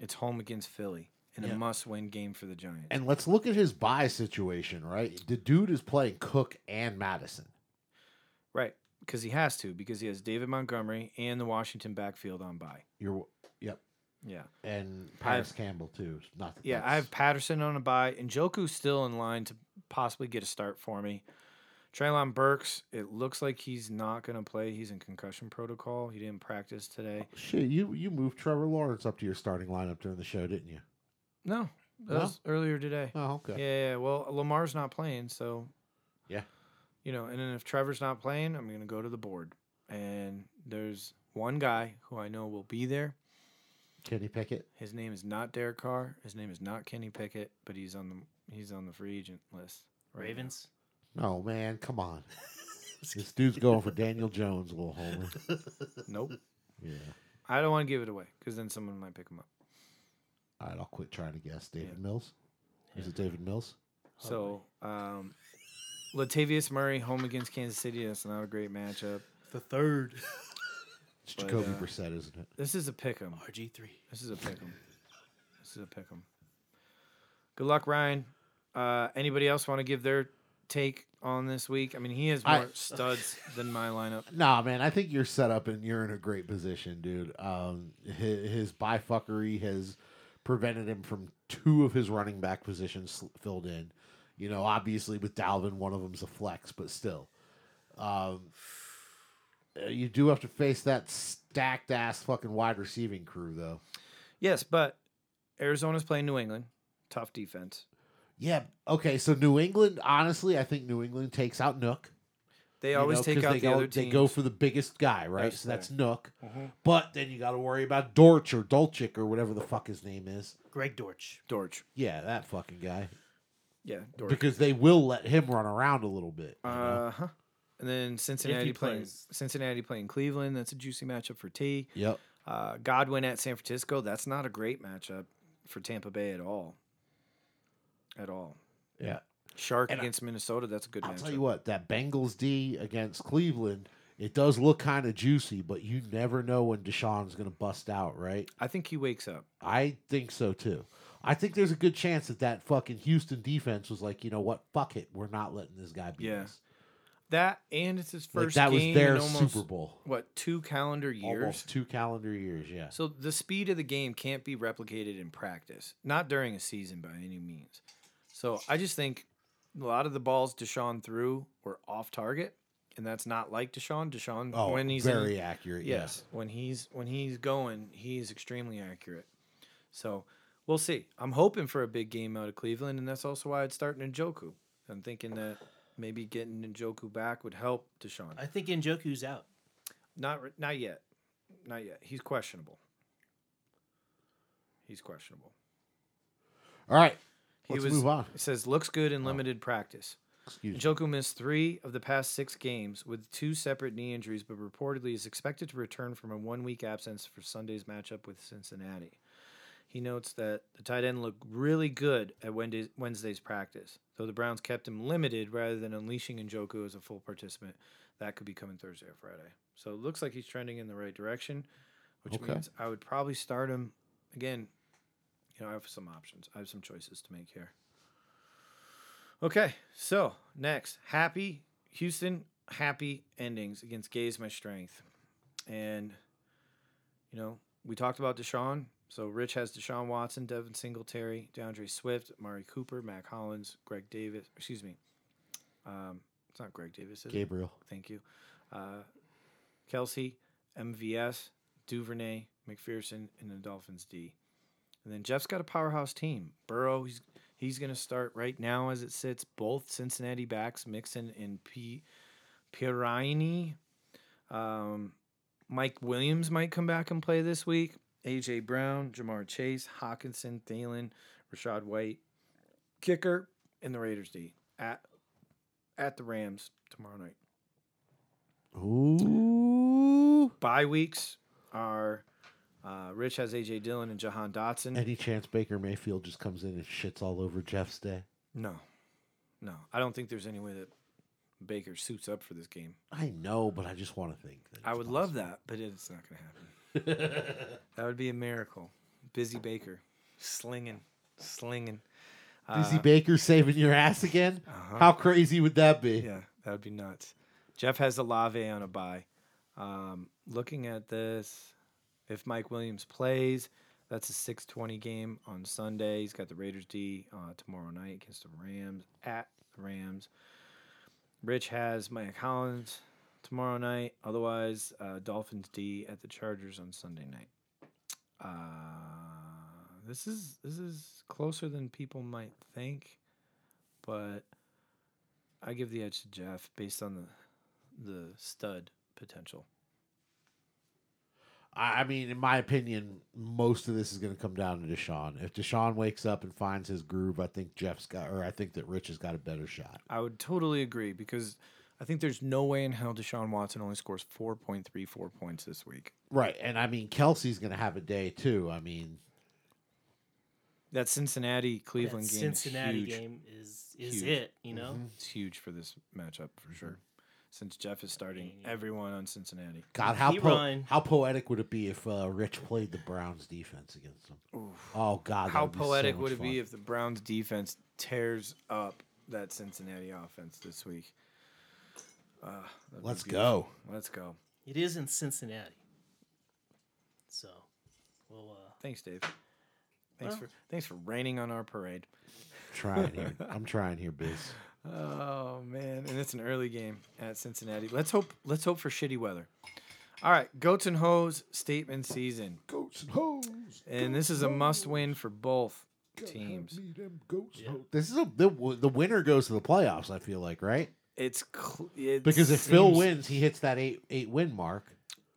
[SPEAKER 3] It's home against Philly and
[SPEAKER 2] Yeah.
[SPEAKER 3] a must-win game for the Giants.
[SPEAKER 2] And let's look at his buy situation, right? The dude is playing Cook and Madison.
[SPEAKER 3] right, because he has to because he has David Montgomery and the Washington backfield on bye.
[SPEAKER 2] You're yep,
[SPEAKER 3] Yeah.
[SPEAKER 2] and Paris Campbell too. Not that
[SPEAKER 3] Yeah, I
[SPEAKER 2] that's-
[SPEAKER 3] have Patterson on a bye, and Joku's still in line to possibly get a start for me. Traylon Burks, it looks like he's not going to play. He's in concussion protocol. He didn't practice today.
[SPEAKER 2] shit. You you moved Trevor Lawrence up to your starting lineup during the show, didn't you?
[SPEAKER 3] No, that
[SPEAKER 2] No?
[SPEAKER 3] was earlier today.
[SPEAKER 2] Oh, okay.
[SPEAKER 3] Yeah, yeah, yeah. well, Lamar's not playing, so
[SPEAKER 2] Yeah.
[SPEAKER 3] you know. And then if Trevor's not playing, I'm going to go to the board. And there's one guy who I know will be there.
[SPEAKER 2] Kenny Pickett.
[SPEAKER 3] His name is not Derek Carr. His name is not Kenny Pickett, but he's on the he's on the free agent list. right now.
[SPEAKER 1] Ravens.
[SPEAKER 2] No man, come
[SPEAKER 3] *laughs*
[SPEAKER 2] on. this dude's going for Daniel Jones, little homer.
[SPEAKER 3] Nope.
[SPEAKER 2] Yeah.
[SPEAKER 3] I don't want to give it away because then someone might pick him up.
[SPEAKER 2] All right, I'll quit trying to guess. David
[SPEAKER 3] Yeah.
[SPEAKER 2] Mills. Is it David Mills? Oh,
[SPEAKER 3] So, um, Latavius Murray home against Kansas City. That's not a great matchup.
[SPEAKER 1] The third. *laughs*
[SPEAKER 2] It's
[SPEAKER 3] But,
[SPEAKER 2] Jacoby
[SPEAKER 3] uh,
[SPEAKER 2] Brissett, isn't it?
[SPEAKER 3] This is a pick 'em.
[SPEAKER 1] RG three.
[SPEAKER 3] This is a pick 'em. This is a pick 'em. Good luck, Ryan. Uh, anybody else want to give their take on this week? I mean, he has more
[SPEAKER 2] I-
[SPEAKER 3] studs than my lineup.
[SPEAKER 2] Nah, man, I think you're set up and you're in a great position, dude. Um, his, his bifuckery has prevented him from two of his running back positions sl- filled in. You know, obviously with Dalvin, one of them's a flex, but still, um, uh, you do have to face that stacked ass fucking wide receiving crew, though.
[SPEAKER 3] Yes, but Arizona's playing New England. Tough defense.
[SPEAKER 2] Yeah. Okay. So New England, honestly, I think New England takes out Nook.
[SPEAKER 3] They
[SPEAKER 2] you
[SPEAKER 3] always
[SPEAKER 2] know,
[SPEAKER 3] take
[SPEAKER 2] 'cause
[SPEAKER 3] out
[SPEAKER 2] they
[SPEAKER 3] the
[SPEAKER 2] go,
[SPEAKER 3] other
[SPEAKER 2] They
[SPEAKER 3] team.
[SPEAKER 2] go for the biggest guy, right?
[SPEAKER 3] That's Mm-hmm.
[SPEAKER 2] so that's
[SPEAKER 3] fair.
[SPEAKER 2] Nook. But then you got to worry about Dorch or Dolchik or whatever the fuck his name is.
[SPEAKER 1] Greg Dortch.
[SPEAKER 3] Dorch.
[SPEAKER 2] Yeah, that fucking guy.
[SPEAKER 3] Yeah, Dorch.
[SPEAKER 2] Because they will let him run around a little bit. you know?
[SPEAKER 3] Uh huh. And then Cincinnati playing
[SPEAKER 1] plays.
[SPEAKER 3] Cincinnati playing Cleveland. That's a juicy matchup for T.
[SPEAKER 2] Yep.
[SPEAKER 3] Uh, Godwin at San Francisco. That's not a great matchup for Tampa Bay at all. At all.
[SPEAKER 2] Yeah.
[SPEAKER 3] Shark
[SPEAKER 2] And I-
[SPEAKER 3] against Minnesota. That's a good
[SPEAKER 2] I'll
[SPEAKER 3] matchup.
[SPEAKER 2] tell you what, that Bengals D against Cleveland, it does look kind of juicy, but you never know when Deshaun's going to bust out, right?
[SPEAKER 3] I think he wakes up.
[SPEAKER 2] I think so too. I think there's a good chance that that fucking Houston defense was like, you know what? Fuck it. We're not letting this guy beat
[SPEAKER 3] Yeah.
[SPEAKER 2] us.
[SPEAKER 3] That and it's his
[SPEAKER 2] Like,
[SPEAKER 3] first
[SPEAKER 2] that was
[SPEAKER 3] game
[SPEAKER 2] their
[SPEAKER 3] in almost
[SPEAKER 2] Super Bowl.
[SPEAKER 3] what two calendar years.
[SPEAKER 2] Almost two calendar years, yeah.
[SPEAKER 3] So the speed of the game can't be replicated in practice, not during a season by any means. So I just think a lot of the balls Deshaun threw were off target, and that's not like Deshaun. Deshaun
[SPEAKER 2] Oh,
[SPEAKER 3] when he's in-
[SPEAKER 2] very accurate.
[SPEAKER 3] yes, when he's when he's going, he's extremely accurate. So we'll see. I'm hoping for a big game out of Cleveland, and that's also why I'd start Njoku. I'm thinking that maybe getting Njoku back would help Deshaun.
[SPEAKER 1] I think Njoku's out.
[SPEAKER 3] Not r- not yet. Not yet. He's questionable. He's questionable.
[SPEAKER 2] All right.
[SPEAKER 3] He
[SPEAKER 2] Let's
[SPEAKER 3] was-
[SPEAKER 2] move on.
[SPEAKER 3] It says looks good in limited practice.
[SPEAKER 2] Excuse me.
[SPEAKER 3] Njoku missed three of the past six games with two separate knee injuries, but reportedly is expected to return from a one week absence for Sunday's matchup with Cincinnati. He notes that the tight end looked really good at Wednesday's, Wednesday's practice, though the Browns kept him limited rather than unleashing Njoku as a full participant. That could be coming Thursday or Friday. So it looks like he's trending in the right direction, which
[SPEAKER 2] Okay.
[SPEAKER 3] means I would probably start him again. You know, I have some options. I have some choices to make here. Okay, so next, happy Houston, happy endings against Gaze my strength, and you know we talked about Deshaun. So Rich has Deshaun Watson, Devin Singletary, DeAndre Swift, Mari Cooper, Mac Hollins, Greg Davis. Excuse me, um, it's not Greg Davis. Is it?
[SPEAKER 2] Gabriel.
[SPEAKER 3] Thank you, uh, Kelsey, MVS, Duvernay, McPherson, and the Dolphins D. And then Jeff's got a powerhouse team. Burrow, he's he's going to start right now as it sits. Both Cincinnati backs, Mixon and P. Pirine. Um, Mike Williams might come back and play this week. AJ Brown, Jamar Chase, Hawkinson, Thielen, Rashad White, kicker, and the Raiders D at at the Rams tomorrow night.
[SPEAKER 2] Ooh.
[SPEAKER 3] Bye weeks are uh, Rich has AJ Dillon and Jahan Dotson.
[SPEAKER 2] Any chance Baker Mayfield just comes in and shits all over Jeff's day?
[SPEAKER 3] No, no, I don't think there's any way that Baker suits up for this game.
[SPEAKER 2] I know, but I just want to think. That
[SPEAKER 3] I
[SPEAKER 2] it's
[SPEAKER 3] would love
[SPEAKER 2] possible.
[SPEAKER 3] that, but it's not going to happen. *laughs* That would be a miracle. Busy Baker, slinging, slinging.
[SPEAKER 2] Busy Baker saving your ass again? How crazy would that be?
[SPEAKER 3] Yeah, that would be nuts. Jeff has the Lave on a bye. Um, looking at this, if Mike Williams plays, that's a 6:20 game on Sunday. He's got the Raiders D uh, tomorrow night against the Rams at the Rams. Rich has Mike Collins tomorrow night. Otherwise, uh, Dolphins D at the Chargers on Sunday night. Uh, this is this is closer than people might think, but I give the edge to Jeff based on the the stud potential.
[SPEAKER 2] I I mean, in my opinion, most of this is going to come down to Deshaun. If Deshaun wakes up and finds his groove, I think Jeff's got, or I think that Rich has got a better shot.
[SPEAKER 3] I would totally agree because I think there's no way in hell Deshaun Watson only scores 4.34 points this week.
[SPEAKER 2] Right. And I mean, Kelsey's going to have a day too. I mean,
[SPEAKER 3] That Cincinnati Cleveland
[SPEAKER 1] that
[SPEAKER 3] game
[SPEAKER 1] Cincinnati
[SPEAKER 3] is huge.
[SPEAKER 1] game is is
[SPEAKER 3] Huge. Mm-hmm.
[SPEAKER 1] it, you know?
[SPEAKER 3] It's huge for this matchup for sure. Since Jeff is starting
[SPEAKER 1] mean, yeah.
[SPEAKER 3] everyone on Cincinnati.
[SPEAKER 2] God, how
[SPEAKER 1] He
[SPEAKER 2] po-
[SPEAKER 1] run.
[SPEAKER 2] how poetic would it be if uh, Rich played the Browns defense against him? Oh God, that
[SPEAKER 3] How
[SPEAKER 2] would be so
[SPEAKER 3] poetic
[SPEAKER 2] much
[SPEAKER 3] would it
[SPEAKER 2] fun.
[SPEAKER 3] be if the Browns defense tears up that Cincinnati offense this week? Uh, that'd be
[SPEAKER 2] Let's
[SPEAKER 3] beautiful. *laughs*
[SPEAKER 2] go.
[SPEAKER 3] Let's go.
[SPEAKER 1] It is in Cincinnati. So we'll uh
[SPEAKER 3] Thanks, Dave. Thanks
[SPEAKER 1] Well-
[SPEAKER 3] for thanks for raining on our parade.
[SPEAKER 2] trying here. I'm trying here, Biz.
[SPEAKER 3] *laughs* Oh man, and it's an early game at Cincinnati. Let's hope let's hope for shitty weather. All right, goats and hoes statement season,
[SPEAKER 2] Goats and hoes.
[SPEAKER 3] and this is a must win for both teams.
[SPEAKER 2] This is a the, the winner goes to the playoffs. I feel like right
[SPEAKER 3] It's cl- it
[SPEAKER 2] because if Phil
[SPEAKER 3] seems-
[SPEAKER 2] wins, he hits that eight eight win mark.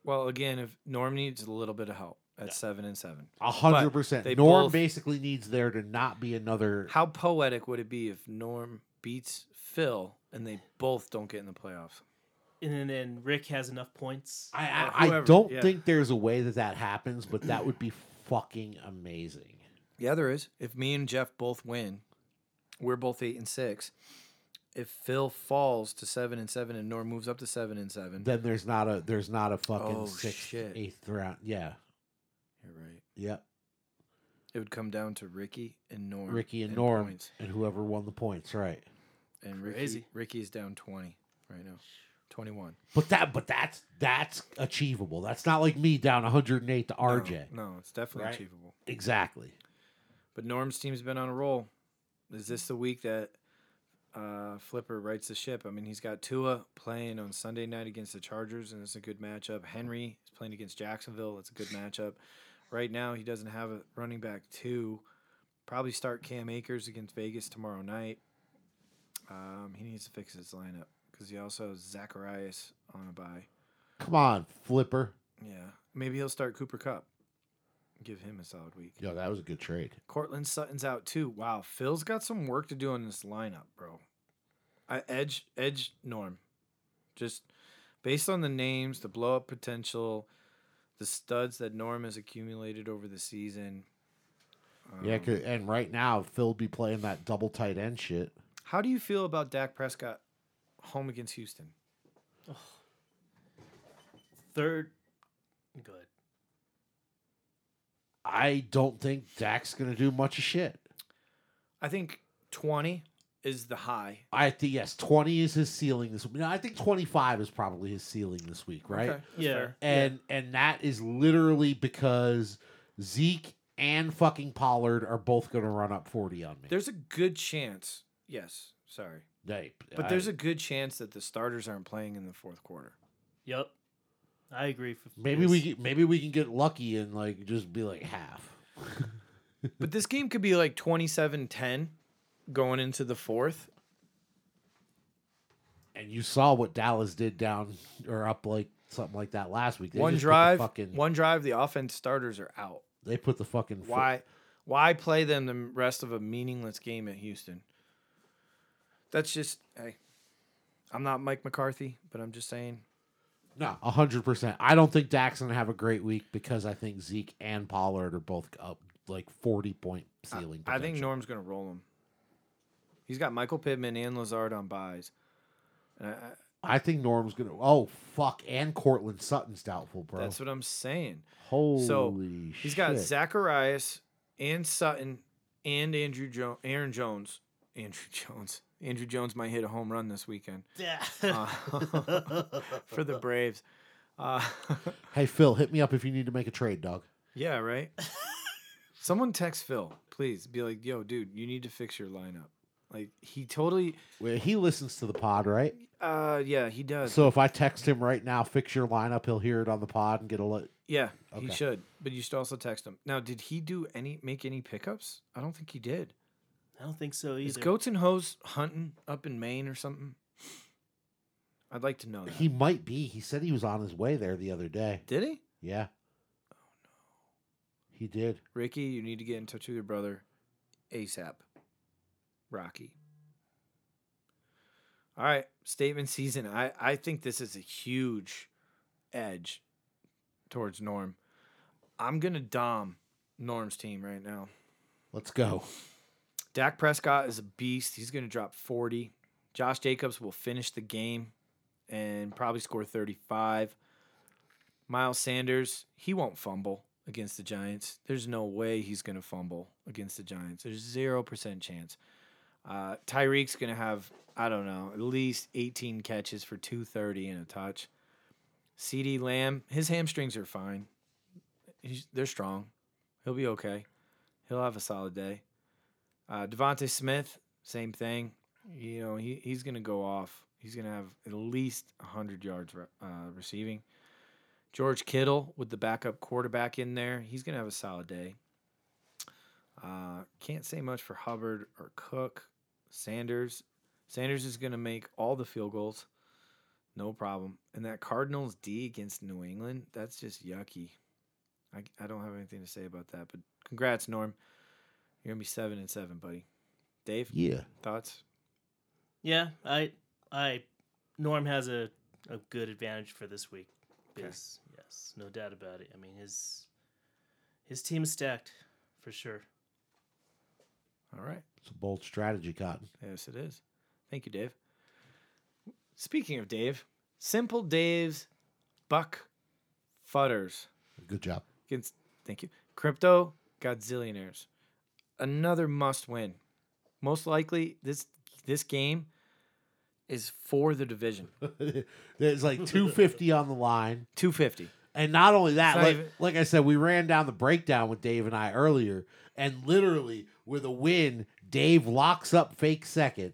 [SPEAKER 3] well again, if Norm needs a little bit of help at seven and seven,
[SPEAKER 2] A hundred
[SPEAKER 3] But
[SPEAKER 2] percent.
[SPEAKER 3] they
[SPEAKER 2] Norm
[SPEAKER 3] both-
[SPEAKER 2] basically needs there to not be another.
[SPEAKER 3] how poetic would it be if Norm beats Phil and they both don't get in the playoffs?
[SPEAKER 1] and then, then Rick has enough points.
[SPEAKER 2] I
[SPEAKER 3] or
[SPEAKER 2] I, I
[SPEAKER 3] whoever,
[SPEAKER 2] don't
[SPEAKER 3] yeah.
[SPEAKER 2] think there's a way that that happens, but that would be fucking amazing.
[SPEAKER 3] Yeah, there is. If me and Jeff both win, we're both eight and six. If Phil falls to seven and seven and Norm moves up to seven and seven,
[SPEAKER 2] Then there's not a there's not a fucking
[SPEAKER 3] Oh,
[SPEAKER 2] sixth
[SPEAKER 3] shit.
[SPEAKER 2] eighth round. Yeah,
[SPEAKER 3] you're right.
[SPEAKER 2] yep.
[SPEAKER 3] It would come down to Ricky and Norm.
[SPEAKER 2] Ricky and
[SPEAKER 3] in
[SPEAKER 2] Norm
[SPEAKER 3] points.
[SPEAKER 2] and whoever won the points, right?
[SPEAKER 3] And Ricky,
[SPEAKER 1] Crazy.
[SPEAKER 3] Ricky is down twenty right now. Twenty one.
[SPEAKER 2] But that but that's that's achievable. That's not like me down 108 to RJ.
[SPEAKER 3] No, it's definitely
[SPEAKER 2] Right.
[SPEAKER 3] achievable.
[SPEAKER 2] Exactly.
[SPEAKER 3] But Norm's team's been on a roll. Is this the week that uh, Flipper writes the ship? I mean, he's got Tua playing on Sunday night against the Chargers, and it's a good matchup. Henry is playing against Jacksonville. It's a good matchup. Right now, he doesn't have a running back two. Probably start Cam Akers against Vegas tomorrow night. Um, he needs to fix his lineup because he also has Zacharias on a bye.
[SPEAKER 2] Come on, Flipper.
[SPEAKER 3] Yeah, maybe he'll start Cooper Cup. Give him a solid week.
[SPEAKER 2] Yo, that was a good trade.
[SPEAKER 3] Cortland Sutton's out too. Wow, Phil's got some work to do on this lineup, bro. I edge edge Norm, just based on the names, the blow up potential, the studs that Norm has accumulated over the season. um,
[SPEAKER 2] Yeah, 'cause- and right now Phil be playing that double tight end shit.
[SPEAKER 3] How do you feel about Dak Prescott home against Houston?
[SPEAKER 1] Third go ahead.
[SPEAKER 2] I don't think Dak's gonna do much of shit.
[SPEAKER 3] I think twenty is the high.
[SPEAKER 2] I think yes, 20 is his ceiling this week. No, I think 25 is probably his ceiling this week, right?
[SPEAKER 3] Okay, that's
[SPEAKER 1] Yeah.
[SPEAKER 3] fair.
[SPEAKER 2] and and that is literally because Zeke and fucking Pollard are both going to run up forty on me.
[SPEAKER 3] There's a good chance. Yes, sorry,
[SPEAKER 2] They-
[SPEAKER 3] but
[SPEAKER 2] I-
[SPEAKER 3] there's a good chance that the starters aren't playing in the fourth quarter.
[SPEAKER 1] Yep. I agree for
[SPEAKER 2] maybe
[SPEAKER 1] this.
[SPEAKER 2] we can- maybe we can get lucky and like just be like half.
[SPEAKER 3] But this game could be like 27 10 going into the fourth.
[SPEAKER 2] And you saw what Dallas did down or up like something like that last week. They
[SPEAKER 3] one
[SPEAKER 2] just put the
[SPEAKER 3] drive,
[SPEAKER 2] fucking,
[SPEAKER 3] one drive, the offense starters are out.
[SPEAKER 2] They put the fucking fo-
[SPEAKER 3] Why why play them the rest of a meaningless game at Houston? That's just hey. I'm not Mike McCarthy, but I'm just saying
[SPEAKER 2] No, hundred percent. I don't think Dak's gonna have a great week because I think Zeke and Pollard are both up like forty point ceiling.
[SPEAKER 3] I think
[SPEAKER 2] potential.
[SPEAKER 3] Norm's going to roll him. He's got Michael Pittman and Lazard on buys. And I, I-
[SPEAKER 2] I think Norm's gonna. Oh fuck! And Cortland Sutton's doubtful, bro.
[SPEAKER 3] That's what I'm saying.
[SPEAKER 2] Holy
[SPEAKER 3] so,
[SPEAKER 2] shit!
[SPEAKER 3] He's got Zacharias and Sutton and Andrew jo- Aaron Jones. Andrew Jones. Andrew Jones might hit a home run this weekend *laughs*
[SPEAKER 1] *laughs*
[SPEAKER 3] Uh, for the Braves. Uh, *laughs*
[SPEAKER 2] Hey Phil, hit me up if you need to make a trade, dog. *laughs*
[SPEAKER 3] yeah, right. Someone text Phil, please. Be like, yo, dude, you need to fix your lineup. Like he totally.
[SPEAKER 2] Well, he listens to the pod, right?
[SPEAKER 3] Uh, yeah, he does.
[SPEAKER 2] So if I text him right now, fix your lineup, he'll hear it on the pod and get a look.
[SPEAKER 3] yeah, he
[SPEAKER 2] Okay.
[SPEAKER 3] should. But you should also text him. Now, did he do any make any pickups? I don't think he did.
[SPEAKER 1] I don't think so either.
[SPEAKER 3] Is goats and hoes hunting up in Maine or something? I'd like to know. That.
[SPEAKER 2] He might be. He said he was on his way there the other day.
[SPEAKER 3] did he?
[SPEAKER 2] Yeah. He did.
[SPEAKER 3] Ricky, you need to get in touch with your brother ASAP. Rocky. All right, statement season. I, I think this is a huge edge towards Norm. I'm going to dom Norm's team right now.
[SPEAKER 2] Let's go.
[SPEAKER 3] Dak Prescott is a beast. He's going to drop 40. Josh Jacobs will finish the game and probably score 35. Miles Sanders, he won't fumble against the Giants. There's no way he's going to fumble against the Giants. There's 0% chance. Uh, Tyreek's going to have, I don't know, at least 18 catches for 230 and a touch. CD Lamb, his hamstrings are fine. He's, they're strong. He'll be okay. He'll have a solid day. Uh, Devonte Smith, same thing. You know, he, he's going to go off. He's going to have at least 100 yards re- uh, receiving. George Kittle with the backup quarterback in there, he's going to have a solid day. Uh, can't say much for Hubbard or Cook. Sanders, Sanders is going to make all the field goals, no problem. And that Cardinals D against New England, that's just yucky. I, I don't have anything to say about that, but congrats, Norm. You're gonna be seven and seven, buddy. Dave,
[SPEAKER 2] Yeah.
[SPEAKER 3] thoughts?
[SPEAKER 1] Yeah, I, I, Norm has a, a good advantage for this week. Yes, yes, no doubt about it. I mean, his, his team is stacked for sure.
[SPEAKER 3] All right.
[SPEAKER 2] It's a bold strategy, Cotton.
[SPEAKER 3] Yes, it is. Thank you, Dave. Speaking of Dave, Simple Dave's Buck Futters
[SPEAKER 2] Good job. *laughs*
[SPEAKER 3] against. Thank you, Crypto Godzillionaires. Another must win. Most likely, this this game is for the division.
[SPEAKER 2] There's like 250 on the line.
[SPEAKER 3] Two fifty.
[SPEAKER 2] And not only that,
[SPEAKER 3] It's not
[SPEAKER 2] like,
[SPEAKER 3] even-
[SPEAKER 2] like I said, we ran down the breakdown with Dave and I earlier, and literally with a win, Dave locks up fake second.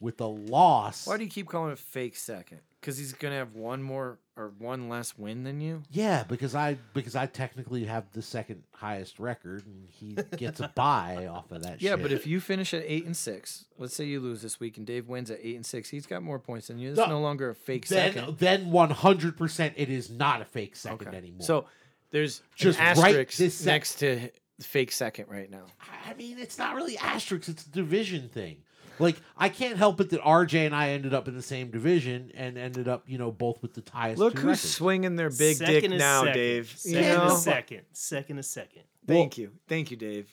[SPEAKER 2] With a loss,
[SPEAKER 3] Why do you keep calling it fake second? Because he's gonna have one more or one less win than you.
[SPEAKER 2] yeah, because I because I technically have the second highest record, and he gets a buy off of that.
[SPEAKER 3] Yeah,
[SPEAKER 2] shit.
[SPEAKER 3] but if you finish at eight and six, let's say you lose this week and Dave wins at eight and six, he's got more points than you. It's
[SPEAKER 2] No.
[SPEAKER 3] no, longer a fake
[SPEAKER 2] then
[SPEAKER 3] second.
[SPEAKER 2] then one hundred percent, it is not a fake second
[SPEAKER 3] Okay.
[SPEAKER 2] anymore.
[SPEAKER 3] So there's
[SPEAKER 2] Just
[SPEAKER 3] just
[SPEAKER 2] right
[SPEAKER 3] an asterisk
[SPEAKER 2] this sec-
[SPEAKER 3] next to h- fake second right now.
[SPEAKER 2] I mean, it's not really asterisks; it's a division thing. Like I can't help it that RJ and I ended up in the same division and ended up, you know, both with the highest.
[SPEAKER 3] Look
[SPEAKER 2] two
[SPEAKER 3] who's
[SPEAKER 2] records.
[SPEAKER 3] swinging their big dick
[SPEAKER 1] is
[SPEAKER 3] now,
[SPEAKER 1] second.
[SPEAKER 3] Dave.
[SPEAKER 1] Second
[SPEAKER 3] you know?
[SPEAKER 1] is second. Second is second.
[SPEAKER 3] Thank you, thank you, Dave.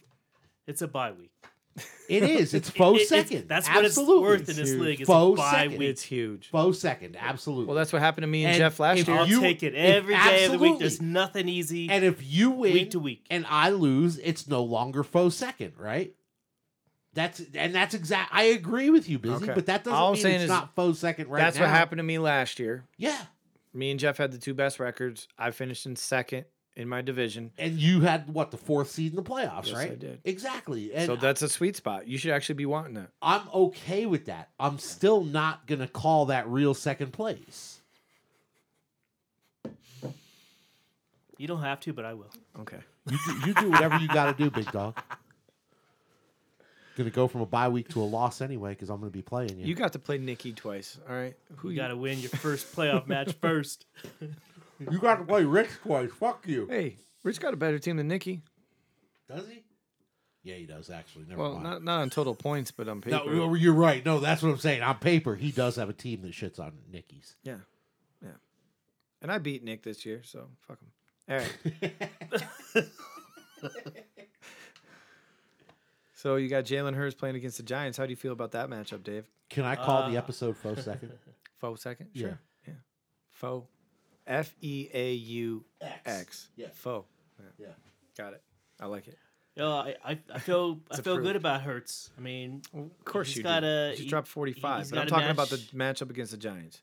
[SPEAKER 1] It's a bye week.
[SPEAKER 2] It is. It's
[SPEAKER 1] *laughs*
[SPEAKER 2] faux
[SPEAKER 1] It- it's-
[SPEAKER 2] second.
[SPEAKER 1] that's what it's
[SPEAKER 2] absolutely.
[SPEAKER 1] worth in this
[SPEAKER 2] It's
[SPEAKER 1] league, is a
[SPEAKER 2] Faux
[SPEAKER 1] bye
[SPEAKER 2] second.
[SPEAKER 1] week.
[SPEAKER 3] It's huge.
[SPEAKER 2] Faux second. Absolutely.
[SPEAKER 3] Well, that's what happened to me and,
[SPEAKER 2] And
[SPEAKER 3] Jeff last
[SPEAKER 2] if
[SPEAKER 3] year.
[SPEAKER 1] I'll
[SPEAKER 2] you-
[SPEAKER 1] take it
[SPEAKER 2] if-
[SPEAKER 1] every day of the week.
[SPEAKER 2] absolutely.
[SPEAKER 1] There's nothing easy.
[SPEAKER 2] and if you win
[SPEAKER 1] Week to week.
[SPEAKER 2] and I lose, it's no longer faux second, right? That's and that's exact. I agree with you, busy,
[SPEAKER 3] Okay.
[SPEAKER 2] but that doesn't
[SPEAKER 3] All I'm
[SPEAKER 2] mean
[SPEAKER 3] saying
[SPEAKER 2] it's
[SPEAKER 3] is
[SPEAKER 2] not faux second right
[SPEAKER 3] that's
[SPEAKER 2] now.
[SPEAKER 3] what happened to me last year.
[SPEAKER 2] Yeah,
[SPEAKER 3] Me and Jeff had the two best records. I finished in second in my division.
[SPEAKER 2] and you had what the fourth seed in the playoffs,
[SPEAKER 3] Yes, I
[SPEAKER 2] right?
[SPEAKER 3] did.
[SPEAKER 2] Exactly. And
[SPEAKER 3] so that's a sweet spot. You should actually be wanting that.
[SPEAKER 2] I'm okay with that. I'm still not gonna call that real second place.
[SPEAKER 1] you don't have to, but I will.
[SPEAKER 3] Okay.
[SPEAKER 2] You do, you do whatever you got to do, big dog. Gonna go from a bye week to a loss anyway because I'm gonna be playing you.
[SPEAKER 3] You got to play Nikki twice. All right. Who
[SPEAKER 2] Mm.
[SPEAKER 1] You got to win your first playoff
[SPEAKER 2] *laughs*
[SPEAKER 1] match first.
[SPEAKER 2] You got to play Rich twice. Fuck you.
[SPEAKER 3] Hey, Rich got a better team than Nikki.
[SPEAKER 2] Does he? Yeah, he does actually. Never
[SPEAKER 3] Well,
[SPEAKER 2] mind.
[SPEAKER 3] not not on total points, but on paper.
[SPEAKER 2] no, well, you're right. No, that's what I'm saying. On paper, he does have a team that shits on Nicky's.
[SPEAKER 3] yeah. Yeah. And I beat Nick this year, so fuck him. All right. so you got Jalen Hurts playing against the Giants. How do you feel about that matchup, Dave?
[SPEAKER 2] Can I call the episode faux second?
[SPEAKER 3] Faux second?
[SPEAKER 2] Yeah.
[SPEAKER 3] Sure. Yeah. Faux. F E A U X.
[SPEAKER 2] Yeah.
[SPEAKER 3] Faux.
[SPEAKER 2] Yeah.
[SPEAKER 3] Got it. I like it.
[SPEAKER 1] Yo, I, I, I feel I
[SPEAKER 3] It's
[SPEAKER 1] feel
[SPEAKER 3] approved.
[SPEAKER 1] good about Hertz. I mean,
[SPEAKER 3] of course
[SPEAKER 1] he's
[SPEAKER 3] you
[SPEAKER 1] gotta-
[SPEAKER 3] do. She
[SPEAKER 1] he-
[SPEAKER 3] dropped
[SPEAKER 1] he-
[SPEAKER 3] 45,
[SPEAKER 1] he's
[SPEAKER 3] but I'm
[SPEAKER 1] gotta
[SPEAKER 3] talking about the
[SPEAKER 1] match-
[SPEAKER 3] matchup against the Giants.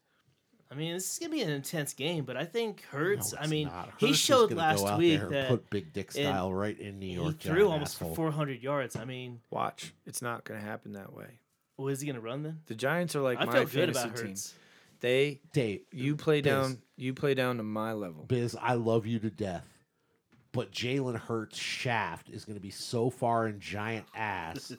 [SPEAKER 1] I mean, this is gonna be an intense game, but I think Hertz.
[SPEAKER 2] No,
[SPEAKER 1] I
[SPEAKER 2] it's
[SPEAKER 1] mean,
[SPEAKER 2] not.
[SPEAKER 1] he
[SPEAKER 2] Hurst is
[SPEAKER 1] showed
[SPEAKER 2] gonna
[SPEAKER 1] last
[SPEAKER 2] go out
[SPEAKER 1] week
[SPEAKER 2] there and
[SPEAKER 1] that
[SPEAKER 2] put Big Dick
[SPEAKER 1] and
[SPEAKER 2] style right in New
[SPEAKER 1] he
[SPEAKER 2] York.
[SPEAKER 1] threw
[SPEAKER 2] Giant
[SPEAKER 1] almost
[SPEAKER 2] asshole.
[SPEAKER 1] 400 yards. I mean,
[SPEAKER 3] Watch. It's not going to happen that way.
[SPEAKER 1] was he gonna run then?
[SPEAKER 3] The Giants are like
[SPEAKER 1] I
[SPEAKER 3] my
[SPEAKER 1] felt good
[SPEAKER 3] fantasy
[SPEAKER 1] about
[SPEAKER 3] team.
[SPEAKER 1] Hertz.
[SPEAKER 3] They
[SPEAKER 2] Dave,
[SPEAKER 3] you play
[SPEAKER 2] Biz.
[SPEAKER 3] down you play down to my level.
[SPEAKER 2] Biz, I love you to death, but Jalen Hurts' shaft is going to be so far in giant ass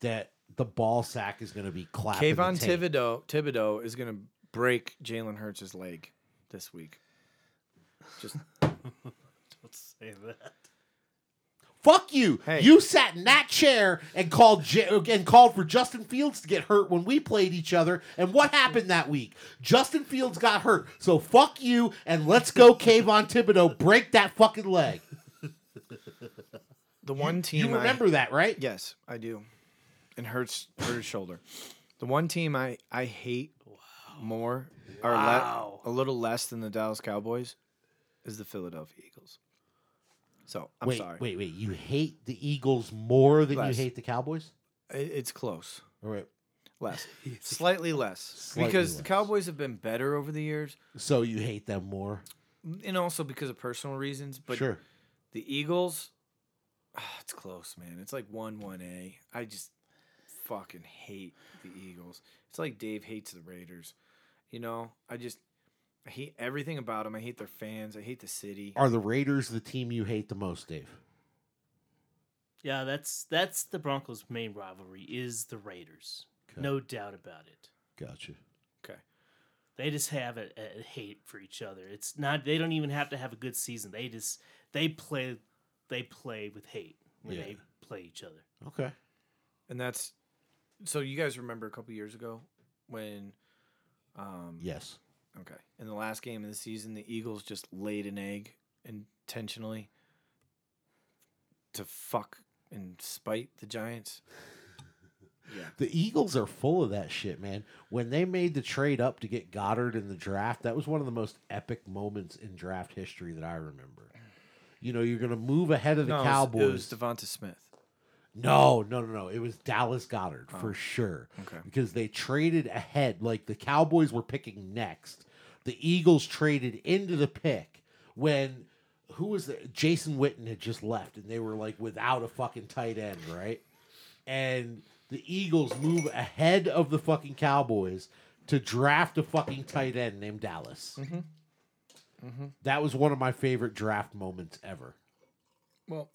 [SPEAKER 2] that the ball sack is going to be clapping.
[SPEAKER 3] Kayvon
[SPEAKER 2] Kayvon Tivid.
[SPEAKER 3] Thibodeau Thibodeau is going to break Jalen Hurts' leg this week. Just
[SPEAKER 1] Let's say that.
[SPEAKER 2] Fuck you!
[SPEAKER 3] Hey.
[SPEAKER 2] You sat in that chair and called J- and called for Justin Fields to get hurt when we played each other. And what happened that week? Justin Fields got hurt. So fuck you, and let's go, Kayvon Thibodeau. Break that fucking leg.
[SPEAKER 3] the one
[SPEAKER 2] *laughs*
[SPEAKER 3] team
[SPEAKER 2] You
[SPEAKER 3] I-
[SPEAKER 2] remember that, right?
[SPEAKER 3] Yes, I do. And hurts hurt his shoulder. The one team I I hate more or le-
[SPEAKER 1] Wow.
[SPEAKER 3] a little less than the Dallas Cowboys is the Philadelphia Eagles. So I'm
[SPEAKER 2] wait,
[SPEAKER 3] sorry.
[SPEAKER 2] wait, wait. You hate the Eagles more than
[SPEAKER 3] Less.
[SPEAKER 2] you hate the Cowboys?
[SPEAKER 3] I- it's close.
[SPEAKER 2] All right. *laughs*
[SPEAKER 3] Less. Slightly less. because the
[SPEAKER 2] less.
[SPEAKER 3] Cowboys have been better over the years.
[SPEAKER 2] So you hate them more?
[SPEAKER 3] And also because of personal reasons. But
[SPEAKER 2] sure.
[SPEAKER 3] the Eagles, ah, it's close, man. It's like 1 1A. I just fucking hate the Eagles. It's like Dave hates the Raiders. You know, I just I hate everything about them. I hate their fans. I hate the city.
[SPEAKER 2] Are the Raiders the team you hate the most, Dave?
[SPEAKER 1] *laughs* Yeah, that's that's the Broncos' main rivalry is the Raiders. No doubt about it.
[SPEAKER 2] Gotcha.
[SPEAKER 3] Okay.
[SPEAKER 1] They just have a, a hate for each other. It's not they don't even have to have a good season. They just they play they play with hate when
[SPEAKER 2] Yeah.
[SPEAKER 1] they play each other.
[SPEAKER 2] Okay.
[SPEAKER 3] And that's so you guys remember a couple years ago when um
[SPEAKER 2] Yes.
[SPEAKER 3] Okay. In the last game of the season, the Eagles just laid an egg intentionally to fuck and spite the Giants. *laughs* Yeah.
[SPEAKER 2] The Eagles are full of that shit, man. When they made the trade up to get Goddard in the draft, that was one of the most epic moments in draft history that I remember. You know, you're going to move ahead of the
[SPEAKER 3] No,
[SPEAKER 2] Cowboys.
[SPEAKER 3] It was, it was Devonta Smith.
[SPEAKER 2] No, no, no, no. It was Dallas Goddard for sure.
[SPEAKER 3] okay.
[SPEAKER 2] Because they traded ahead. Like the Cowboys were picking next. The Eagles traded into the pick when who was the Jason Witten had just left and they were like without a fucking tight end, right? And the Eagles move ahead of the fucking Cowboys to draft a fucking tight end named Dallas. That was one of my favorite draft moments ever.
[SPEAKER 3] Well,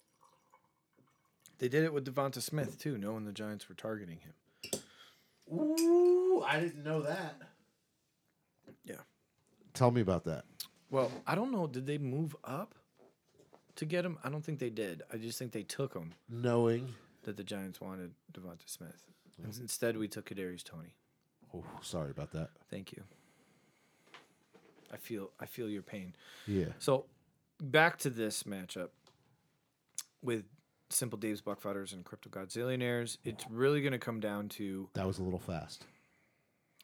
[SPEAKER 3] they did it with Devonta Smith too, knowing the Giants were targeting him.
[SPEAKER 2] Ooh, I didn't know that.
[SPEAKER 3] Yeah.
[SPEAKER 2] Tell me about that.
[SPEAKER 3] Well, I don't know. Did they move up to get him? I don't think they did. I just think they took him
[SPEAKER 2] Knowing.
[SPEAKER 3] that the Giants wanted Devonta Smith. And instead, we took Kadarius Tony.
[SPEAKER 2] Oh, sorry about that.
[SPEAKER 3] Thank you. I feel I feel your pain.
[SPEAKER 2] Yeah.
[SPEAKER 3] So back to this matchup with Simple Dave's Buckfighters and Crypto Godzillionaires. It's really gonna come down to
[SPEAKER 2] That was a little fast.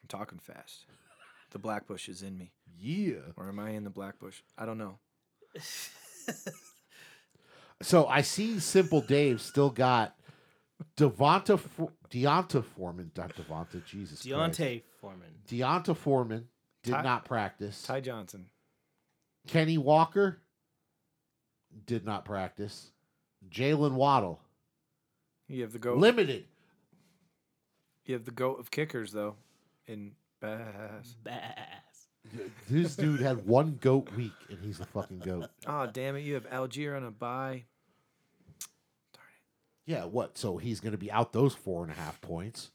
[SPEAKER 3] I'm talking fast. The black bush is in me.
[SPEAKER 2] Yeah.
[SPEAKER 3] Or am I in the black bush? I don't know.
[SPEAKER 2] So I see Simple Dave still got Devonta Fo- Deonta Foreman, not Devonta, Jesus. Christ.
[SPEAKER 1] Deontay Foreman.
[SPEAKER 2] Deonta Foreman did
[SPEAKER 3] Ty-
[SPEAKER 2] not practice.
[SPEAKER 3] Ty Johnson.
[SPEAKER 2] Kenny Walker did not practice. Jalen Waddle
[SPEAKER 3] You have the goat
[SPEAKER 2] limited.
[SPEAKER 3] you have the goat of kickers though. In Bass.
[SPEAKER 1] Bass.
[SPEAKER 2] This dude had one goat week, and he's the fucking goat.
[SPEAKER 3] Oh damn it, you have Algier on a bye.
[SPEAKER 2] Yeah, what? So he's going to be out those four and a half points.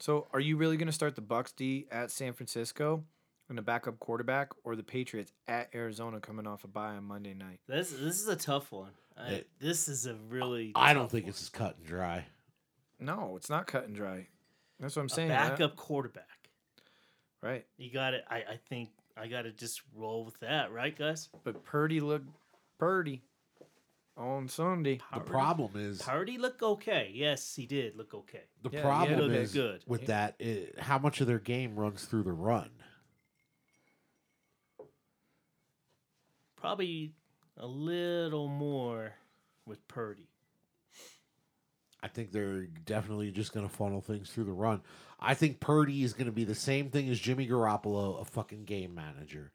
[SPEAKER 3] So, are you really going to start the Bucks D at San Francisco and a backup quarterback, or the Patriots at Arizona coming off a bye on Monday night?
[SPEAKER 1] This this is a tough one. I,
[SPEAKER 2] It-
[SPEAKER 1] this is a really
[SPEAKER 2] I don't think it's as cut and dry.
[SPEAKER 3] No, it's not cut and dry. That's what I'm
[SPEAKER 1] a
[SPEAKER 3] saying. right?
[SPEAKER 1] backup quarterback.
[SPEAKER 3] right?
[SPEAKER 1] You got to I I think I got to just roll with that, right, guys?
[SPEAKER 3] But Purdy looked Purdy on Sunday.
[SPEAKER 2] The
[SPEAKER 1] Party-
[SPEAKER 2] problem is
[SPEAKER 1] Party look okay. Yes, he did look okay.
[SPEAKER 2] the
[SPEAKER 3] Yeah, yeah,
[SPEAKER 2] problem
[SPEAKER 1] looked
[SPEAKER 2] is
[SPEAKER 1] good.
[SPEAKER 2] with that is how much of their game runs through the run.
[SPEAKER 1] Probably a little more with Purdy.
[SPEAKER 2] I think they're definitely just going to funnel things through the run. I think Purdy is going to be the same thing as Jimmy Garoppolo, a fucking game manager.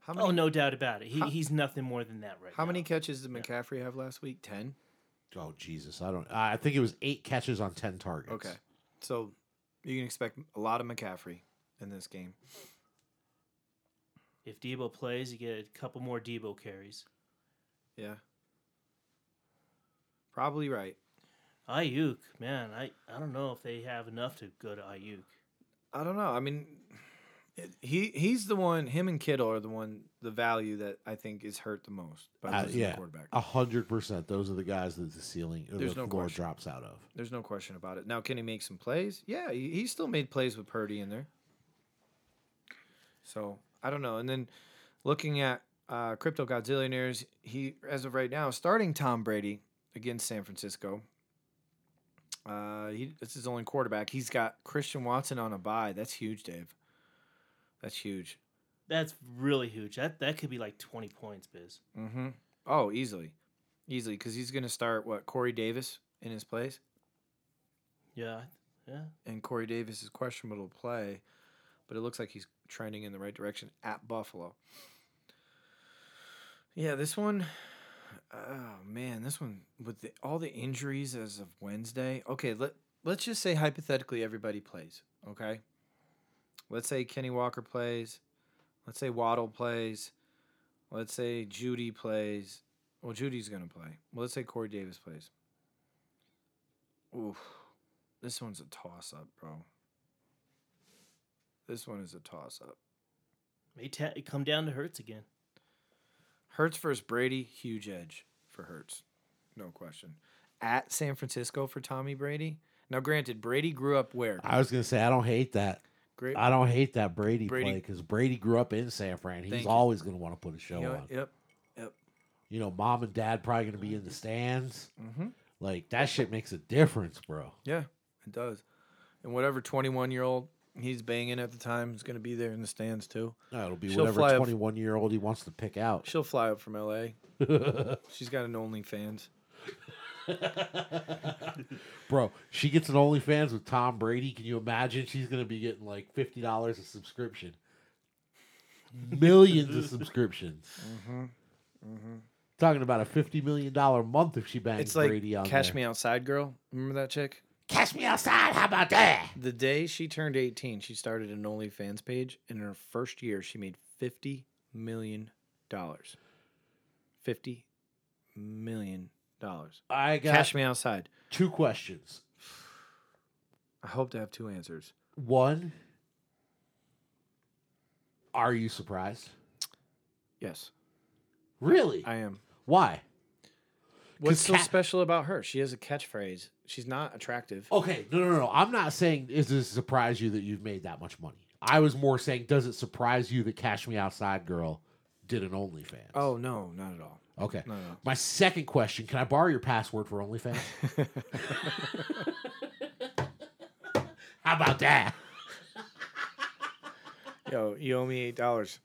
[SPEAKER 3] How many?
[SPEAKER 1] oh, no doubt about it. He,
[SPEAKER 3] How-
[SPEAKER 1] he's nothing more than that right
[SPEAKER 3] How
[SPEAKER 1] now.
[SPEAKER 3] many catches did McCaffrey have last week? Ten.
[SPEAKER 2] Oh Jesus, I don't. I think it was eight catches on ten targets.
[SPEAKER 3] Okay, so you can expect a lot of McCaffrey in this game.
[SPEAKER 1] If Debo plays, you get a couple more Debo carries.
[SPEAKER 3] Yeah, probably right.
[SPEAKER 1] Ayuk, man, I, I don't know if they have enough to go to Ayuk.
[SPEAKER 3] I don't know. I mean, it, he he's the one. Him and Kittle are the one. The value that I think is hurt the most by
[SPEAKER 2] Uh,
[SPEAKER 3] losing the
[SPEAKER 2] yeah,
[SPEAKER 3] quarterback.
[SPEAKER 2] a hundred percent. Those are the guys that the ceiling or
[SPEAKER 3] There's
[SPEAKER 2] the
[SPEAKER 3] no
[SPEAKER 2] floor
[SPEAKER 3] question.
[SPEAKER 2] drops out of.
[SPEAKER 3] There's no question about it. Now, can he make some plays? Yeah, he, he still made plays with Purdy in there. So I don't know. And then looking at uh, crypto godzillionaires, he as of right now starting Tom Brady against San Francisco. Uh, he this is his only quarterback. He's got Christian Watson on a bye. That's huge, Dave. That's huge.
[SPEAKER 1] That's really huge. That that could be like 20 points, Biz.
[SPEAKER 3] Mm-hmm. Oh, easily, easily, because he's going to start what Corey Davis in his place.
[SPEAKER 1] Yeah. Yeah.
[SPEAKER 3] and Corey Davis is questionable to play, but it looks like he's trending in the right direction at Buffalo. Yeah, this one, oh man, this one with the, all the injuries as of Wednesday. Okay, let let's just say hypothetically everybody plays. Okay, let's say Kenny Walker plays. Let's say Waddle plays. Let's say Judy plays. Well, Judy's gonna play. Well, let's say Corey Davis plays. Oof. This one's a toss up, bro. This one is a toss up.
[SPEAKER 1] May ta- come down to Hurts again.
[SPEAKER 3] Hertz versus Brady, huge edge for Hertz. No question. At San Francisco for Tommy Brady. Now, granted, Brady grew up where?
[SPEAKER 2] I was gonna say I don't hate that.
[SPEAKER 3] Great.
[SPEAKER 2] I don't hate that Brady, play 'cause
[SPEAKER 3] Brady-
[SPEAKER 2] play because Brady grew up in San Fran. He's
[SPEAKER 3] Thank you.
[SPEAKER 2] always gonna want to put a show
[SPEAKER 3] you know,
[SPEAKER 2] on.
[SPEAKER 3] yep.
[SPEAKER 2] You know, mom and dad probably gonna be in the stands.
[SPEAKER 3] Mm-hmm.
[SPEAKER 2] Like that shit makes a difference, bro.
[SPEAKER 3] Yeah, it does. And whatever 21 year old he's banging at the time is going to be there in the stands too.
[SPEAKER 2] No, it'll be
[SPEAKER 3] She'll fly
[SPEAKER 2] whatever
[SPEAKER 3] up-
[SPEAKER 2] twenty one year old he wants to pick out.
[SPEAKER 3] She'll fly up from LA.
[SPEAKER 2] *laughs*
[SPEAKER 3] She's got an OnlyFans.
[SPEAKER 2] Bro, she gets an OnlyFans with Tom Brady. Can you imagine? She's gonna be getting like fifty dollars a subscription. Millions
[SPEAKER 3] *laughs*
[SPEAKER 2] of subscriptions.
[SPEAKER 3] Mm-hmm.
[SPEAKER 2] Talking about a fifty million dollar month if she bangs
[SPEAKER 3] It's like
[SPEAKER 2] Brady on
[SPEAKER 3] Catch
[SPEAKER 2] there.
[SPEAKER 3] Me Outside Girl. Remember that chick?
[SPEAKER 2] Catch me outside. How about that?
[SPEAKER 3] The day she turned 18, she started an OnlyFans page. and In her first year, she made $50 million. $50 million.
[SPEAKER 2] I got
[SPEAKER 3] Cash me outside.
[SPEAKER 2] two questions.
[SPEAKER 3] I hope to have two answers.
[SPEAKER 2] One, are you surprised?
[SPEAKER 3] Yes,
[SPEAKER 2] Really?
[SPEAKER 3] I am.
[SPEAKER 2] Why?
[SPEAKER 3] What's so
[SPEAKER 2] Cat-
[SPEAKER 3] special about her? She has a catchphrase. She's not attractive.
[SPEAKER 2] Okay, no, no, no. I'm not saying is this surprise you that you've made that much money. I was more saying does it surprise you that Cash Me Outside girl did an OnlyFans?
[SPEAKER 3] Oh, no, not at all.
[SPEAKER 2] okay.
[SPEAKER 3] No, no.
[SPEAKER 2] My second question: Can I borrow your password for
[SPEAKER 3] *laughs*
[SPEAKER 2] OnlyFans? How about that?
[SPEAKER 3] Yo, you owe me $8.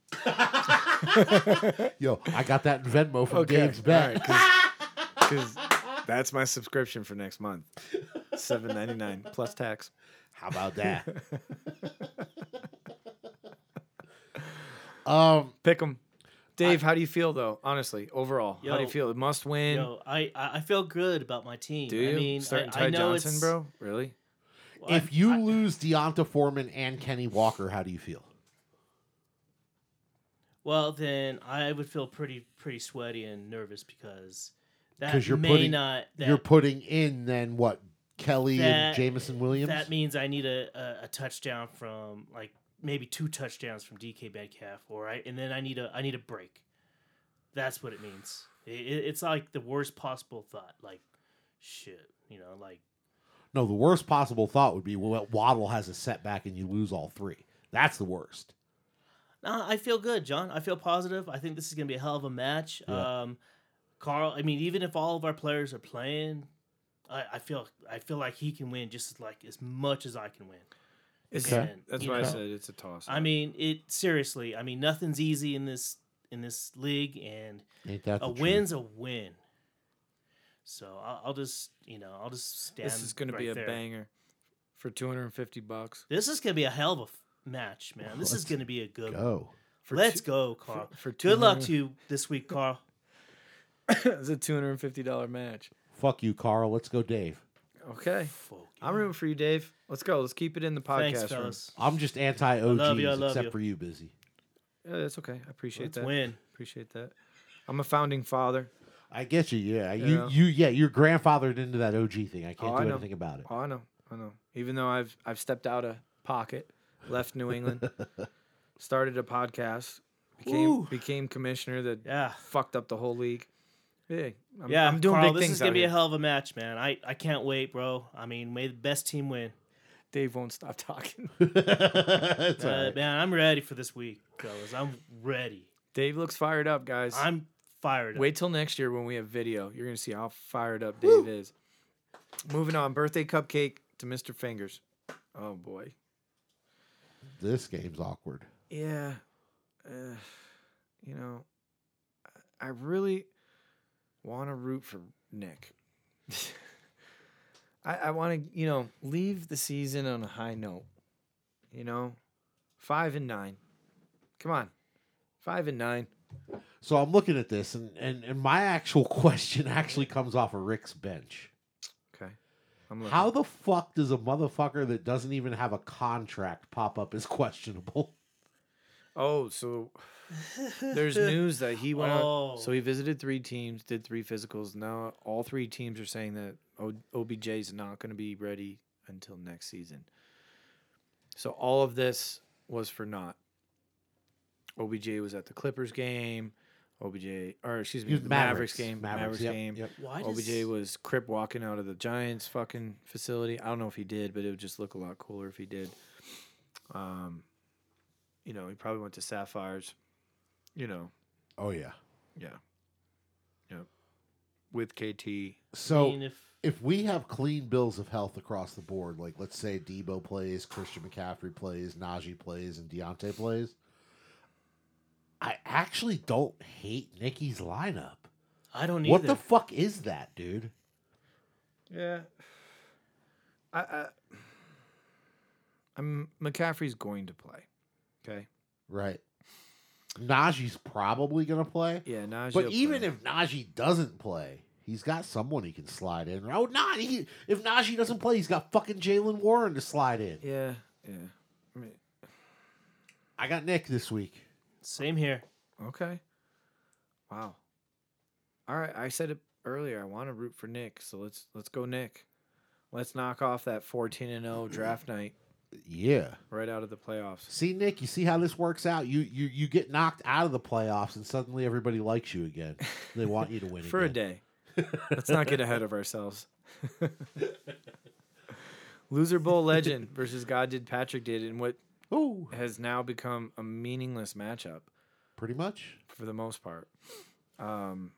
[SPEAKER 3] *laughs*
[SPEAKER 2] Yo, I got that in Venmo from
[SPEAKER 3] Okay,
[SPEAKER 2] Dave's Bet.
[SPEAKER 3] Because that's my subscription for next month. *laughs* Seven ninety nine plus tax.
[SPEAKER 2] How
[SPEAKER 1] *laughs*
[SPEAKER 2] about that? um,
[SPEAKER 3] Pick them. Dave, how do you feel though? Honestly, overall, how do
[SPEAKER 1] Yo.
[SPEAKER 3] you feel? It must win.
[SPEAKER 1] Yo, I, I I feel good about my team.
[SPEAKER 3] do you?
[SPEAKER 1] I mean,
[SPEAKER 3] Starting
[SPEAKER 1] I,
[SPEAKER 3] Ty
[SPEAKER 1] I know
[SPEAKER 3] Johnson,
[SPEAKER 1] it's,
[SPEAKER 3] bro? Really?
[SPEAKER 1] I-
[SPEAKER 2] if you lose Deonta Foreman and Kenny Walker, how do you feel?
[SPEAKER 1] Well, then I would feel pretty pretty sweaty and nervous because that
[SPEAKER 2] 'Cause you're
[SPEAKER 1] may
[SPEAKER 2] putting-
[SPEAKER 1] not that,
[SPEAKER 2] You're putting in then what Kelly and
[SPEAKER 1] That-
[SPEAKER 2] Jamison Williams.
[SPEAKER 1] that means I need a, a, a touchdown from like maybe two touchdowns from DK Metcalf, all right, and then I need a I need a break. That's what it means. It, it, it's like the worst possible thought. Like shit, you know, like
[SPEAKER 2] no, the worst possible thought would be well, Waddle has a setback and you lose all three. That's the worst.
[SPEAKER 1] Nah, I feel good, John. I feel positive. I think this is going to be a hell of a match.
[SPEAKER 2] Yeah.
[SPEAKER 1] Um, Carl, I mean, even if all of our players are playing, I, I feel I feel like he can win just as, like as much as I can win.
[SPEAKER 3] It's,
[SPEAKER 2] Okay.
[SPEAKER 1] And,
[SPEAKER 3] That's
[SPEAKER 1] you
[SPEAKER 3] why I
[SPEAKER 1] know,
[SPEAKER 3] said it's a toss.
[SPEAKER 1] I mean, it seriously. I mean, nothing's easy in this in this league, and
[SPEAKER 2] Ain't that
[SPEAKER 1] a
[SPEAKER 2] the truth?
[SPEAKER 1] win's a win. So I'll, I'll just you know I'll just stand.
[SPEAKER 3] this is going to
[SPEAKER 1] right
[SPEAKER 3] be a
[SPEAKER 1] there.
[SPEAKER 3] banger for 250 bucks.
[SPEAKER 1] This is gonna be a hell of a f- match, man. This is gonna be a good. One.
[SPEAKER 2] Go.
[SPEAKER 3] For
[SPEAKER 1] Let's
[SPEAKER 3] two- *laughs*
[SPEAKER 1] go, Carl.
[SPEAKER 3] for
[SPEAKER 1] good luck
[SPEAKER 3] 200.
[SPEAKER 1] to you this week, Carl.
[SPEAKER 3] it's a 250 dollar match.
[SPEAKER 2] Fuck you, Carl. Let's go, Dave.
[SPEAKER 3] Okay,
[SPEAKER 1] Fuck
[SPEAKER 3] I'm rooting for you, Dave. Let's go. Let's keep it in the
[SPEAKER 1] Thanks,
[SPEAKER 3] podcast room.
[SPEAKER 1] fellas.
[SPEAKER 2] I'm just anti OGs
[SPEAKER 1] love you, I love
[SPEAKER 2] except
[SPEAKER 1] you.
[SPEAKER 2] for you, busy.
[SPEAKER 3] Yeah, that's okay. I appreciate
[SPEAKER 1] Let's
[SPEAKER 3] that.
[SPEAKER 1] win.
[SPEAKER 3] Appreciate that. I'm a founding father.
[SPEAKER 2] I get you. Yeah,
[SPEAKER 3] Yeah.
[SPEAKER 2] you, you, yeah. You're grandfathered into that OG thing. I can't
[SPEAKER 3] Oh, I
[SPEAKER 2] do
[SPEAKER 3] know.
[SPEAKER 2] anything
[SPEAKER 1] *laughs*
[SPEAKER 2] about it.
[SPEAKER 3] Oh, I know. I know. Even though I've I've stepped out of pocket, left
[SPEAKER 1] *laughs*
[SPEAKER 3] New England, started a podcast, became
[SPEAKER 1] Woo.
[SPEAKER 3] became commissioner that
[SPEAKER 1] Yeah.
[SPEAKER 3] fucked up the whole league. Yeah, I'm,
[SPEAKER 1] yeah,
[SPEAKER 3] I'm doing
[SPEAKER 1] Carl,
[SPEAKER 3] big
[SPEAKER 1] this
[SPEAKER 3] things.
[SPEAKER 1] is gonna
[SPEAKER 3] out
[SPEAKER 1] be
[SPEAKER 3] here.
[SPEAKER 1] a hell of a match, man. I, I can't wait, bro. I mean, may the best team win.
[SPEAKER 3] Dave won't stop
[SPEAKER 1] *laughs*
[SPEAKER 3] talking.
[SPEAKER 2] It's
[SPEAKER 1] Uh,
[SPEAKER 2] all right.
[SPEAKER 1] Man, I'm ready for this week, fellas. I'm ready.
[SPEAKER 3] Dave looks fired up, guys.
[SPEAKER 1] I'm fired. up.
[SPEAKER 3] Wait till next year when we have video. You're gonna see how fired up Dave is. Moving on, birthday cupcake to Mr. Fingers. Oh boy.
[SPEAKER 2] This game's awkward.
[SPEAKER 3] Yeah. Uh, you know, I- I really want to root for Nick. *laughs* I, I want to, you know, leave the season on a high note. You know, five and nine. Come on. Five and nine.
[SPEAKER 2] So I'm looking at this, and and, and my actual *laughs* question actually comes off of Rick's bench.
[SPEAKER 3] Okay. I'm looking.
[SPEAKER 2] How the fuck does a motherfucker that doesn't even have a contract pop up as *laughs* questionable?
[SPEAKER 3] Oh, so there's news that he went out. So
[SPEAKER 1] Oh.
[SPEAKER 3] he visited three teams, did three physicals. Now all three teams are saying that o- OBJ is not going to be ready until next season. So all of this was for naught. OBJ was at the Clippers game. OBJ, or excuse me,
[SPEAKER 2] Use
[SPEAKER 3] the Mavericks, game.
[SPEAKER 2] Mavericks,
[SPEAKER 3] Mavericks,
[SPEAKER 2] yep,
[SPEAKER 3] game.
[SPEAKER 2] yep.
[SPEAKER 1] Why does
[SPEAKER 3] OBJ was crip walking out of the Giants fucking facility. I don't know if he did, but it would just look a lot cooler if he did. Um, you know, he probably went to Sapphires. You know,
[SPEAKER 2] Oh yeah.
[SPEAKER 3] yeah, yeah, with KT.
[SPEAKER 2] So
[SPEAKER 1] I mean, if
[SPEAKER 2] if we have clean bills of health across the board, like let's say Debo plays, Christian McCaffrey plays, Najee plays, and Deontay plays, I actually don't hate Nicky's lineup.
[SPEAKER 1] I don't either.
[SPEAKER 2] What the fuck is that, dude?
[SPEAKER 3] Yeah, I, I, I'm McCaffrey's going to play. Okay.
[SPEAKER 2] Right. Najee's probably gonna play.
[SPEAKER 3] Yeah, Najee.
[SPEAKER 2] But even if Najee doesn't play, he's got someone he can slide in. Oh, not he, if Najee doesn't play, he's got fucking Jalen Warren to slide in.
[SPEAKER 3] yeah, yeah, I mean,
[SPEAKER 2] I got Nick this week.
[SPEAKER 1] Same here.
[SPEAKER 3] Okay. Wow. All right, I said it earlier. I want to root for Nick, so let's let's go Nick. Let's knock off that 14 and 0 draft night
[SPEAKER 2] Yeah.
[SPEAKER 3] right out of the playoffs.
[SPEAKER 2] See, Nick, you see how this works out. You you you get knocked out of the playoffs, and suddenly everybody likes you again. They want you to win
[SPEAKER 3] *laughs* For a
[SPEAKER 2] again.
[SPEAKER 3] day. let's not get ahead of ourselves. *laughs* Loser Bowl legend versus God did Patrick did in what
[SPEAKER 2] Ooh,
[SPEAKER 3] has now become a meaningless matchup.
[SPEAKER 2] pretty much.
[SPEAKER 3] for the most part. Um,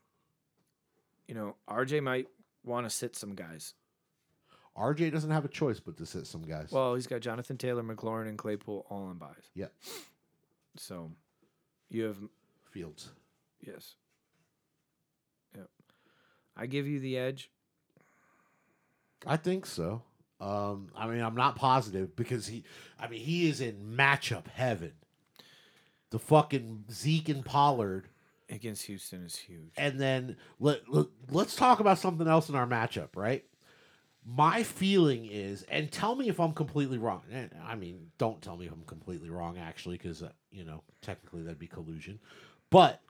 [SPEAKER 3] you know, RJ might want to sit some guys.
[SPEAKER 2] RJ doesn't have a choice but to sit some guys.
[SPEAKER 3] Well, he's got Jonathan Taylor, McLaurin, and Claypool all on buys.
[SPEAKER 2] Yeah.
[SPEAKER 3] So you have
[SPEAKER 2] Fields.
[SPEAKER 3] yes. Yep. I give you the edge.
[SPEAKER 2] I think so. Um, I mean, I'm not positive because he. I mean, he is in matchup heaven. The fucking Zeke and Pollard,
[SPEAKER 3] Against Houston is huge.
[SPEAKER 2] and then let, let let's talk about something else in our matchup, right? My feeling is, and tell me if I'm completely wrong. Eh, I mean, don't tell me if I'm completely wrong, actually, because uh, you know technically that'd be collusion. But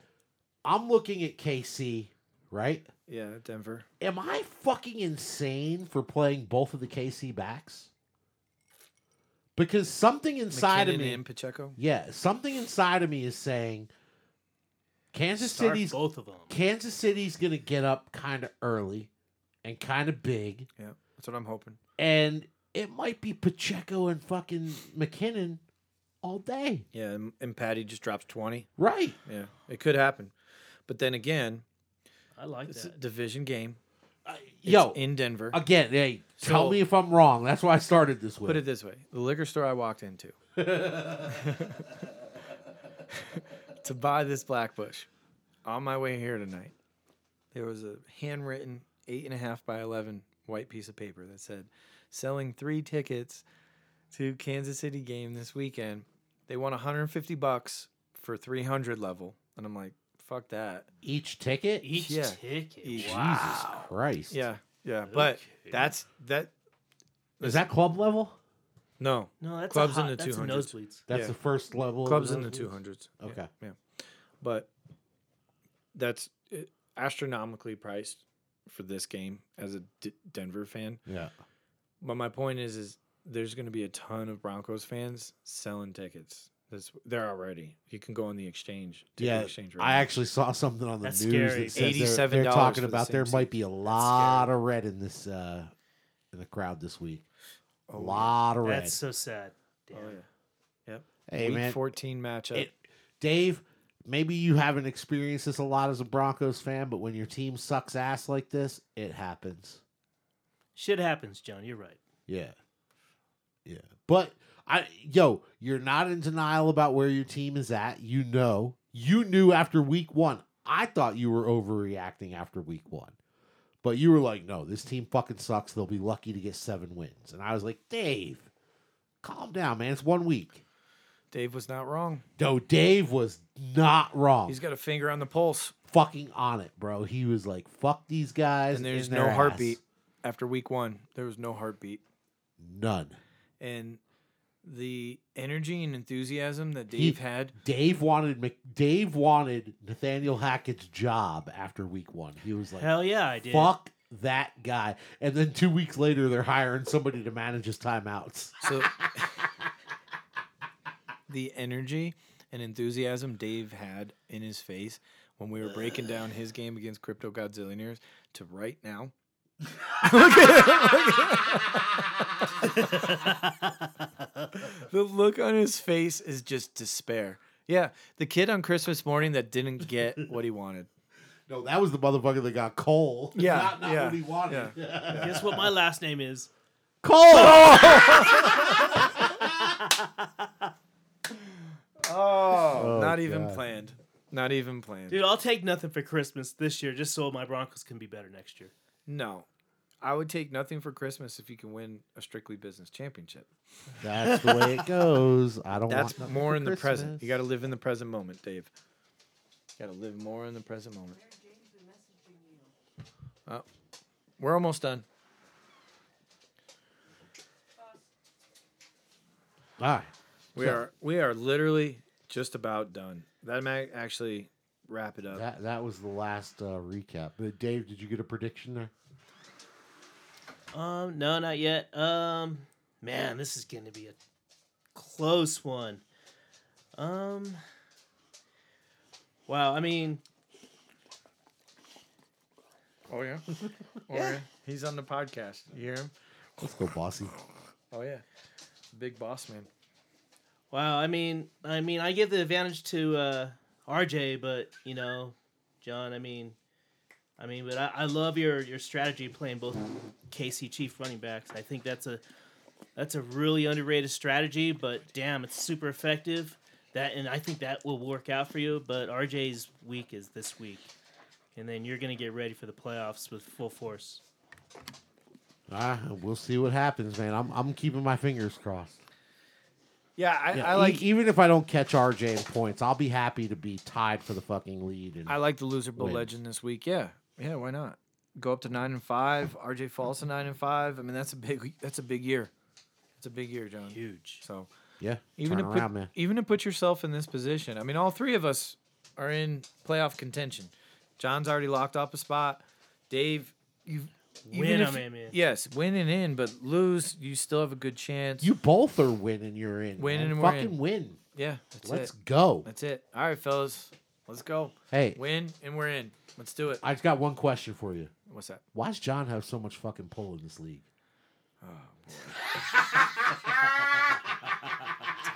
[SPEAKER 2] I'm looking at KC, right?
[SPEAKER 3] Yeah, Denver.
[SPEAKER 2] Am I fucking insane for playing both of the KC backs? Because something inside
[SPEAKER 3] McKinnon
[SPEAKER 2] of me,
[SPEAKER 3] and Pacheco.
[SPEAKER 2] yeah, something inside of me is saying Kansas
[SPEAKER 1] Start
[SPEAKER 2] City's
[SPEAKER 1] both of them.
[SPEAKER 2] Kansas City's going to get up kind of early and kind of big,
[SPEAKER 3] Yeah, that's what I'm hoping.
[SPEAKER 2] and it might be Pacheco and fucking McKinnon all day,
[SPEAKER 3] Yeah, and, and Patty just drops 20.
[SPEAKER 2] right?
[SPEAKER 3] Yeah, it could happen. But then again,
[SPEAKER 1] I like
[SPEAKER 3] It's a
[SPEAKER 1] that.
[SPEAKER 3] division game. It's
[SPEAKER 2] Yo,
[SPEAKER 3] in Denver.
[SPEAKER 2] again, hey, tell
[SPEAKER 3] So-
[SPEAKER 2] me if I'm wrong. That's why I started this with.
[SPEAKER 3] Put it this way: the liquor store I walked into *laughs* to buy this black bush. On my way here tonight, there was a handwritten eight and a half by eleven white piece of paper that said, "Selling three tickets to Kansas City game this weekend. They want 150 bucks for 300 level." And I'm like, "Fuck that."
[SPEAKER 2] Each ticket?
[SPEAKER 1] Each
[SPEAKER 3] Yeah.
[SPEAKER 1] ticket.
[SPEAKER 3] Each-
[SPEAKER 1] Wow.
[SPEAKER 2] Jesus Christ.
[SPEAKER 3] Yeah, yeah. But
[SPEAKER 1] Okay.
[SPEAKER 3] that's that.
[SPEAKER 2] Is that club level?
[SPEAKER 3] No,
[SPEAKER 1] No, that's
[SPEAKER 3] Clubs
[SPEAKER 1] a
[SPEAKER 3] in
[SPEAKER 1] hot,
[SPEAKER 3] the
[SPEAKER 1] that's a
[SPEAKER 3] 200s.
[SPEAKER 1] nosebleeds.
[SPEAKER 2] That's
[SPEAKER 3] Yeah.
[SPEAKER 2] the first level. of
[SPEAKER 3] clubs in the
[SPEAKER 2] nosebleeds?
[SPEAKER 3] 200s. Yeah.
[SPEAKER 2] Okay.
[SPEAKER 3] but that's uh, astronomically priced for this game as a D- Denver fan.
[SPEAKER 2] Yeah.
[SPEAKER 3] But my point is, is there's going to be a ton of Broncos fans selling tickets. That's they're already. You can go on the exchange. ticket
[SPEAKER 2] Yeah,
[SPEAKER 3] exchange
[SPEAKER 2] I
[SPEAKER 3] now.
[SPEAKER 2] actually saw something on the
[SPEAKER 1] That's
[SPEAKER 2] news
[SPEAKER 1] scary.
[SPEAKER 2] that said they're- they're,
[SPEAKER 3] $87
[SPEAKER 2] talking
[SPEAKER 3] for the
[SPEAKER 2] about
[SPEAKER 3] same
[SPEAKER 2] there
[SPEAKER 3] seat.
[SPEAKER 2] might be a lot of red in this uh in the crowd this week. A lot of red.
[SPEAKER 1] That's so sad. Damn.
[SPEAKER 3] Oh, yeah.
[SPEAKER 2] hey
[SPEAKER 3] Week
[SPEAKER 2] man,
[SPEAKER 3] 14 matchup.
[SPEAKER 2] it- Dave, maybe you haven't experienced this a lot as a Broncos fan, but when your team sucks ass like this, it happens.
[SPEAKER 1] Shit happens, John. You're right.
[SPEAKER 2] Yeah. Yeah. But I yo, you're not in denial about where your team is at. You know. You knew after week 1. I thought you were overreacting after week 1. But you were like, "No, this team fucking sucks. They'll be lucky to get 7 wins." And I was like, "Dave, calm down, man. It's one week."
[SPEAKER 3] Dave was not wrong.
[SPEAKER 2] No, Dave was not wrong.
[SPEAKER 3] He's got a finger on the pulse,
[SPEAKER 2] fucking on it, bro. He was like, "Fuck these guys."
[SPEAKER 3] and there's
[SPEAKER 2] in their
[SPEAKER 3] no
[SPEAKER 2] ass."
[SPEAKER 3] heartbeat after week one. There was no heartbeat,
[SPEAKER 2] None.
[SPEAKER 3] and the energy and enthusiasm that Dave had
[SPEAKER 2] Dave wanted Mc- Dave wanted Nathaniel Hackett's job after week one. He was like,
[SPEAKER 1] Hell yeah, I did.
[SPEAKER 2] "Fuck that guy!" And then two weeks later, they're hiring somebody to manage his timeouts.
[SPEAKER 3] So the energy and enthusiasm Dave had in his face when we were breaking down his game against Crypto Godzillionaires to right now. *laughs* The look on his face is just despair. Yeah, the kid on Christmas morning that didn't get what he wanted.
[SPEAKER 2] No, that was the motherfucker that got Cole. *laughs*
[SPEAKER 3] Yeah,
[SPEAKER 2] not, not
[SPEAKER 3] yeah,
[SPEAKER 2] what he wanted.
[SPEAKER 1] Guess what my last name is?
[SPEAKER 2] Cole.
[SPEAKER 3] Oh, not even
[SPEAKER 2] God.
[SPEAKER 3] planned. Not even planned.
[SPEAKER 1] Dude, I'll take nothing for Christmas this year just so my Broncos can be better next year.
[SPEAKER 3] No. I would take nothing for Christmas if you can win a strictly business championship.
[SPEAKER 2] *laughs* That's the way it goes. I don't.
[SPEAKER 3] That's
[SPEAKER 2] want
[SPEAKER 3] more in the present. You got to live in the present moment, Dave. Got to live more in the present moment. Oh, we're almost done.
[SPEAKER 2] All right.
[SPEAKER 3] We are we are literally just about done. That might actually wrap it up.
[SPEAKER 2] That that was the last uh, recap. But Dave, did you get a prediction there?
[SPEAKER 1] Um, no, not yet. Um, man, this is gonna be a close one. Um, wow. I mean,
[SPEAKER 3] oh *laughs* yeah, oh yeah. He's on the podcast. You hear him?
[SPEAKER 2] Let's go, bossy.
[SPEAKER 3] Oh yeah, big boss man.
[SPEAKER 1] wow. I mean, I mean, I give the advantage to uh, RJ, but you know, John. I mean, I mean, but I, I love your your strategy playing both KC Chief running backs. I think that's a that's a really underrated strategy, but damn, it's super effective. That and I think that will work out for you. But RJ's week is this week, and then you're gonna get ready for the playoffs with full force.
[SPEAKER 2] All right, we'll see what happens, man. I'm I'm keeping my fingers crossed.
[SPEAKER 3] Yeah, I,
[SPEAKER 2] Yeah,
[SPEAKER 3] I
[SPEAKER 2] e-
[SPEAKER 3] like
[SPEAKER 2] even if I don't catch RJ in points, I'll be happy to be tied for the fucking lead. And
[SPEAKER 3] I like the loser bowl
[SPEAKER 2] Win.
[SPEAKER 3] legend this week. Yeah, yeah. Why not? Go up to nine and five. RJ falls to nine and five. I mean, that's a big. That's a big year. That's a big year, John.
[SPEAKER 1] Huge.
[SPEAKER 3] So
[SPEAKER 2] yeah,
[SPEAKER 3] even
[SPEAKER 2] turn
[SPEAKER 3] to put,
[SPEAKER 2] around, man.
[SPEAKER 3] even to put yourself in this position. I mean, all three of us are in playoff contention. John's already locked up a spot. Dave, you
[SPEAKER 1] Win
[SPEAKER 3] even if-
[SPEAKER 1] 'em in, man.
[SPEAKER 3] Yes, win and in, but lose, you still have a good chance.
[SPEAKER 2] You both are winning. You're in.
[SPEAKER 3] Winning
[SPEAKER 2] man.
[SPEAKER 3] and we're in.
[SPEAKER 2] fucking win.
[SPEAKER 3] yeah, that's
[SPEAKER 2] Let's
[SPEAKER 3] it.
[SPEAKER 2] go.
[SPEAKER 3] That's it. All right, fellas, let's go.
[SPEAKER 2] Hey,
[SPEAKER 3] Win and we're in. Let's do it.
[SPEAKER 2] I just got one question for you.
[SPEAKER 3] What's that?
[SPEAKER 2] Why does John have so much fucking pull in this
[SPEAKER 3] *laughs*
[SPEAKER 2] league?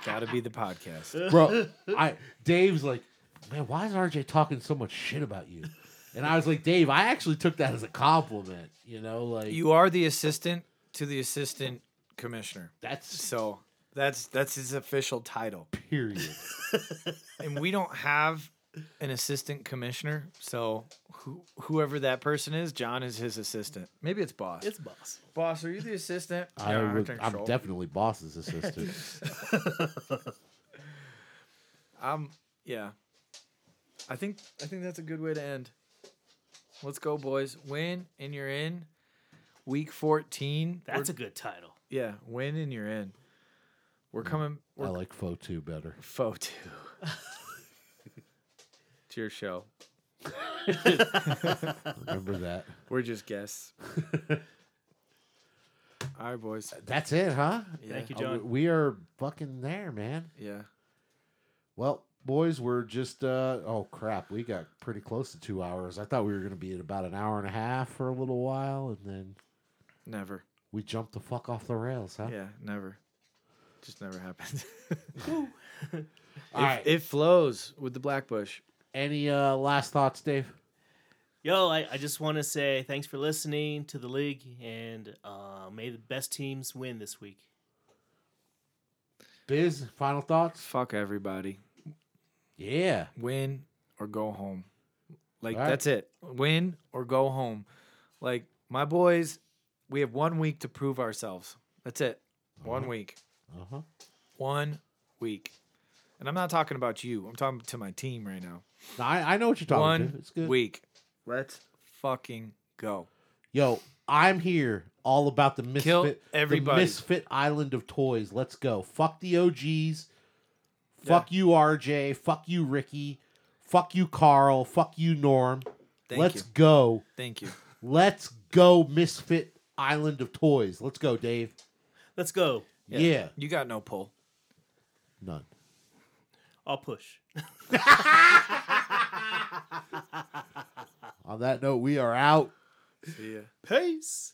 [SPEAKER 3] Got to be
[SPEAKER 2] *laughs*
[SPEAKER 3] the podcast.
[SPEAKER 2] bro. I Dave's like, man, why is RJ talking so much shit about you? And I was like, Dave, I actually took that as a compliment. You know, like
[SPEAKER 3] You are the assistant to the assistant commissioner.
[SPEAKER 2] that's
[SPEAKER 3] So that's that's his official title.
[SPEAKER 2] period.
[SPEAKER 3] And we don't have an assistant commissioner, so who, whoever that person is, John is his assistant. Maybe it's boss.
[SPEAKER 1] It's boss.
[SPEAKER 3] boss. Are you the assistant?
[SPEAKER 2] I
[SPEAKER 3] Yeah,
[SPEAKER 2] would,
[SPEAKER 3] think
[SPEAKER 2] I'm
[SPEAKER 3] so.
[SPEAKER 2] definitely boss's
[SPEAKER 3] *laughs*
[SPEAKER 2] assistant.
[SPEAKER 3] I'm yeah. I think I think that's a good way to end. Let's go, boys. Win and you're in. Week fourteen.
[SPEAKER 1] That's a
[SPEAKER 3] we're-
[SPEAKER 1] good title.
[SPEAKER 3] yeah. Win and you're in. We're coming.
[SPEAKER 2] I
[SPEAKER 3] We're
[SPEAKER 2] like Foe 2 better.
[SPEAKER 3] *laughs* foe two. it's your show.
[SPEAKER 2] Remember that.
[SPEAKER 3] We're just guests. All right, boys.
[SPEAKER 2] That's it, huh?
[SPEAKER 3] Yeah.
[SPEAKER 1] Thank you,
[SPEAKER 2] Uh,
[SPEAKER 1] John.
[SPEAKER 2] we- We are fucking there, man.
[SPEAKER 3] Yeah.
[SPEAKER 2] Well, boys, we're just uh oh crap, we got pretty close to two hours. I thought we were gonna be at about an hour and a half for a little while, and then
[SPEAKER 3] Never.
[SPEAKER 2] we jumped the fuck off the rails, huh?
[SPEAKER 3] Yeah. Never. Just never happened. *laughs*
[SPEAKER 2] All right.
[SPEAKER 3] It flows with the black bush.
[SPEAKER 2] Any uh last thoughts, Dave?
[SPEAKER 1] Yo, I, I just want to say thanks for listening to the league, and uh, may the best teams win this week.
[SPEAKER 2] Biz, final thoughts?
[SPEAKER 3] Fuck everybody.
[SPEAKER 2] Yeah.
[SPEAKER 3] win or go home. Like
[SPEAKER 2] All right.
[SPEAKER 3] that's it. Win or go home. Like my boys, we have one week to prove ourselves. That's it. One week.
[SPEAKER 2] Uh-huh.
[SPEAKER 3] One week. And I'm not talking about you. I'm talking to my team right now.
[SPEAKER 2] No, I, I know what you're talking
[SPEAKER 3] One
[SPEAKER 2] to. Oh, It's good.
[SPEAKER 3] week. Let's fucking go.
[SPEAKER 2] Yo, I'm here. All about the misfit,
[SPEAKER 3] Kill
[SPEAKER 2] the
[SPEAKER 3] everybody.
[SPEAKER 2] misfit island of toys. Let's go. Fuck the OGs. Fuck you, RJ. Fuck you, Ricky. Fuck you, Carl. Fuck you, Norm.
[SPEAKER 3] Thank
[SPEAKER 2] Let's
[SPEAKER 3] you.
[SPEAKER 2] go.
[SPEAKER 3] Thank you.
[SPEAKER 2] Let's go, misfit island of toys. Let's go, Dave.
[SPEAKER 1] Let's go.
[SPEAKER 2] *laughs* Yeah,
[SPEAKER 3] You got no pull.
[SPEAKER 2] none.
[SPEAKER 1] I'll push.
[SPEAKER 2] On that note, we are out.
[SPEAKER 3] See ya.
[SPEAKER 1] Peace.